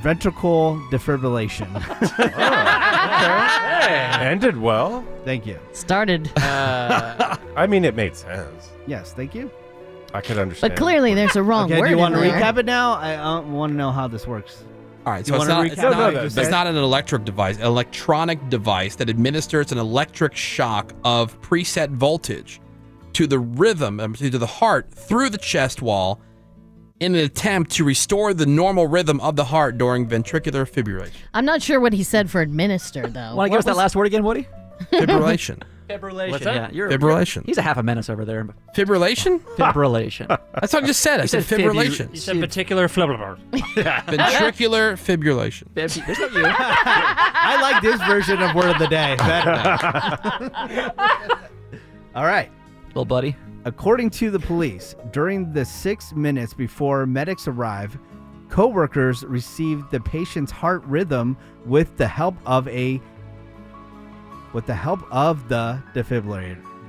E: ventricle defibrillation.
G: <laughs>
E: <laughs>
G: Ended well.
E: Thank you.
D: <laughs>
H: Started.
D: Uh,
G: <laughs> I mean, it made sense.
E: Yes, thank you.
G: I could understand.
H: But clearly, there's a wrong
E: Okay,
H: word.
E: do you want to
H: in there.
E: recap it now? I uh, want to know how this works.
D: All right,
E: You
D: so it's
E: wanna
D: not,
E: recap
D: it's,
E: it?
D: not,
E: No, no,
D: it's
E: just-
D: not an electric device, an electronic device that administers an electric shock of preset voltage to the rhythm, um, to the heart through the chest wall in an attempt to restore the normal rhythm of the heart during ventricular fibrillation.
H: I'm not sure what he said for administer though.
J: Want to give us that last word again, Woody?
D: Fibrillation.
J: <laughs> Fibrillation.
D: What's that?
J: yeah, you're,
D: Fibrillation.
J: He's a half a menace over there.
D: Fibrillation?
J: <laughs> Fibrillation.
D: That's what I just said. I
J: You
D: said,
J: said fibru-
D: fibrillation.
J: <laughs> you
I: said particular flubber.
J: <laughs>
D: Ventricular fibrillation.
J: There's no
E: I like this <laughs> version of word of the
G: <laughs>
E: day better. All right.
J: Little buddy.
E: According to the police, during the six minutes before medics arrive, co-workers received the patient's heart rhythm with the help of a with the help of the defibrillator.
G: <laughs>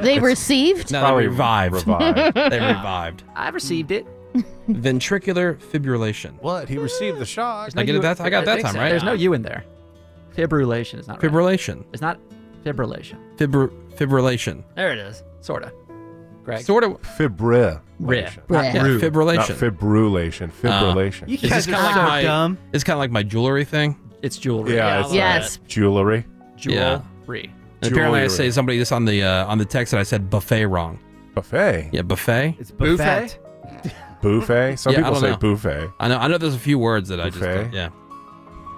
H: <laughs>
E: <laughs>
H: They received.
D: No, they revived.
H: revived.
D: they <laughs> revived.
J: I received it.
D: Ventricular fibrillation.
G: What? He received the shock.
D: I get it that I got that time right.
J: There's no you in there. Fibrillation is not right.
D: Fibrillation.
J: It's not fibrillation.
D: Fibr- fibrillation.
J: There it is. Sorta. Greg.
D: Sort of.
G: Fibri.
J: Rib.
D: Not
G: Brew.
D: fibrillation.
G: Not fibrillation. Fibrillation.
D: Uh, is this kinda like my, It's kind of like my jewelry thing.
J: It's jewelry.
G: Yeah, it's, uh, Jewelry.
D: Yeah.
J: Jewelry.
D: And apparently, I
G: Jewelry.
D: say somebody this on the uh, on the text that I said buffet wrong.
G: Buffet.
D: Yeah, buffet. It's
G: buffet. <laughs> Buffet. Some people say buffet.
D: I know. I know. There's a few words that I
G: Buffet.
D: just yeah.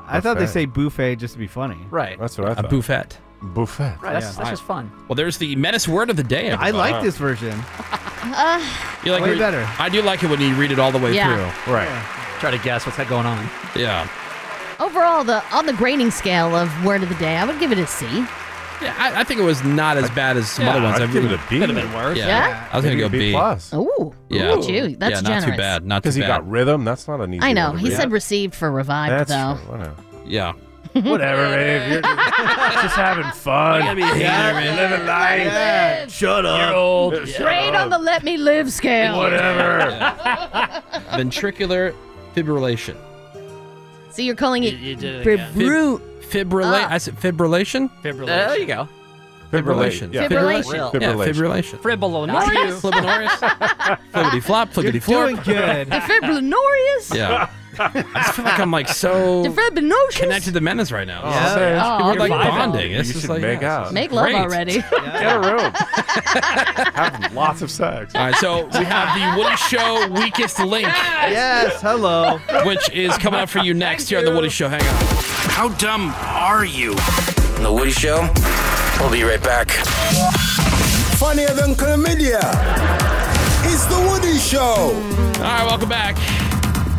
E: I thought they
D: Buffet.
E: say buffet just to be funny.
J: Right.
G: That's what I
D: A buffet.
G: Buffet.
J: Right, that's- that's just fun.
D: Well, there's the menace word of the day.
E: I
D: everybody.
E: like this version.
D: You like
E: Way
D: re-
E: better.
D: I do like it when you read it all the way
H: Yeah.
D: through.
G: Right.
J: Try to guess what's got going on.
D: Yeah.
H: Overall, the on the grading scale of word of the day, I would give it a C.
D: Yeah, I, I think it was not as bad as some
H: yeah,
D: other ones.
G: I'd
D: I
G: give
D: really-
G: it a B.
D: Could have been worse. Yeah.
H: Yeah?
D: I was going to go
G: Maybe a B plus.
H: Ooh,
D: Yeah.
H: look at you. That's
D: yeah,
H: generous.
D: Not too bad. Not too
G: Because
D: bad.
G: he got rhythm. That's not an easy.
H: I know.
G: one to
H: He
G: read.
H: said received for revived,
G: That's
H: though.
G: true, whatever.
D: Yeah.
G: Whatever, man.
E: <laughs>
G: If you're just, just having fun,
H: Let me hear it.
G: living life.
H: Let me
G: Shut up.
H: You're
G: old.
H: Grade on the let me live scale.
D: <laughs> Ventricular fibrillation.
H: So you're calling it,
D: you did it again.
H: Fibru-
D: Fibrillation. I said fibrillation.
I: Fibrillation.
J: Ah. There you go.
D: Fibrillation.
I: Yeah.
D: Fibrillation.
I: Fibrillation.
D: Yeah,
I: Fibrillation.
D: fibrillation.
I: Fribblonorius.
H: <laughs>
I: <laughs>
H: Ah.
D: Flippity flop. Flippity flop.
E: doing good.
D: <laughs>
H: Defibrinorius.
D: Yeah. I just feel like I'm
H: <laughs>
D: like so
H: Defibrinocious.
D: connected to menace right now.
H: Yeah.
D: This is-
H: Yeah.
D: We're like
H: Oh, You're vibing.
D: bonding. This
G: Oh, You
D: is
G: should
D: like
G: make
D: yeah,
G: out.
D: this is
H: Make love
D: great.
H: already.
G: Get a room.
E: <laughs>
D: <laughs>
G: Have lots
H: <laughs>
G: of sex.
D: All right, so we have the Woody Show weakest link.
E: Yes, hello.
D: Which is coming up for you next here on the Woody Show. Hang on.
M: How dumb are you? The Woody Show. We'll be right back.
K: Funnier than chlamydia.
H: <laughs>
K: It's the Woody Show.
D: All right, welcome back.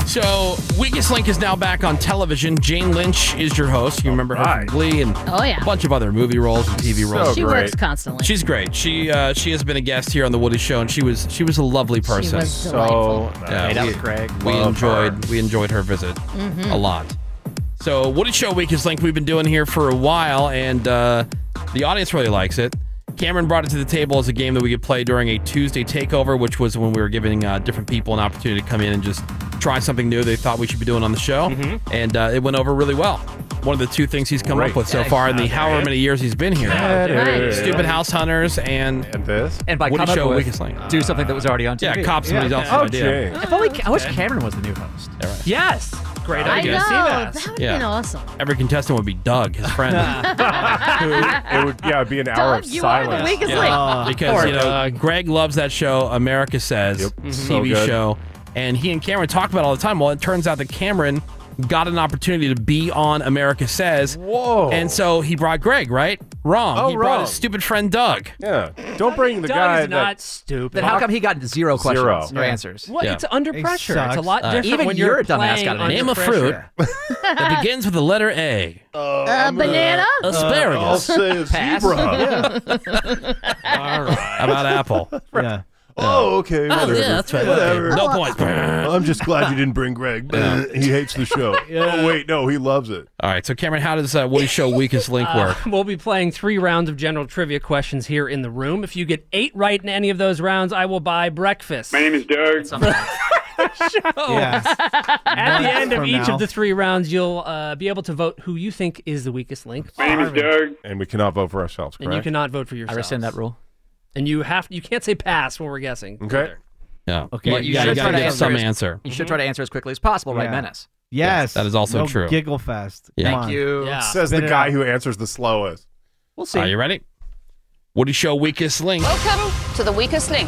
D: So, Weakest Link is now back on television. Jane Lynch is your host. You remember her from Glee and
H: Oh, yeah.
D: a bunch of other movie roles and TV roles.
H: she works constantly.
D: She's great. She uh, she has been a guest here on the Woody Show, and she was she was a lovely person.
H: was So delightful.
D: yeah,
J: Hey, that
D: we-
J: was Craig.
D: We
J: Love
D: enjoyed we enjoyed her visit
J: Mhm.
D: a lot. So Woody Show Week is link we've been doing here for a while, and uh, the audience really likes it. Cameron brought it to the table as a game that we could play during a Tuesday takeover, which was when we were giving uh, different people an opportunity to come in and just try something new they thought we should be doing on the show, and uh, it went over really well. One of the two things he's come
G: Great.
D: up with so far in the however many years he's been here.
G: That is-
D: Stupid House Hunters and
G: and this
J: And by
D: Woody
J: coming up
D: Show
J: with-
D: Weakest Link.
G: Uh,
J: Do something that was already on
D: Yeah,
J: TV.
D: cop somebody's
J: Yeah.
D: else's idea.
G: Oh, Okay.
J: If only, I wish Cameron was the new host.
I: Yes. Great
H: I
I: idea.
H: know.
I: See
H: That
I: that?
H: would have
D: Yeah.
H: been awesome.
D: Every contestant would be Doug, his friend.
J: <laughs>
I: <laughs>
G: it would yeah it'd be an hour of
H: Doug, you are the
G: silence.
H: weakest
D: Yeah.
H: link.
J: Oh.
D: because you know Greg loves that show, America Says
J: Mm-hmm.
D: TV
G: So good.
D: show, and he and Cameron talk about it all the time. Well, it turns out that Cameron got an opportunity to be on America Says.
G: Whoa!
D: And so he brought Greg, right? Wrong.
G: Oh,
D: he brought
G: wrong.
D: his stupid friend Doug.
G: yeah, don't bring the
I: Doug
G: guy
I: is
G: that
I: not stupid.
J: Then how come he got zero questions,
G: Zero.
J: no
G: Yeah.
J: answers?
I: Well,
D: Yeah.
I: it's under
E: It
I: pressure. It's a
E: sucks.
I: lot
D: Uh,
I: different
J: even
I: when
J: you're
I: you're
J: a dumbass
I: playing
J: gotta
I: under
D: Name a
I: pressure.
D: fruit
I: <laughs>
D: that begins with the letter A.
H: A Uh,
L: uh,
H: banana.
D: Asparagus.
L: <laughs>
D: How
I: <laughs>
D: about apple?
E: Yeah.
G: Oh, okay. whatever.
D: yeah, that's right.
G: Whatever.
D: No points.
G: <laughs> I'm just glad you didn't bring Greg. <laughs> he hates the show. Oh wait, no, he loves it.
D: All right. So Cameron, how does uh, Woody Show Weakest Link
I: Uh, <laughs>
D: work?
I: We'll be playing three rounds of general trivia questions here in the room. If you get eight right in any of those rounds, I will buy breakfast.
L: name is Doug.
E: Yes.
I: At the
E: Months
I: end of
E: from
I: each
E: now.
I: of the three rounds, you'll uh, be able to vote who you think is the weakest link,
L: Doug.
G: And we cannot vote for ourselves,
I: and you
G: correct?
I: cannot vote for yourself.
J: I rescind that rule.
I: And you have you can't say pass when we're guessing.
G: okay.
D: Yeah.
E: Okay.
D: You,
E: You
D: you
E: should
D: gotta- you gotta
E: try to
D: get some
J: answer
D: answer.
J: You should try to answer as quickly as possible, right,
E: Yeah.
J: Menace?
E: Yes.
D: That is also
E: No
D: true.
E: Giggle fest.
D: Yeah.
E: Come on.
J: You.
I: Yeah.
G: Says
E: Spit
G: the
E: it
G: guy
E: out.
G: who answers the slowest.
J: We'll see.
D: Are you ready? Woody Show Weakest Link.
C: Welcome to the weakest link.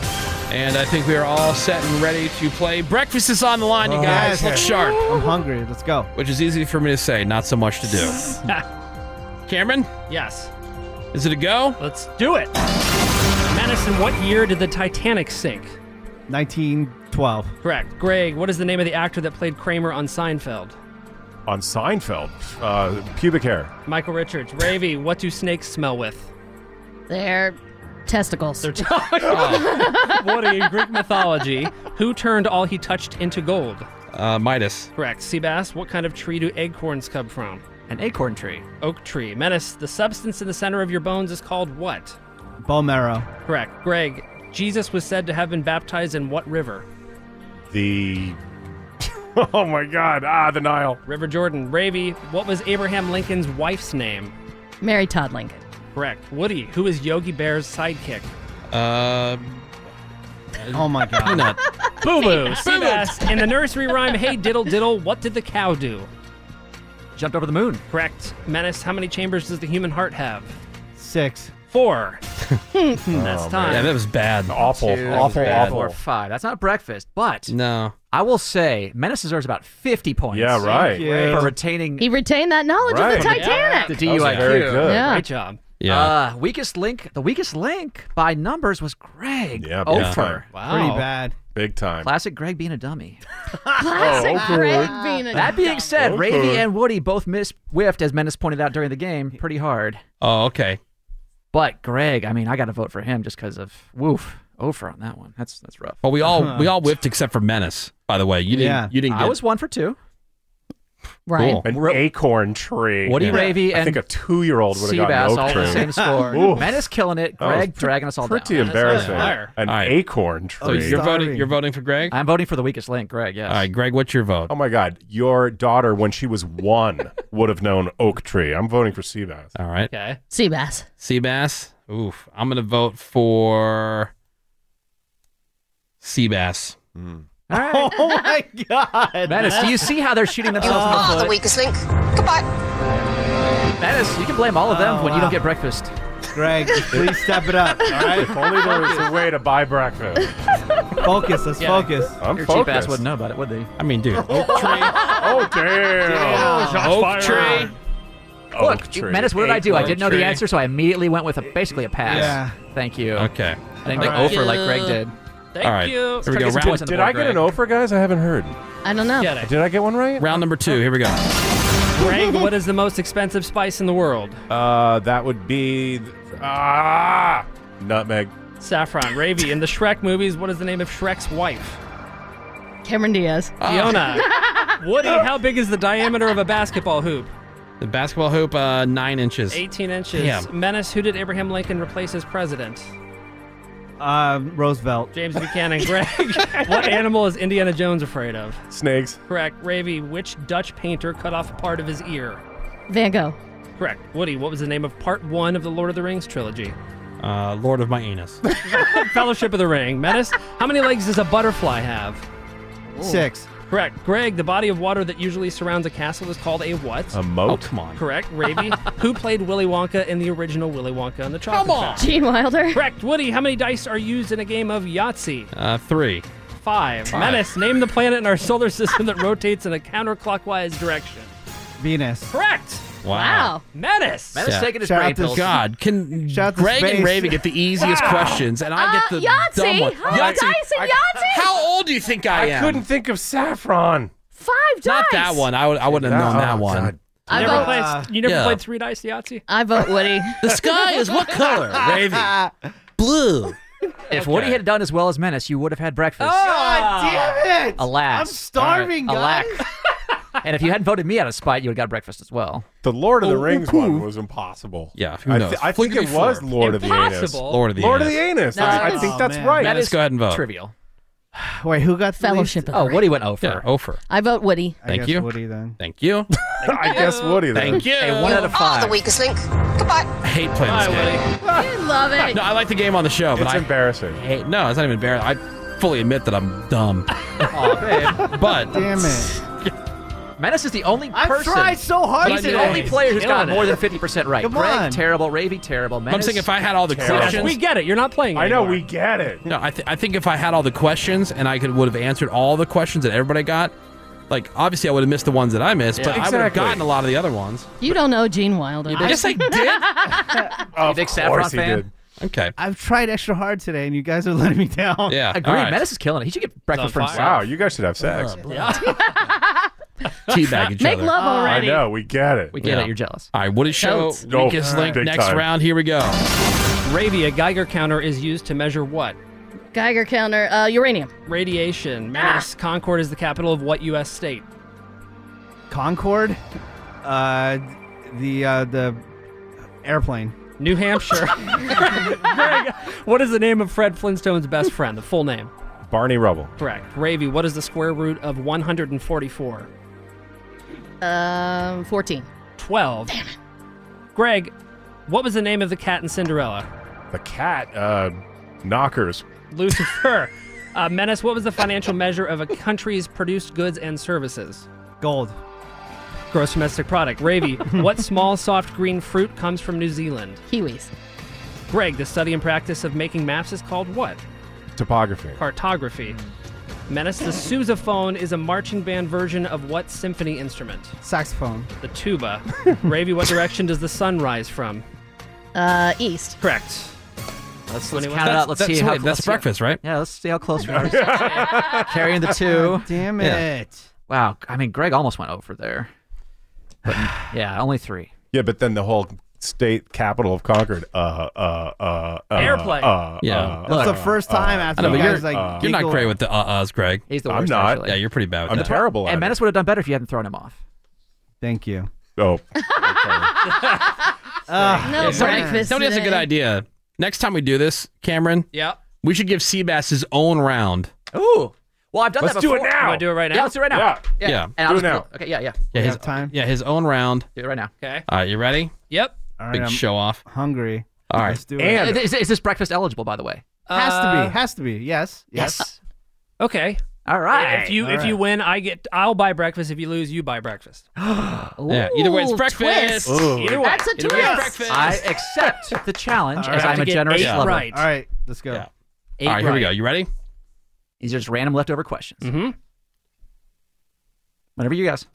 D: And I think we are all set and ready to play. Breakfast is on the line,
I: Oh,
D: you
E: yes.
D: guys. Look sharp.
E: Oh, I'm hungry. Let's go.
D: Which is easy for me to say, not so much to
I: <laughs>
D: do. Cameron,
I: Yes.
D: is it a go?
I: Let's do it. Madison, what year did the Titanic sink?
E: 1912.
I: Correct. Greg, what is the name of the actor that played Kramer on Seinfeld?
G: On Seinfeld, uh, pubic hair.
I: Michael Richards. Ravy, what do snakes smell with?
D: <laughs>
H: They're testicles.
I: They're Woody in Oh. Greek mythology. Who turned all he touched into gold?
D: Uh, Midas.
I: Correct. Seabass, what kind of tree do acorns come from?
J: An acorn tree.
I: Oak tree. Menace, the substance in the center of your bones is called what?
E: Bone marrow.
I: Correct. Greg, Jesus was said to have been baptized in what river?
K: <laughs>
G: The. <laughs> oh my God. Ah, the Nile.
I: River Jordan. Ravy, what was Abraham Lincoln's wife's name?
H: Mary Todd Lincoln.
I: Correct. Woody, who is Yogi Bear's sidekick?
D: Um.
E: Oh my God.
D: <laughs> Peanut.
I: Boo Boo.
E: Peanut.
I: Seabass. In the nursery rhyme, Hey Diddle Diddle, what did the cow do?
J: Jumped over the moon.
I: Correct. Menace, how many chambers does the human heart have?
E: Six.
I: Four. Hmm, That's time.
D: Yeah, that was bad.
G: Awful.
J: Two,
G: awful.
J: three,
G: Awful.
J: four, five. That's not breakfast, but
D: no.
J: I will say Menace deserves about fifty points.
G: Yeah, right.
J: For retaining
H: He retained that knowledge of
J: Right.
H: Oh, the Titanic.
J: the
G: That was
J: DUIQ.
G: very good.
H: Yeah.
I: Great job.
D: Yeah.
J: Uh, weakest link. The weakest link by numbers was Greg.
G: Yeah, big time.
J: Ofer. Wow.
E: Pretty bad.
G: Big time.
J: Classic Greg being a dummy.
D: Oh,
H: Classic
L: Oh,
G: okay.
H: Greg being a
J: That being said,
G: Okay.
J: Ravy and Woody both missed whiffed, as Menace pointed out during the game, pretty hard.
D: Oh, okay.
J: But Greg, I mean, I got to vote for him just because of woof Ofer on that one. That's that's rough.
D: But we all we all whipped except for Menace. By the way, you didn't
J: Yeah.
D: you didn't get
J: I was one for two.
H: Right.
G: An acorn tree.
J: Woody Ravy
G: I think
J: and
G: a two-year-old would have gotten
J: Seabass
G: an
J: all
G: oak tree.
J: the same score. <laughs>
G: Oof.
J: Menace killing it.
G: That was
J: Greg dragging us all down.
G: Pretty embarrassing.
I: fire.
G: An
D: All right.
G: acorn
J: Oh,
G: tree.
D: So you're voting you're voting for Greg?
J: I'm voting for the weakest link, Greg.
G: <laughs>
J: Yes.
D: All right, Greg, what's your vote?
G: Oh my God! Your daughter, when she was one, <laughs> would have known oak tree. I'm voting for Seabass.
D: All right.
I: Okay.
H: Seabass.
D: Seabass. Oof. I'm gonna vote for Seabass.
J: All right.
E: Oh my God.
J: Menace, do you see how they're shooting
C: You
J: themselves in
C: are
G: Oh,
J: the
C: the
J: foot?
C: weakest link. Goodbye.
J: Menace, you can blame all of them
E: Oh,
J: when you don't
E: wow.
J: get breakfast. <laughs>
E: Greg, please step it up. All right.
G: if only there <laughs> was a way to buy breakfast.
E: Focus. Let's focus.
G: I'm
J: Your cheap ass
G: focused.
J: wouldn't know about it, would they?
D: I mean, dude,
L: <laughs>
D: oak tree,
G: Oh damn!
D: oak tree.
G: Oak
J: Look,
G: tree.
J: Menace, what did I do? I
D: Acorn
J: didn't know
D: tree.
J: the answer, so I immediately went with a, basically a pass.
E: Yeah.
J: Thank you.
D: Okay.
J: I didn't go
I: Alright.
J: over like Greg did.
I: Thank
D: All right.
I: you.
D: Here we go.
J: Let's try to get some points
D: Round,
J: on the
G: Did
J: board,
G: I get
D: <laughs>
J: Greg.
G: an offer, guys? I haven't heard.
H: I don't know.
I: Get it.
G: Did I get one right?
D: round number two. Here we go.
I: Greg, what is the most expensive spice in the world?
G: Uh, that would be th- ah nutmeg.
I: Saffron. Ravy, in the Shrek movies, what is the name of Shrek's wife?
H: Cameron Diaz.
D: <laughs>
I: Fiona. Woody, how big is the diameter of a basketball hoop?
D: The basketball hoop, uh, nine inches.
I: 18 inches.
D: Damn.
I: Menace, who did Abraham Lincoln replace as president?
E: Um, Roosevelt.
I: James
D: <laughs>
I: Buchanan. Greg, what animal is Indiana Jones afraid of?
G: Snakes.
I: Correct. Ravy, which Dutch painter cut off a part of his ear?
H: Van Gogh.
I: Correct. Woody, what was the name of part one of the Lord of the Rings trilogy?
D: Uh, Lord of my anus.
I: <laughs> Fellowship of the Ring. Menace, how many legs does a butterfly have?
E: Six.
I: Correct. Greg, the body of water that usually surrounds a castle is called a what?
G: A
D: Oh,
G: moat.
D: come on.
I: Correct.
G: <laughs>
I: Ravy, who played Willy Wonka in the original Willy Wonka and the Chocolate Come on.
H: Gene Wilder.
I: Correct. Woody, how many dice are used in a game of Yahtzee? <laughs>
D: Uh, three.
I: Five. Menace, name the planet in our solar system that rotates in a counterclockwise direction.
E: Venus.
I: Correct.
H: Wow.
I: Menace.
J: Menace
D: Yeah.
J: taking his
E: Shout
J: brain
E: out to
J: pills. Ah.
D: God, can
E: Shout out to
D: Greg and
E: space.
D: Raven get the easiest questions, and I get
H: Ah. Uh,
D: the dumb
H: Yahtzee.
D: one.
H: How many dice in Yahtzee?
D: How old do you think I,
G: I
D: am?
G: couldn't think of saffron.
H: Five dice.
D: Not that one. I would. I wouldn't have known
G: Oh,
D: that one.
G: God.
H: I
I: Never
H: vote,
I: played, you never
D: yeah.
I: played three dice Yahtzee?
H: I vote <laughs> Woody.
D: The sky is
E: <laughs>
D: what color, Raven? Blue.
J: If Woody had done as well as Menace, you would have had breakfast.
I: Oh,
E: God damn it!
J: Alas.
E: I'm starving,
J: All right.
E: guys.
J: Alack. and if you hadn't voted me out of spite, you would have got breakfast as well.
G: The Lord of the Rings
D: cool.
G: one was impossible.
D: Yeah, who
G: I,
D: knows?
G: I think it
D: Flinkity
G: was
D: Fleur.
G: Lord
I: Impossible.
D: Lord of
G: of the Anus.
D: the
G: Lord of
D: Anus.
G: the Anus. I, I think
E: Oh,
G: that's
E: man.
G: right.
D: Let's go ahead and vote.
J: Trivial.
E: Wait, who got the
H: Fellowship
E: least?
H: of the
J: Oh,
H: Ring.
J: Woody went over.
D: Yeah, Ofer.
H: I vote Woody.
E: I
D: Thank
E: guess
D: you.
E: Woody then. <laughs>
D: Thank you.
G: I guess Woody. Then.
D: Thank you.
J: Hey, one out of
C: Are Ah, the
J: five.
C: weakest link. Goodbye.
D: I hate playing this game.
H: <laughs> You love it.
D: No, I like the game on the show, but
G: It's
D: I
G: embarrassing.
D: hate. No, it's not even embarrassing. I fully admit that I'm dumb,
J: Aw, babe.
G: <laughs>
D: but
E: Damn it!
J: Menace is the only
E: I
J: person.
E: tried so hard.
J: He's the
E: today.
J: only player who's got
I: Killing it.
J: more than 50% right.
E: Come
J: Greg,
E: on.
J: terrible. Ravy, terrible.
D: I'm
J: Menace,
D: saying if I had all the
G: Terrible.
I: Yes,
D: questions,
I: we get it. You're not playing.
G: I know
I: anymore.
G: we get it.
D: No, I, th- I think if I had all the questions and I could would have answered all the questions that everybody got, like obviously I would have missed the ones that I missed, but I would have
G: Exactly.
D: gotten a lot of the
J: <laughs>
D: other ones.
H: You don't know Gene Wilder.
D: Yes, I did.
G: Of
J: big
G: course
J: Saffron
G: he
J: fan?
G: did.
D: Okay.
E: I've tried extra hard today, and you guys are letting me down.
D: Yeah.
J: Agreed.
D: all right.
J: Menace is killing it. He should get breakfast for
I: on
J: himself.
G: Wow, you guys should have sex.
D: Teabag each
H: Make
D: other.
H: love
G: I
H: already.
G: know. We get it.
J: We get
D: Yeah.
J: it. You're jealous.
D: All right. What is show?
H: Don't.
G: No,
D: Weakest link.
G: big
D: Next
G: time.
D: round. Here we go.
I: Ravy, a Geiger counter is used to measure what?
H: Geiger counter. Uh, uranium.
I: Radiation. Menace, Concord is the capital of what U.S. state?
E: Concord. Uh, the uh, the airplane.
I: New Hampshire. Greg, what is the name of Fred Flintstone's best friend? The full name.
G: Barney Rubble.
I: Correct. Ravy, what is the square root of 144?
H: Um, 14.
I: 12. Damn it. Greg, what was the name of the cat in Cinderella?
G: The cat uh, knockers.
I: Lucifer. uh, Menace, what was the financial measure of a country's produced goods and services?
E: Gold.
I: Gross domestic product. Ravy, what small soft green fruit comes from New Zealand?
H: Kiwis.
I: Greg, the study and practice of making maps is called what?
G: Topography.
I: Cartography. Menace, the sousaphone is a marching band version of what symphony instrument?
E: <laughs> Saxophone.
I: The tuba. Ravy, what direction does the sun rise from?
H: Uh, east.
I: Correct. Let's,
J: let's count it out. Let's see how let's see- Yeah, let's see how close we
E: <laughs>
J: are. Carrying the two.
E: damn
J: Yeah.
E: it.
J: Wow. I mean, Greg almost went over there. But yeah, only three.
G: Yeah, but then the whole state capital of Concord. Uh, uh, uh, uh
E: Airplane.
G: Uh,
D: Yeah.
G: uh,
E: That's
G: uh,
E: the first time
D: I
E: after
D: know,
E: you
D: but
E: guys,
D: you're,
E: like,
D: you're not
E: giggle.
D: great with the uh uhs, Greg.
J: He's the I'm worst, not. actually.
D: Yeah, you're pretty bad with
J: I'm
D: that.
G: terrible
J: And Menace would have done better if you hadn't thrown him off.
E: Thank you.
G: Oh.
H: No
D: somebody,
H: breakfast
D: somebody has a good
H: today.
D: idea. Next time we do this, Cameron.
I: Yeah.
D: We should give Seabass his own round.
J: Ooh. Well, I've done
G: Let's
J: that
G: do
J: before.
G: it now. You wanna do it
I: right
J: Yeah,
I: now?
J: let's do it right now.
G: Yeah.
D: Yeah.
J: And
D: Do
J: I'll
D: it
J: just-
D: now.
J: Okay, yeah, yeah. Yeah,
D: Yeah, his Yeah, his own round.
J: Do it right now. Okay.
D: All right, you ready?
I: Yep.
E: All right,
D: Big
E: I'm
D: show off.
E: Hungry.
D: All right.
E: Let's do it.
J: And is, is this breakfast eligible, by the way?
E: has to
I: Uh,
E: be. Has to be. Yes. Yes.
I: Okay.
J: All right.
I: If you
E: All
I: if you
E: right.
I: win, I get I'll buy breakfast. If you lose, you buy
J: <gasps>
I: breakfast.
D: Yeah, either way, it's
H: Ooh,
D: breakfast.
H: twist.
I: Ooh. Either way.
H: That's a
I: Either
H: twist.
J: I accept the challenge
E: All
J: as
E: right.
J: I'm a
E: Get
J: generous
I: eight
J: lover.
I: right.
E: All right. Let's go.
D: Yeah.
J: Eight
D: All right, here we
J: right.
D: go. You ready?
J: These are just random leftover questions.
I: Mm-hmm.
J: Whenever you guys.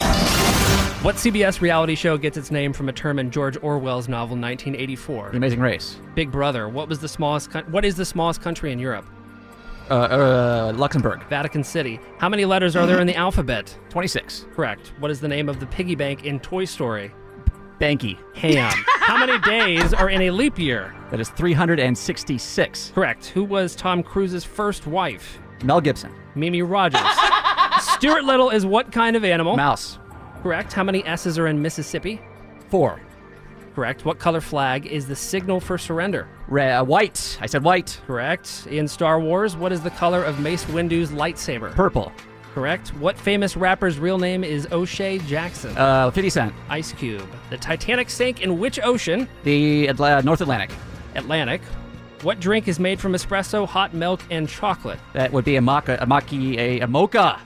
I: What CBS reality show gets its name from a term in George Orwell's novel 1984?
J: The Amazing Race.
I: Big Brother. What was the smallest? coun- What is the smallest country in Europe?
J: Uh, uh, Luxembourg.
I: Vatican City. How many letters are there in the alphabet?
J: 26.
I: Correct. What is the name of the piggy bank in Toy Story?
J: Banky. um,
D: <laughs>
J: <laughs>
I: Ham. How many days are in a leap year?
J: That is 366.
I: Correct. Who was Tom Cruise's first wife?
J: Mel Gibson.
I: Mimi Rogers. <laughs> Stuart Little is what kind of animal?
J: Mouse.
I: Correct. How many S's are in Mississippi?
J: Four.
I: Correct. What color flag is the signal for surrender?
J: Re- uh, white. I said white.
I: Correct. In Star Wars, what is the color of Mace Windu's lightsaber?
J: Purple.
I: Correct. What famous rapper's real name is O'Shea Jackson?
J: Uh, 50 Cent.
I: Ice Cube. The Titanic sank in which ocean?
J: The Atla- Uh, North Atlantic.
I: Atlantic. What drink is made from espresso, hot milk, and chocolate?
J: That would be a maca, a maki, a, a mocha.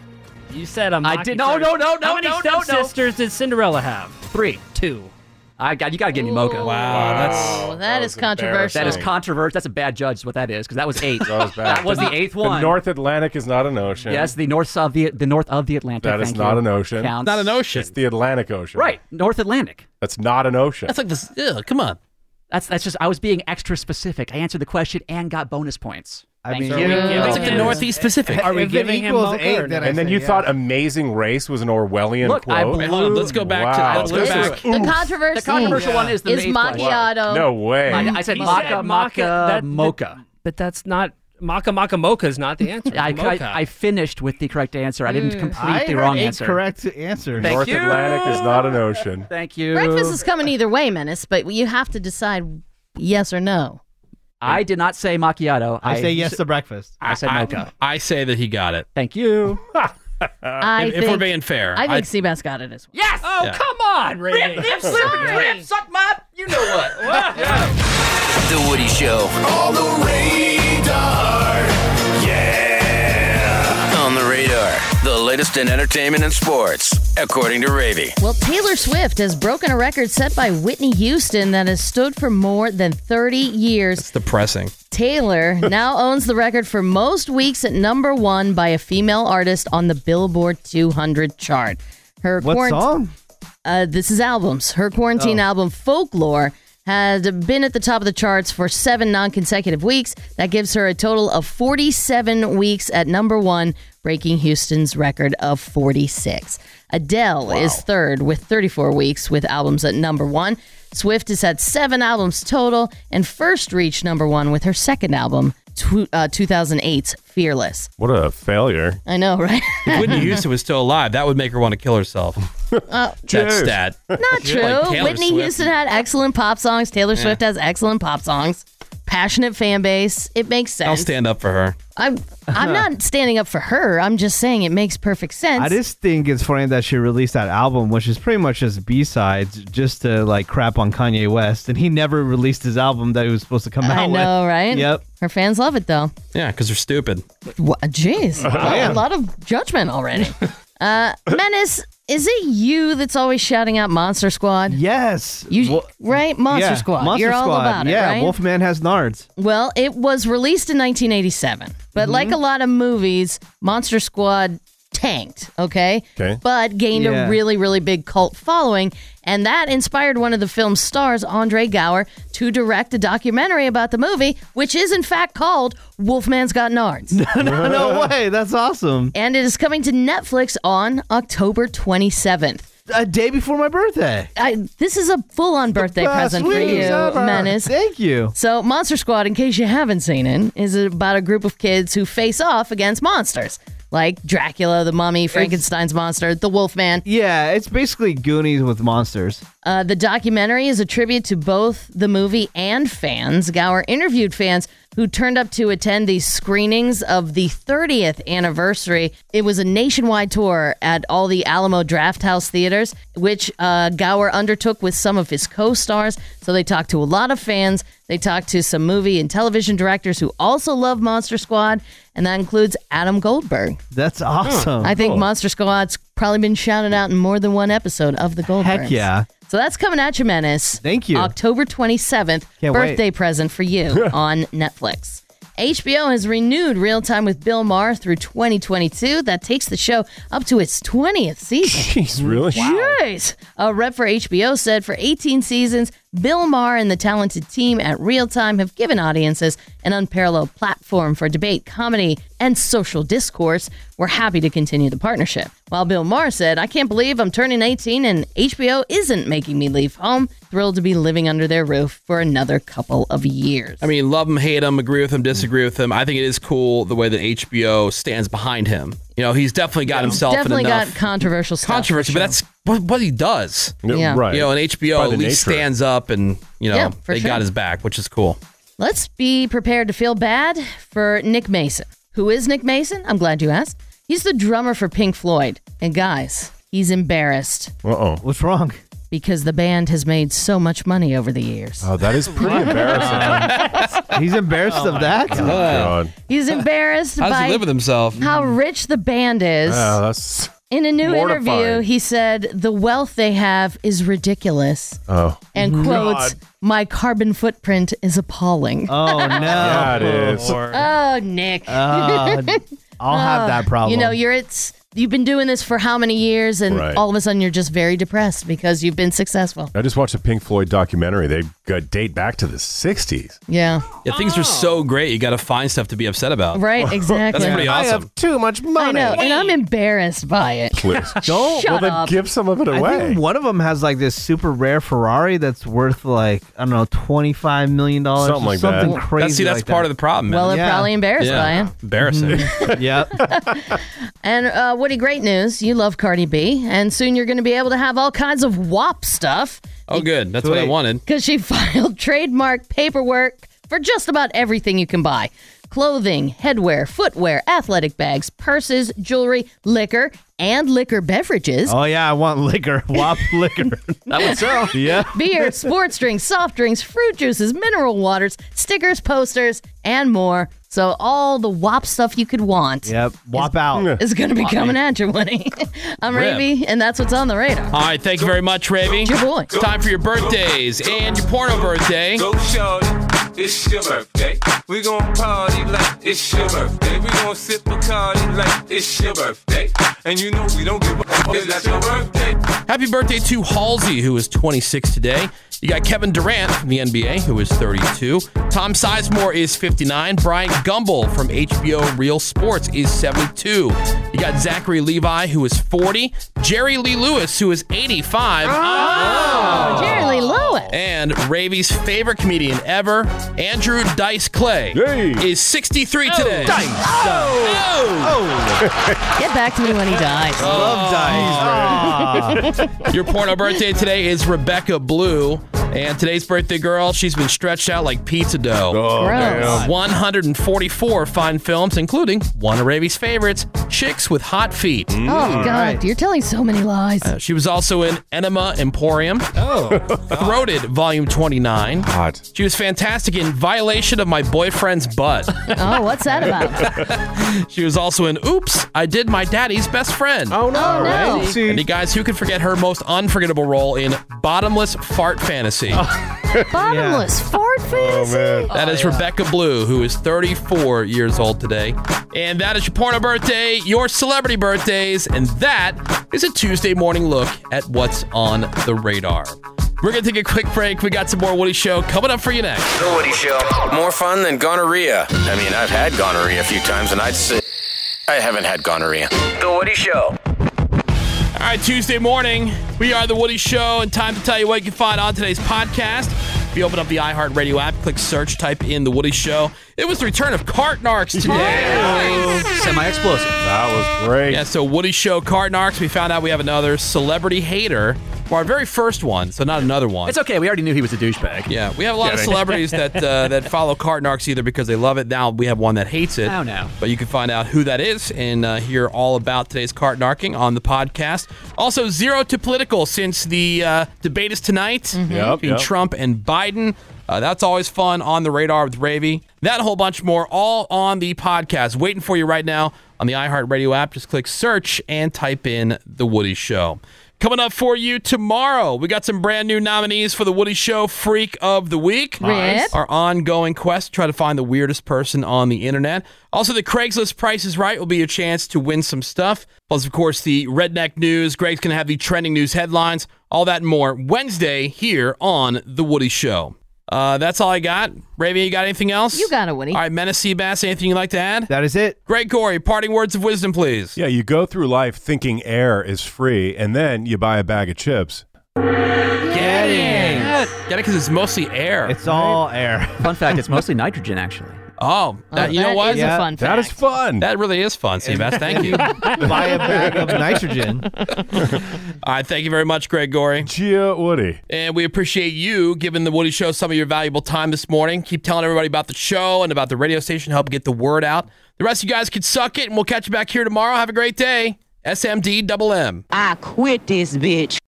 I: You said a
J: I
I: maki
J: did- no,
I: first.
J: no, no, no,
I: How many
J: no, no, no.
I: stepsisters did Cinderella have?
J: Three.
I: Two.
J: I got you. Got to give me mocha.
D: Wow, that's
H: Oh, that is controversial.
J: That is controversial. That's a bad judge. Is what that is because that was eight.
G: That was bad.
J: the eighth
G: The
J: one.
G: North Atlantic is not an ocean.
J: Yes, the north of the the north of the Atlantic.
G: That is
J: thank
G: not
J: you.
G: an ocean.
J: Counts.
D: not an ocean.
G: It's the Atlantic Ocean.
J: Right, North Atlantic.
G: That's not an ocean.
D: That's like this. Ew, come on.
J: That's that's just I was being extra specific. I answered the question and got bonus points.
E: I
J: Thank
E: mean,
J: you.
E: you know,
D: That's like the
I: Yeah.
D: Northeast Pacific.
I: Are we
E: if
I: giving
E: it
I: him
E: equals
I: mocha or
E: eight, then
I: no?
E: I
G: And then
E: say
G: you
E: yes.
G: thought Amazing Race was an Orwellian
J: Look, I
G: quote.
J: blew-
D: Hold on, let's go back to.
G: Wow. This
D: Let's
G: is
D: go back.
G: a-
H: The controversy.
J: The controversial one is the
H: is
J: main one.
H: macchiato.
G: No way.
J: I, I said
I: He
J: maca,
I: said
J: maca,
I: that-
J: mocha.
I: But, but that's not maca maca mocha is not the answer.
J: <laughs> I,
I: Mocha. Hmm.
J: I, I finished with the correct answer. I didn't complete
E: I
J: the
E: heard
J: wrong
E: eight
J: answer.
E: Correct answer.
J: Thank
G: North
J: you.
G: Atlantic is not an ocean.
J: Thank you.
H: Breakfast is coming either way, Menace, but you have to decide yes or no.
J: I did not say macchiato.
E: I say yes to breakfast.
J: I said mocha.
D: I say that he got it.
J: Thank
E: <laughs>
J: you.
H: I
D: if,
H: think,
D: if we're being fair,
H: I think Seabass got it as well.
J: Yes. Oh,
D: Yeah.
I: Come on, Ray.
H: Sorry.
J: suck my. You know
P: <laughs>
J: what?
M: The Woody Show
L: On the radar. Yeah.
M: on the radar. The latest in entertainment and sports, according to Ravy.
H: Well, Taylor Swift has broken a record set by Whitney Houston that has stood for more than 30 years.
D: it's depressing.
H: Taylor
D: <laughs>
H: now owns the record for most weeks at number one by a female artist on the Billboard 200 chart. Her
E: What
H: quarant-
E: song?
H: Uh, this is albums. Her quarantine album, Folklore, had been at the top of the charts for seven non consecutive weeks. That gives her a total of 47 weeks at number one, breaking Houston's record of 46. Adele is third with 34 weeks with albums at number one. Swift has had seven albums total and first reached number one with her second album, tw- uh, 2008's Fearless.
G: What a failure.
H: I know, right?
D: If
H: <laughs>
D: Whitney Houston was still alive, that would make her want to kill herself.
H: Uh,
D: That stat.
H: Not true. Whitney Houston had excellent pop songs. Taylor
D: Yeah.
H: Swift has excellent pop songs. Passionate fan base. It makes sense.
D: I'll stand up for her.
H: I'm I'm
D: <laughs>
H: not standing up for her. I'm just saying it makes perfect sense.
E: I just think it's funny that she released that album, which is pretty much just B sides, just to like crap on Kanye West, and he never released his album that he was supposed to come out
H: I know,
E: with.
H: right?
E: Yep.
H: Her fans love it
E: <laughs>
H: though.
D: Yeah, because they're stupid.
H: What? Jeez,
D: Damn.
H: a lot of judgment
E: <laughs>
H: already. uh, Menace, is it you that's always shouting out Monster Squad?
E: Yes.
H: You right, Monster
E: Yeah,
H: Squad.
E: Monster
H: You're all
E: Squad.
H: about it,
E: Yeah,
H: right?
E: Wolfman has nards.
H: Well, it was released in 1987, but like
E: Mm-hmm.
H: a lot of movies, Monster Squad tanked, okay?
G: Okay.
H: But gained
G: Yeah.
H: a really, really big cult following, and that inspired one of the film's stars, Andre Gower, to direct a documentary about the movie, which is in fact called Wolfman's Got Nards.
E: <laughs> no, no way. That's awesome.
H: And it is coming to Netflix on October 27th.
E: A day before my birthday.
H: I, this is a full on birthday
E: best
H: present for
E: news
H: you,
E: ever.
H: Menace.
E: Thank you.
H: So, Monster Squad, in case you haven't seen it, is about a group of kids who face off against monsters like Dracula, the mummy, Frankenstein's monster, the Wolfman.
E: Yeah, it's basically Goonies with monsters.
H: Uh, the documentary is a tribute to both the movie and fans. Gower interviewed fans who turned up to attend these screenings of the 30th anniversary. It was a nationwide tour at all the Alamo Drafthouse theaters, which uh, Gower undertook with some of his co stars. So they talked to a lot of fans. They talked to some movie and television directors who also love Monster Squad, and that includes Adam Goldberg.
E: That's awesome.
H: I think Monster Squad's probably been shouted out in more than one episode of the Goldbergs.
E: Heck yeah.
H: So that's coming at you, Menace.
E: Thank you.
H: October 27th,
E: Can't wait.
H: birthday present for you on Netflix. HBO has renewed Real Time with Bill Maher through 2022. That takes the show up to its 20th season.
E: <laughs>
G: Jeez, really?
H: Jeez. A rep for HBO said for 18 seasons, Bill Maher and the talented team at Real Time have given audiences an unparalleled platform for debate, comedy, and social discourse. We're happy to continue the partnership. While Bill Maher said, I can't believe I'm turning 18 and HBO isn't making me leave home. Thrilled to be living under their roof for another couple of years.
D: I mean, love him, hate him, agree with him, disagree with him. I think it is cool the way that HBO stands behind him. You know, he's definitely got himself
H: Definitely
D: in enough
H: got controversial stuff.
D: controversy, but that's what, what he does.
H: Yeah, Yeah. right.
D: You know, and HBO
G: By
D: at
G: the
D: least
G: nature.
D: stands up and, you know,
H: Yeah, for
D: they
H: sure.
D: got his back, which is cool.
H: Let's be prepared to feel bad for Nick Mason. Who is Nick Mason? I'm glad you asked. He's the drummer for Pink Floyd. And guys, he's embarrassed
G: Uh oh.
E: What's wrong?
H: because the band has made so much money over the years.
G: Oh, that is
D: <laughs>
G: pretty
J: <laughs>
G: embarrassing.
E: He's embarrassed of that?
G: Oh, God.
D: <laughs>
H: He's embarrassed
D: How does
H: by
D: he live with himself?
H: how rich the band is.
G: Oh, that's.
H: In a new interview,
G: mortifying.
H: he said, The wealth they have is ridiculous.
G: Oh.
H: And
E: Mm-hmm.
H: quotes, My carbon footprint is appalling.
E: Oh, no.
G: Yeah, it is.
H: Oh, Nick. Uh,
E: Uh,
H: <laughs>
E: I'll have that problem.
H: You know, you're it's you've been doing this for how many years and
G: Right.
H: all of a sudden you're just very depressed because you've been successful.
G: I just watched a Pink Floyd documentary. They uh, date back to the 60s.
H: Yeah.
D: Yeah,
H: Oh.
D: things
J: Oh.
D: are so great. You got to find stuff to be upset
E: Uh, <laughs>
D: about.
H: Right, exactly.
D: <laughs> That's pretty awesome.
E: too much
H: I know, and I'm embarrassed by it. <laughs>
E: <laughs> Don't.
H: Shut up.
G: some of it
E: I think one of them has like this super rare Ferrari that's worth like I don't know twenty five million dollars,
D: Something like that.
E: something
D: That's-
E: crazy.
D: see, that's
E: like
D: part
E: that. mm,
D: of the problem, man.
H: Well, they're probably embarrassed by him.
G: <laughs>
D: Embarrassing.
E: yep.
H: And uh, Woody, great news. You love Cardi B, and soon you're going to be able to have all kinds of WAP stuff
D: Oh, good. That's what I wanted.
H: because she <laughs> filed trademark paperwork for just about everything you can buy clothing, headwear, footwear, athletic bags, purses, jewelry, liquor, and liquor beverages.
E: Oh yeah, I want liquor, <laughs> WAP liquor.
D: that would sell. <laughs>
E: Yeah.
H: Beer, sports drinks, soft drinks, fruit juices, mineral waters, stickers, posters, and more. So all the WAP stuff you could want
E: Yep. WAP out.
H: is going to be coming at you, Winnie. <laughs> I'm
D: Rip.
H: Ravi, and that's what's on the radar.
D: All right, thank you very much, Ravy.
H: Your boy.
D: It's time for your birthdays and your porno birthday.
P: Go shorty, it's your birthday. We gon' party like it's your birthday. We gon' sip a party like it's your birthday. And you know we don't give a fuck. 'cause That's your birthday.
D: Happy birthday to Halsey, who is 26 today. You got Kevin Durant from the NBA, who is 32. Tom Sizemore is 59. Brian Gumble from HBO Real Sports is 72. You got Zachary Levi, who is 40. Jerry Lee Lewis, who is 85.
L: Oh,
H: Oh, Jerry Lee Lewis.
D: And Ravi's favorite comedian ever, Andrew Dice Clay, is 63 today.
H: Dice.
D: Oh.
H: Get back to me when he dies.
D: Love
H: dies.
D: Your porno birthday today is Rebecca Blue. And today's birthday girl, she's been stretched out like pizza dough.
G: Oh, Gross. damn.
D: 144 fine films, including one of Ravi's favorites, Chicks with Hot Feet.
H: Oh, God. You're telling so many lies.
D: Mm, Uh, she was also in Enema Emporium. Oh. Throated, Volume 29. Hot. She was fantastic in Violation of My Boyfriend's
H: <laughs>
D: Butt.
H: Oh, what's
D: <laughs>
H: that about?
D: she was also in Oops, I Did My Daddy's Best Friend. Oh,
H: no. Oh, no. Oopsie.
D: And you guys, who can forget her most unforgettable role in Bottomless Fart Fantasy?
H: <laughs> Bottomless fart
D: Oh,
H: fantasy.
D: That is Rebecca Blue, who is 34 years old today. And that is your porno birthday, your celebrity birthdays, and that is a Tuesday morning look at what's on the radar. We're going to take a quick break. We got some more Woody Show coming up for you next.
M: The Woody Show. More fun than gonorrhea. I mean, I've had gonorrhea a few times, and I'd say I haven't had gonorrhea. The Woody Show.
D: All right, Tuesday morning, we are The Woody Show, and time to tell you what you can find on today's podcast. If you open up the iHeartRadio app, click search, type in The Woody Show. It was the return of Cart Narks today. Semi explosive.
G: That was great.
D: Yeah, so Woody Show, Cart Narks, we found out we have another celebrity hater. Well, our very first one, so not another one.
J: It's okay. We already knew he was a douchebag.
D: Yeah, we have a lot of
J: Kidding.
D: celebrities that
J: <laughs>
D: uh, that follow Cartnarks either because they love it. Now we have one that hates it.
J: Oh, no.
D: But you can find out who that is and uh, hear all about today's Cartnarking on the podcast. Also, zero to political since the uh, debate is tonight
J: Mm-hmm.
G: Yep,
D: between
G: yep.
D: Trump and Biden. Uh, that's always fun on the radar with Ravy. That whole bunch more, all on the podcast. Waiting for you right now on the iHeartRadio app. Just click search and type in The Woody Show. Coming up for you tomorrow, we got some brand new nominees for The Woody Show Freak of the Week.
H: Rip.
D: Our ongoing quest to try to find the weirdest person on the internet. Also, the Craigslist Price is Right will be your chance to win some stuff. Plus, of course, the Redneck News. Greg's going to have the trending news headlines, all that and more Wednesday here on The Woody Show. Uh, that's all I got. Ravy, you got anything else? You
H: got it, Woody.
D: All right, Menace Seabass, anything you'd like to add?
E: That is it.
D: Greg Corey, parting words of wisdom, please.
G: Yeah, you go through life thinking air is free, and then you buy a bag of chips.
D: Get it. Get it because it's mostly air.
E: It's all air.
J: Fun fact: it's mostly nitrogen, actually.
D: Oh, that, you know
J: that
D: what?
J: is a Yeah, fun that
G: is fun.
D: That really is fun, Seabass. Thank you.
E: Buy a bag of nitrogen.
D: <laughs> All right, thank you very much, Greg Gorey.
G: Gia Woody.
D: And we appreciate you giving the Woody Show some of your valuable time this morning. Keep telling everybody about the show and about the radio station. Help get the word out. The rest of you guys can suck it, and we'll catch you back here tomorrow. Have a great day. SMD double M.
R: I quit this bitch.